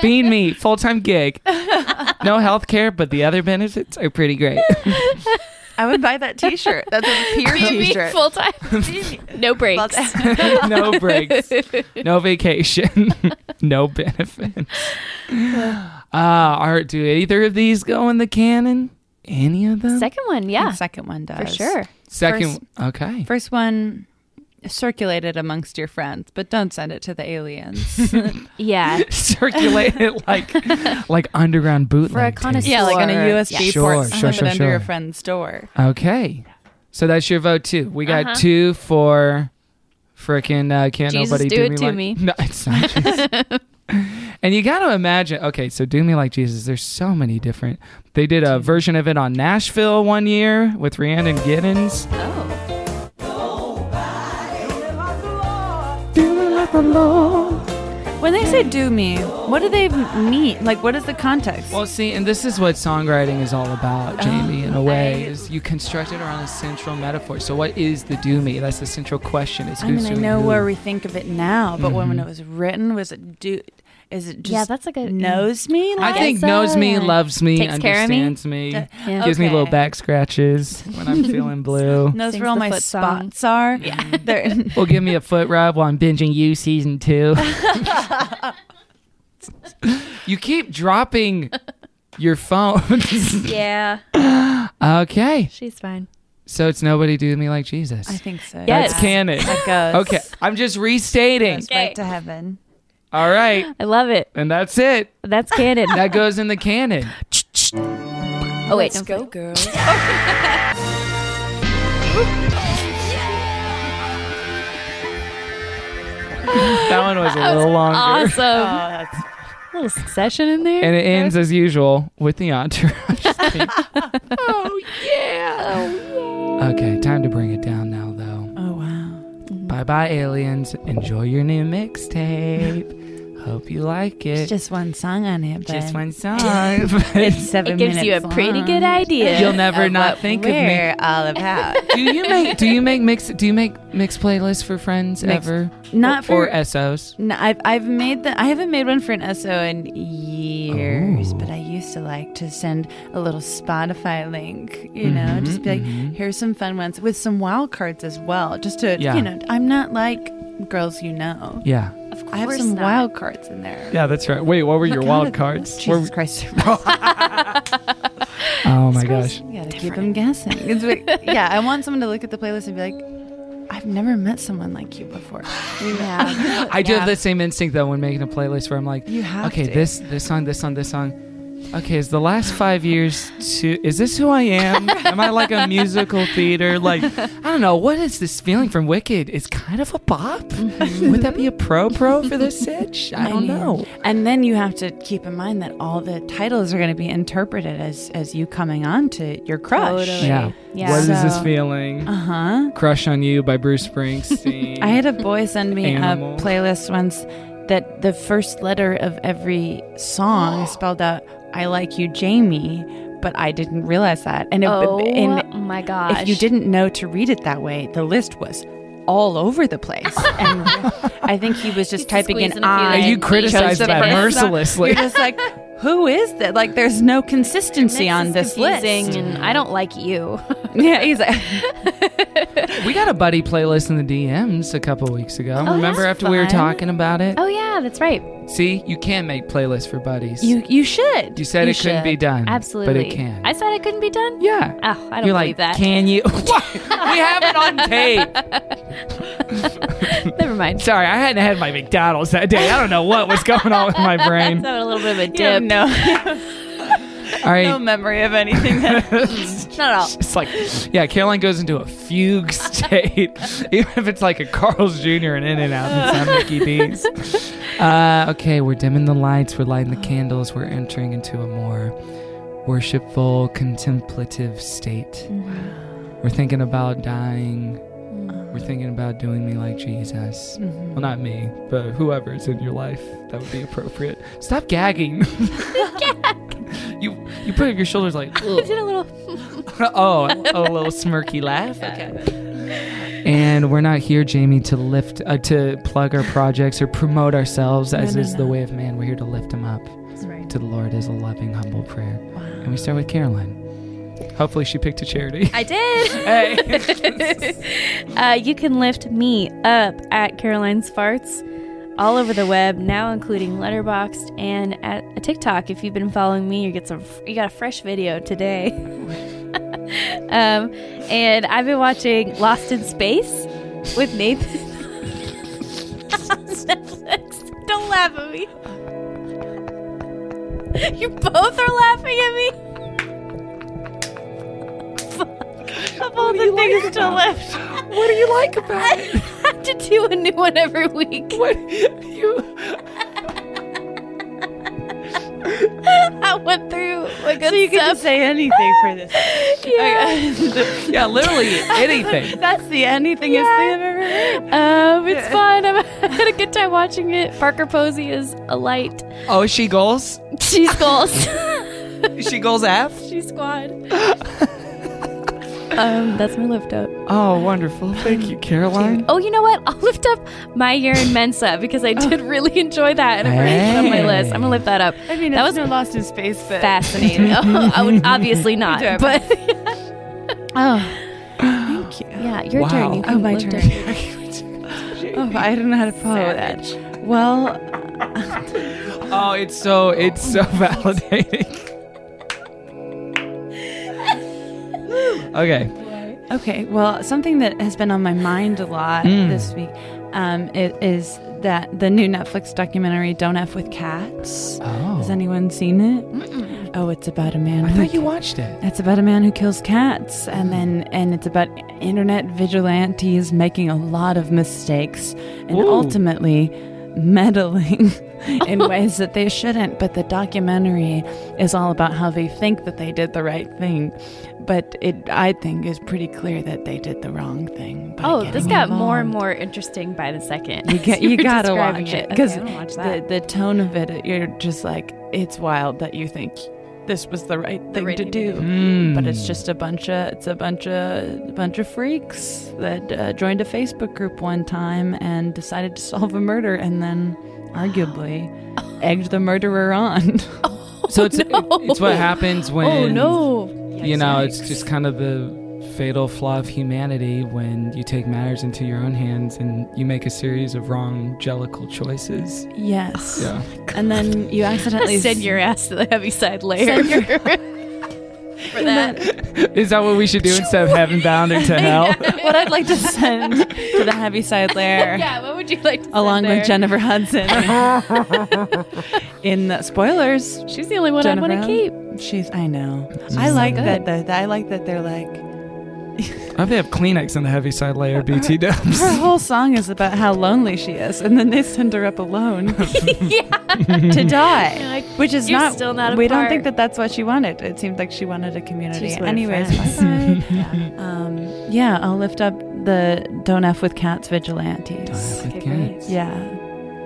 [SPEAKER 4] being me, full time gig, no health care, but the other benefits are pretty great.
[SPEAKER 5] I would buy that T-shirt. That's a pure
[SPEAKER 6] Be
[SPEAKER 5] T-shirt.
[SPEAKER 6] full time. No breaks.
[SPEAKER 4] no breaks, no vacation, no benefits. Uh, are do either of these go in the canon? Any of them?
[SPEAKER 6] Second one, yeah,
[SPEAKER 5] Second one does
[SPEAKER 6] for sure.
[SPEAKER 4] Second, okay.
[SPEAKER 5] First one circulated amongst your friends, but don't send it to the aliens.
[SPEAKER 6] Yeah,
[SPEAKER 4] circulate it like like underground bootleg.
[SPEAKER 6] for a
[SPEAKER 4] tape.
[SPEAKER 6] connoisseur.
[SPEAKER 5] yeah, like on a
[SPEAKER 6] Yeah.
[SPEAKER 5] USB
[SPEAKER 4] Sure,
[SPEAKER 5] port,
[SPEAKER 4] sure,
[SPEAKER 5] slip
[SPEAKER 4] sure,
[SPEAKER 5] it under
[SPEAKER 4] sure.
[SPEAKER 5] your friend's door.
[SPEAKER 4] Okay, so that's your vote too. We got two for frickin' uh, can't
[SPEAKER 6] Uh-huh. Jesus,
[SPEAKER 4] nobody
[SPEAKER 6] do
[SPEAKER 4] do
[SPEAKER 6] it
[SPEAKER 4] me
[SPEAKER 6] to
[SPEAKER 4] like
[SPEAKER 6] me.
[SPEAKER 4] No, it's not. Jesus. and you got to imagine. Okay, so do me like Jesus. There's so many different. They did a version of it on Nashville one year with Rhiannon Giddens.
[SPEAKER 5] When they say "do me," what do they mean? Like, what is the context?
[SPEAKER 4] Well, see, and this is what songwriting is all about,
[SPEAKER 6] Oh,
[SPEAKER 4] Jamie, in a way, is you construct it around a central metaphor. So, what is the do me? That's the central question. Is
[SPEAKER 5] I mean,
[SPEAKER 4] who's
[SPEAKER 5] I
[SPEAKER 4] doing
[SPEAKER 5] know
[SPEAKER 4] who.
[SPEAKER 5] where we think of it now, but when it was written, was it do? Is it just
[SPEAKER 6] Yeah, that's like a-
[SPEAKER 5] knows me?
[SPEAKER 4] I
[SPEAKER 5] Like,
[SPEAKER 4] think
[SPEAKER 6] so,
[SPEAKER 4] knows me,
[SPEAKER 6] yeah.
[SPEAKER 4] loves me,
[SPEAKER 6] Takes care of me.
[SPEAKER 4] understands me,
[SPEAKER 6] Yeah.
[SPEAKER 4] gives me little
[SPEAKER 5] Okay.
[SPEAKER 4] back scratches when I'm feeling blue.
[SPEAKER 5] knows
[SPEAKER 6] Sings
[SPEAKER 5] where all
[SPEAKER 6] the
[SPEAKER 5] my
[SPEAKER 6] foot song.
[SPEAKER 5] spots are. Yeah,
[SPEAKER 4] Will give me a foot rub while I'm binging you season two. you keep dropping your phone.
[SPEAKER 6] yeah.
[SPEAKER 4] Okay.
[SPEAKER 6] She's fine.
[SPEAKER 4] So it's nobody do me like Jesus.
[SPEAKER 5] I think so.
[SPEAKER 4] That's canon.
[SPEAKER 5] That goes.
[SPEAKER 4] Okay. I'm just restating.
[SPEAKER 5] Goes right to heaven.
[SPEAKER 4] All right.
[SPEAKER 6] I love it.
[SPEAKER 4] And that's it.
[SPEAKER 6] That's canon.
[SPEAKER 4] That goes in the canon.
[SPEAKER 6] oh wait, don't go, girl.
[SPEAKER 4] That one was a little longer.
[SPEAKER 6] Awesome.
[SPEAKER 5] Uh,
[SPEAKER 6] little succession in there.
[SPEAKER 4] And it ends as usual with the entourage. theme.
[SPEAKER 6] oh yeah.
[SPEAKER 4] okay, time to bring it down now, though.
[SPEAKER 5] Oh wow.
[SPEAKER 4] Bye bye, aliens. Enjoy your new mixtape. Hope you like it.
[SPEAKER 5] It's just one song on it, but
[SPEAKER 4] Just one song. But
[SPEAKER 5] it's seven
[SPEAKER 6] It gives
[SPEAKER 5] minutes
[SPEAKER 6] you a pretty
[SPEAKER 5] long.
[SPEAKER 6] good idea.
[SPEAKER 4] You'll never
[SPEAKER 5] Of
[SPEAKER 4] not
[SPEAKER 5] what
[SPEAKER 4] think of
[SPEAKER 5] we're
[SPEAKER 4] me.
[SPEAKER 5] all about.
[SPEAKER 4] Do you make do you make mix do you make mix playlists for friends
[SPEAKER 5] Mix-
[SPEAKER 4] ever?
[SPEAKER 5] not
[SPEAKER 4] or,
[SPEAKER 5] for-
[SPEAKER 4] or SOs.
[SPEAKER 5] No, I've I've made the I haven't made one for an SO in years,
[SPEAKER 4] Oh.
[SPEAKER 5] but I used to like to send a little Spotify link, you know, just be like,
[SPEAKER 4] Mm-hmm,
[SPEAKER 5] here's some fun ones with some wild cards as well, just to
[SPEAKER 4] Yeah.
[SPEAKER 5] you know, I'm not like girls you know.
[SPEAKER 4] Yeah.
[SPEAKER 5] I have some wild cards in there.
[SPEAKER 4] Yeah, that's right. Wait, what were your
[SPEAKER 5] What kind
[SPEAKER 4] wild
[SPEAKER 5] of-
[SPEAKER 4] cards?
[SPEAKER 5] Jesus Christ!
[SPEAKER 4] Oh my gosh.
[SPEAKER 5] you gotta keep them guessing. It's like- yeah, I want someone to look at the playlist and be like, I've never met someone like you before.
[SPEAKER 6] Yeah.
[SPEAKER 4] I do have the same instinct though when making a playlist where I'm like,
[SPEAKER 5] You have
[SPEAKER 4] okay,
[SPEAKER 5] to.
[SPEAKER 4] this this song, this song, this song. Okay, is the last five years to is this who I am? am I like a musical theater? Like I don't know, what is this feeling from Wicked? It's kind of a bop.
[SPEAKER 5] Mm-hmm.
[SPEAKER 4] Would that be a pro pro for this sitch? I don't
[SPEAKER 5] mean,
[SPEAKER 4] know.
[SPEAKER 5] And then you have to keep in mind that all the titles are going to be interpreted as as you coming on to your crush.
[SPEAKER 6] Totally.
[SPEAKER 4] Yeah.
[SPEAKER 6] Yeah.
[SPEAKER 4] What is this
[SPEAKER 5] So-
[SPEAKER 4] feeling?
[SPEAKER 5] Uh huh.
[SPEAKER 4] Crush on You by Bruce Springsteen.
[SPEAKER 5] I had a boy send me
[SPEAKER 4] Animal.
[SPEAKER 5] a playlist once that the first letter of every song spelled out "I like you, Jamie," but I didn't realize that. And it,
[SPEAKER 6] Oh
[SPEAKER 5] and
[SPEAKER 6] my gosh.
[SPEAKER 5] if you didn't know to read it that way, the list was all over the place. and I think he was just typing
[SPEAKER 6] squeeze
[SPEAKER 5] in
[SPEAKER 6] in a few
[SPEAKER 5] "I."
[SPEAKER 4] and you
[SPEAKER 6] Chose
[SPEAKER 4] criticized
[SPEAKER 5] the
[SPEAKER 4] that
[SPEAKER 5] first song.
[SPEAKER 4] mercilessly.
[SPEAKER 5] You're just like, who is that? Like, there's no consistency on this
[SPEAKER 6] confusing
[SPEAKER 5] list.
[SPEAKER 6] and I don't like you.
[SPEAKER 5] Yeah, he's like,
[SPEAKER 4] We got a buddy playlist in the DMs a couple weeks ago. Remember
[SPEAKER 6] that's
[SPEAKER 4] after we were
[SPEAKER 5] Oh, fun.
[SPEAKER 4] talking about it?
[SPEAKER 6] oh yeah, that's right.
[SPEAKER 4] See, you can make playlists for buddies.
[SPEAKER 5] you you should.
[SPEAKER 4] You said it couldn't be done.
[SPEAKER 6] Absolutely.
[SPEAKER 4] But it can.
[SPEAKER 6] I said it couldn't be done.
[SPEAKER 4] yeah.
[SPEAKER 6] Oh, I don't
[SPEAKER 4] You're
[SPEAKER 6] believe
[SPEAKER 4] like,
[SPEAKER 6] that.
[SPEAKER 4] Can you? What? we have it on tape.
[SPEAKER 6] Never mind.
[SPEAKER 4] Sorry, I hadn't had my McDonald's that day. I don't know what was going on with my brain.
[SPEAKER 6] That was a little bit of a
[SPEAKER 5] You have
[SPEAKER 6] dip.
[SPEAKER 5] no,
[SPEAKER 4] All right.
[SPEAKER 5] no memory of anything. That,
[SPEAKER 6] Not at all.
[SPEAKER 4] It's like, yeah, Caroline goes into a fugue state, even if it's like a Carl's Jr. and In and Out. It's not Mickey D's. Uh, okay, we're dimming the lights, we're lighting the candles, we're entering into a more worshipful, contemplative state. We're thinking about dying. We're thinking about doing me like Jesus. Well, not me, but whoever's in your life that would be appropriate. Stop gagging. You you put up your shoulders like. "Ugh."
[SPEAKER 6] Did a little.
[SPEAKER 4] oh, a little smirky laugh. Okay. And we're not here, Jamie, to lift, uh, to plug our projects or promote ourselves, as is the way of man. We're here to lift him up to the Lord as a loving, humble prayer. And we start with Caroline. Hopefully, she picked a charity.
[SPEAKER 6] I did.
[SPEAKER 4] hey,
[SPEAKER 6] Uh, you can lift me up at Caroline's Farts all over the web now, including Letterboxd and at a TikTok. If you've been following me, you get some. You got a fresh video today. um, and I've been watching Lost in Space with Nathan. Netflix. Don't laugh at me. You both are laughing at me. Fuck. Of all the things to lift.
[SPEAKER 4] what do you like about it?
[SPEAKER 6] I have to do a new one every week.
[SPEAKER 4] What you?
[SPEAKER 6] I went through like a
[SPEAKER 5] so you can
[SPEAKER 6] stuff.
[SPEAKER 5] just say anything for this.
[SPEAKER 6] Yeah.
[SPEAKER 4] Yeah, literally anything.
[SPEAKER 5] That's the anything
[SPEAKER 6] Yeah.
[SPEAKER 5] thing I've ever heard.
[SPEAKER 6] Um, it's fun. I've had a good time watching it. Parker Posey is a light.
[SPEAKER 4] Oh, she goals.
[SPEAKER 6] She's goals.
[SPEAKER 4] She goals F.
[SPEAKER 6] She's squad. um, that's my lift up.
[SPEAKER 4] Oh, wonderful! Thank you, Caroline.
[SPEAKER 6] Oh, you know what? I'll lift up my year in Mensa because I did really enjoy that, and I'm putting it on my list. I'm gonna lift that up.
[SPEAKER 5] I mean,
[SPEAKER 6] that
[SPEAKER 5] that
[SPEAKER 6] was
[SPEAKER 5] was no Lost in Space, but
[SPEAKER 6] fascinating. I would obviously not,
[SPEAKER 5] do it,
[SPEAKER 6] but
[SPEAKER 5] Oh, thank you.
[SPEAKER 6] yeah, your
[SPEAKER 4] Wow.
[SPEAKER 6] turn. You
[SPEAKER 4] Oh,
[SPEAKER 6] can
[SPEAKER 5] Oh, my
[SPEAKER 6] lift
[SPEAKER 5] turn.
[SPEAKER 6] up.
[SPEAKER 5] oh, I don't know how to follow that. Well,
[SPEAKER 4] Oh, it's so it's so validating. okay.
[SPEAKER 5] Okay, well, something that has been on my mind a lot
[SPEAKER 4] Mm.
[SPEAKER 5] this week um, i- is that the new Netflix documentary "Don't F with Cats."
[SPEAKER 4] Oh.
[SPEAKER 5] Has anyone seen it? Oh, it's about a man.
[SPEAKER 4] I
[SPEAKER 5] who
[SPEAKER 4] thought you
[SPEAKER 5] ki-
[SPEAKER 4] watched it.
[SPEAKER 5] It's about a man who kills cats, and then and it's about internet vigilantes making a lot of mistakes and
[SPEAKER 4] Ooh.
[SPEAKER 5] ultimately meddling in ways that they shouldn't. But the documentary is all about how they think that they did the right thing, but it I think is pretty clear that they did the wrong thing. by
[SPEAKER 6] Oh, this
[SPEAKER 5] getting
[SPEAKER 6] got more and
[SPEAKER 5] involved.
[SPEAKER 6] more interesting by the second.
[SPEAKER 5] You,
[SPEAKER 6] as
[SPEAKER 5] get,
[SPEAKER 6] were
[SPEAKER 5] you gotta
[SPEAKER 6] describing
[SPEAKER 5] watch it
[SPEAKER 6] Okay,
[SPEAKER 5] because
[SPEAKER 6] I'm gonna watch
[SPEAKER 5] the,
[SPEAKER 6] that.
[SPEAKER 5] the tone of it, you're just like, it's wild that you think this was the right thing
[SPEAKER 6] right
[SPEAKER 5] to
[SPEAKER 6] thing to
[SPEAKER 5] do,
[SPEAKER 4] do.
[SPEAKER 5] but
[SPEAKER 4] Mm.
[SPEAKER 5] it's just a bunch of it's a bunch of a bunch of freaks that uh, joined a Facebook group one time and decided to solve a murder and then arguably egged the murderer on.
[SPEAKER 4] So it's it's what happens when
[SPEAKER 6] oh no!
[SPEAKER 4] you know, it's just kind of the fatal flaw of humanity when you take matters into your own hands and you make a series of wrong jellical choices.
[SPEAKER 5] yes,
[SPEAKER 4] Yeah.
[SPEAKER 5] and then you accidentally
[SPEAKER 6] Send your ass to the heavy side layer for that.
[SPEAKER 4] Is that what we should do instead of heaven bound into hell?
[SPEAKER 5] what I'd like to send to the heavy side lair.
[SPEAKER 6] Yeah, what would you like? To send
[SPEAKER 5] along
[SPEAKER 6] there?
[SPEAKER 5] with Jennifer Hudson. in the spoilers,
[SPEAKER 6] She's the only one I want to keep.
[SPEAKER 5] Hudson- she's I know. I like that, that I like that they're like
[SPEAKER 4] I they have Kleenex in the heavy side layer, BT dubs.
[SPEAKER 5] her whole song is about how lonely she is and then they send her up alone to die.
[SPEAKER 6] like,
[SPEAKER 5] which is
[SPEAKER 6] "You're
[SPEAKER 5] not
[SPEAKER 6] still not a
[SPEAKER 5] we don't
[SPEAKER 6] part."
[SPEAKER 5] think that that's what she wanted. It seemed like she wanted a community.
[SPEAKER 6] She just wanted
[SPEAKER 5] Anyways,
[SPEAKER 6] friends.
[SPEAKER 5] bye-bye. um, yeah, I'll lift up the Don't F with Cats vigilantes. Yeah.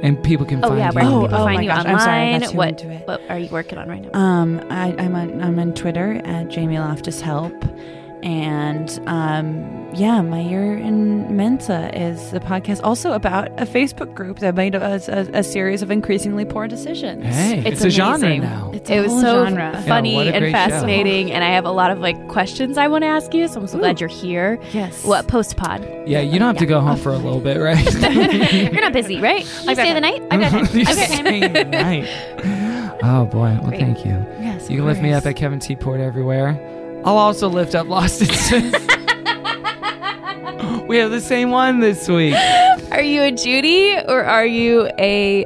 [SPEAKER 4] And people can
[SPEAKER 6] Oh
[SPEAKER 4] find
[SPEAKER 6] yeah,
[SPEAKER 4] you.
[SPEAKER 6] where can
[SPEAKER 5] Oh,
[SPEAKER 6] people
[SPEAKER 5] oh my
[SPEAKER 6] find you
[SPEAKER 5] gosh, I'm sorry, I
[SPEAKER 6] online?
[SPEAKER 5] got too
[SPEAKER 6] what
[SPEAKER 5] into it.
[SPEAKER 6] what are you working on right now?
[SPEAKER 5] Um, I, I'm on I'm on Twitter at Jamie Loftus Help, and um, yeah, my year in Mensa is the podcast also about a Facebook group that made a, a, a series of increasingly poor decisions.
[SPEAKER 4] Hey, it's,
[SPEAKER 6] It's
[SPEAKER 4] a genre
[SPEAKER 6] amazing.
[SPEAKER 4] now.
[SPEAKER 5] It's a
[SPEAKER 6] it was
[SPEAKER 5] whole
[SPEAKER 6] so
[SPEAKER 5] genre.
[SPEAKER 6] funny
[SPEAKER 4] Yeah, what a
[SPEAKER 6] and
[SPEAKER 4] great
[SPEAKER 6] fascinating, and I have a lot of like questions I want to ask you. So I'm so glad you're here.
[SPEAKER 5] Yes.
[SPEAKER 6] What post pod?
[SPEAKER 4] yeah, you don't have to go home for a little bit, right?
[SPEAKER 6] You're not busy, right? You stay the night. I got time.
[SPEAKER 4] You're
[SPEAKER 6] I've got time.
[SPEAKER 4] saying right. Oh boy, well thank you.
[SPEAKER 5] Yes,
[SPEAKER 4] You
[SPEAKER 5] of
[SPEAKER 4] can lift me
[SPEAKER 5] course.
[SPEAKER 4] up at Kevin T. Port everywhere. I'll also lift up Lost in Space. we have the same one this week. I
[SPEAKER 6] Are you a Judy or are you a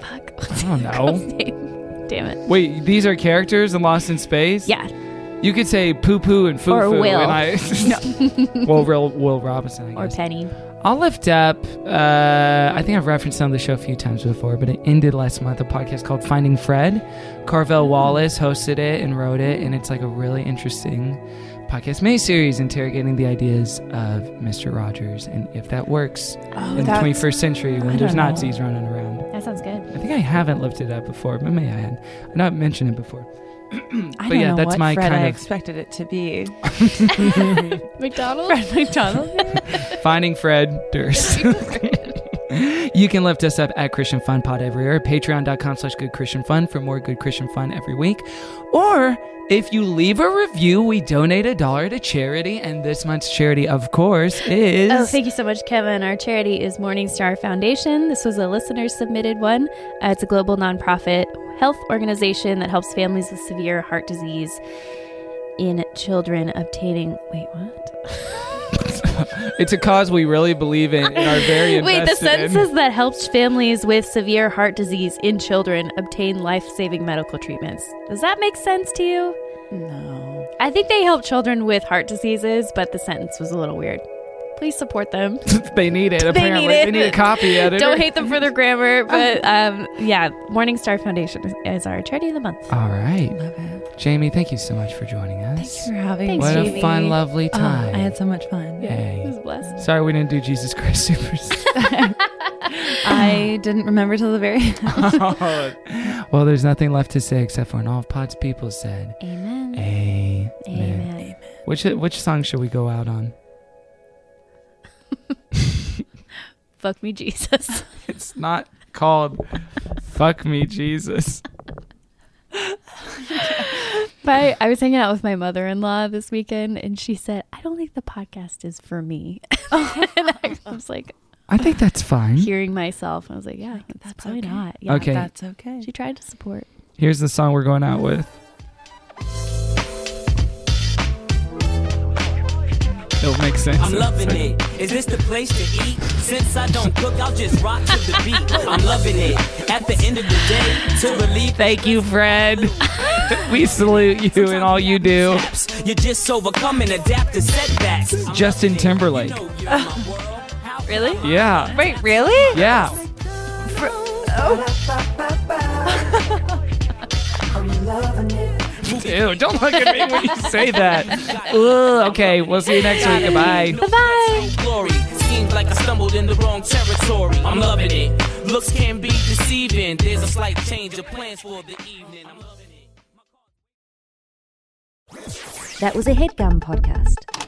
[SPEAKER 6] fuck? What's
[SPEAKER 4] don't
[SPEAKER 6] his
[SPEAKER 4] know.
[SPEAKER 6] name? Damn it.
[SPEAKER 4] Wait, these are characters in Lost in Space?
[SPEAKER 6] Yeah.
[SPEAKER 4] You could say poo poo and foo
[SPEAKER 6] Or
[SPEAKER 4] foo.
[SPEAKER 6] Will.
[SPEAKER 4] And I, well, real Will Robinson, I
[SPEAKER 6] Or
[SPEAKER 4] guess.
[SPEAKER 6] Penny.
[SPEAKER 4] I'll lift up. Uh, I think I've referenced on the show a few times before, but it ended last month. A podcast called Finding Fred. Carvel Wallace hosted it and wrote it, and it's like a really interesting podcast mini series interrogating the ideas of Mister Rogers and if that works in the
[SPEAKER 5] Oh, that's-
[SPEAKER 4] 21st century when
[SPEAKER 5] I
[SPEAKER 4] there's
[SPEAKER 5] don't know.
[SPEAKER 4] Nazis running around.
[SPEAKER 6] That sounds good.
[SPEAKER 4] I think I haven't lifted it up before, but maybe I had. I know I've mentioned it before.
[SPEAKER 5] I
[SPEAKER 4] but
[SPEAKER 5] don't
[SPEAKER 4] yeah,
[SPEAKER 5] know
[SPEAKER 4] that's
[SPEAKER 5] what
[SPEAKER 4] my
[SPEAKER 5] Fred
[SPEAKER 4] kind
[SPEAKER 5] I
[SPEAKER 4] of-
[SPEAKER 5] expected it to be.
[SPEAKER 6] McDonald's. Oh,
[SPEAKER 5] Fred McDonald.
[SPEAKER 4] Finding Fred Durst. you can lift us up at Christian Fun Pod everywhere, patreon.com slash good Christian fun for more good Christian fun every week. Or if you leave a review, we donate a dollar to charity. And this month's charity, of course, is
[SPEAKER 6] Oh, thank you so much, Kevin. Our charity is Morning Star Foundation. This was a listener submitted one. Uh, it's a global nonprofit health organization that helps families with severe heart disease in children obtaining. Wait, what?
[SPEAKER 4] it's a cause we really believe in and are very
[SPEAKER 6] Wait,
[SPEAKER 4] invested
[SPEAKER 6] the sentence
[SPEAKER 4] in.
[SPEAKER 6] says that helps families with severe heart disease in children obtain life saving medical treatments. Does that make sense to you?
[SPEAKER 5] no.
[SPEAKER 6] I think they help children with heart diseases, but the sentence was a little weird. Please support them.
[SPEAKER 4] they need it,
[SPEAKER 6] they
[SPEAKER 4] apparently.
[SPEAKER 6] need it.
[SPEAKER 4] They need a copy editor.
[SPEAKER 6] Don't hate them for their grammar, but um, yeah, Morningstar Foundation is, is our charity of the month.
[SPEAKER 4] All right. Jamie, thank you so much for joining us.
[SPEAKER 5] You're having
[SPEAKER 6] Thanks,
[SPEAKER 4] what
[SPEAKER 6] Jamie.
[SPEAKER 4] a fun, lovely
[SPEAKER 5] Oh,
[SPEAKER 4] time.
[SPEAKER 5] I had so much fun.
[SPEAKER 4] Hey.
[SPEAKER 6] This is blessed.
[SPEAKER 4] Sorry we didn't do Jesus Christ Superstar.
[SPEAKER 5] I didn't remember till the very
[SPEAKER 4] well, there's nothing left to say except for an all of Pod's people said,
[SPEAKER 6] Amen.
[SPEAKER 4] Amen.
[SPEAKER 6] Amen.
[SPEAKER 4] Which which song should we go out on?
[SPEAKER 6] Fuck me, Jesus.
[SPEAKER 4] It's not called Fuck Me Jesus.
[SPEAKER 6] But I was hanging out with my mother in law this weekend, and she said, I don't think the podcast is for me. and I was like,
[SPEAKER 4] I think that's fine.
[SPEAKER 6] hearing myself. I was like, yeah, that's, probably not. Yeah,
[SPEAKER 4] Okay.
[SPEAKER 5] That's okay.
[SPEAKER 6] She tried to support.
[SPEAKER 4] Here's the song we're going out with. It'll make sense.
[SPEAKER 10] I'm loving it. Is this the place to eat? Since I don't cook, I'll just rock to the beat. I'm loving it. At the end of the day, to relieve
[SPEAKER 4] Thank you, Fred. we salute you and all you do.
[SPEAKER 10] you're just overcome and adapt to setbacks. Oh,
[SPEAKER 4] Justin Timberlake.
[SPEAKER 6] Really?
[SPEAKER 4] Yeah.
[SPEAKER 5] Wait, really?
[SPEAKER 4] Yeah. oh. Ew, don't look at me when you say that. Ugh, okay, we'll see you next week. Goodbye.
[SPEAKER 10] Bye. Glory. Seems like I stumbled in the wrong territory. I'm loving it. Looks can be deceiving. There's a slight change of plans for the evening. I'm loving it.
[SPEAKER 11] That was a headgum podcast.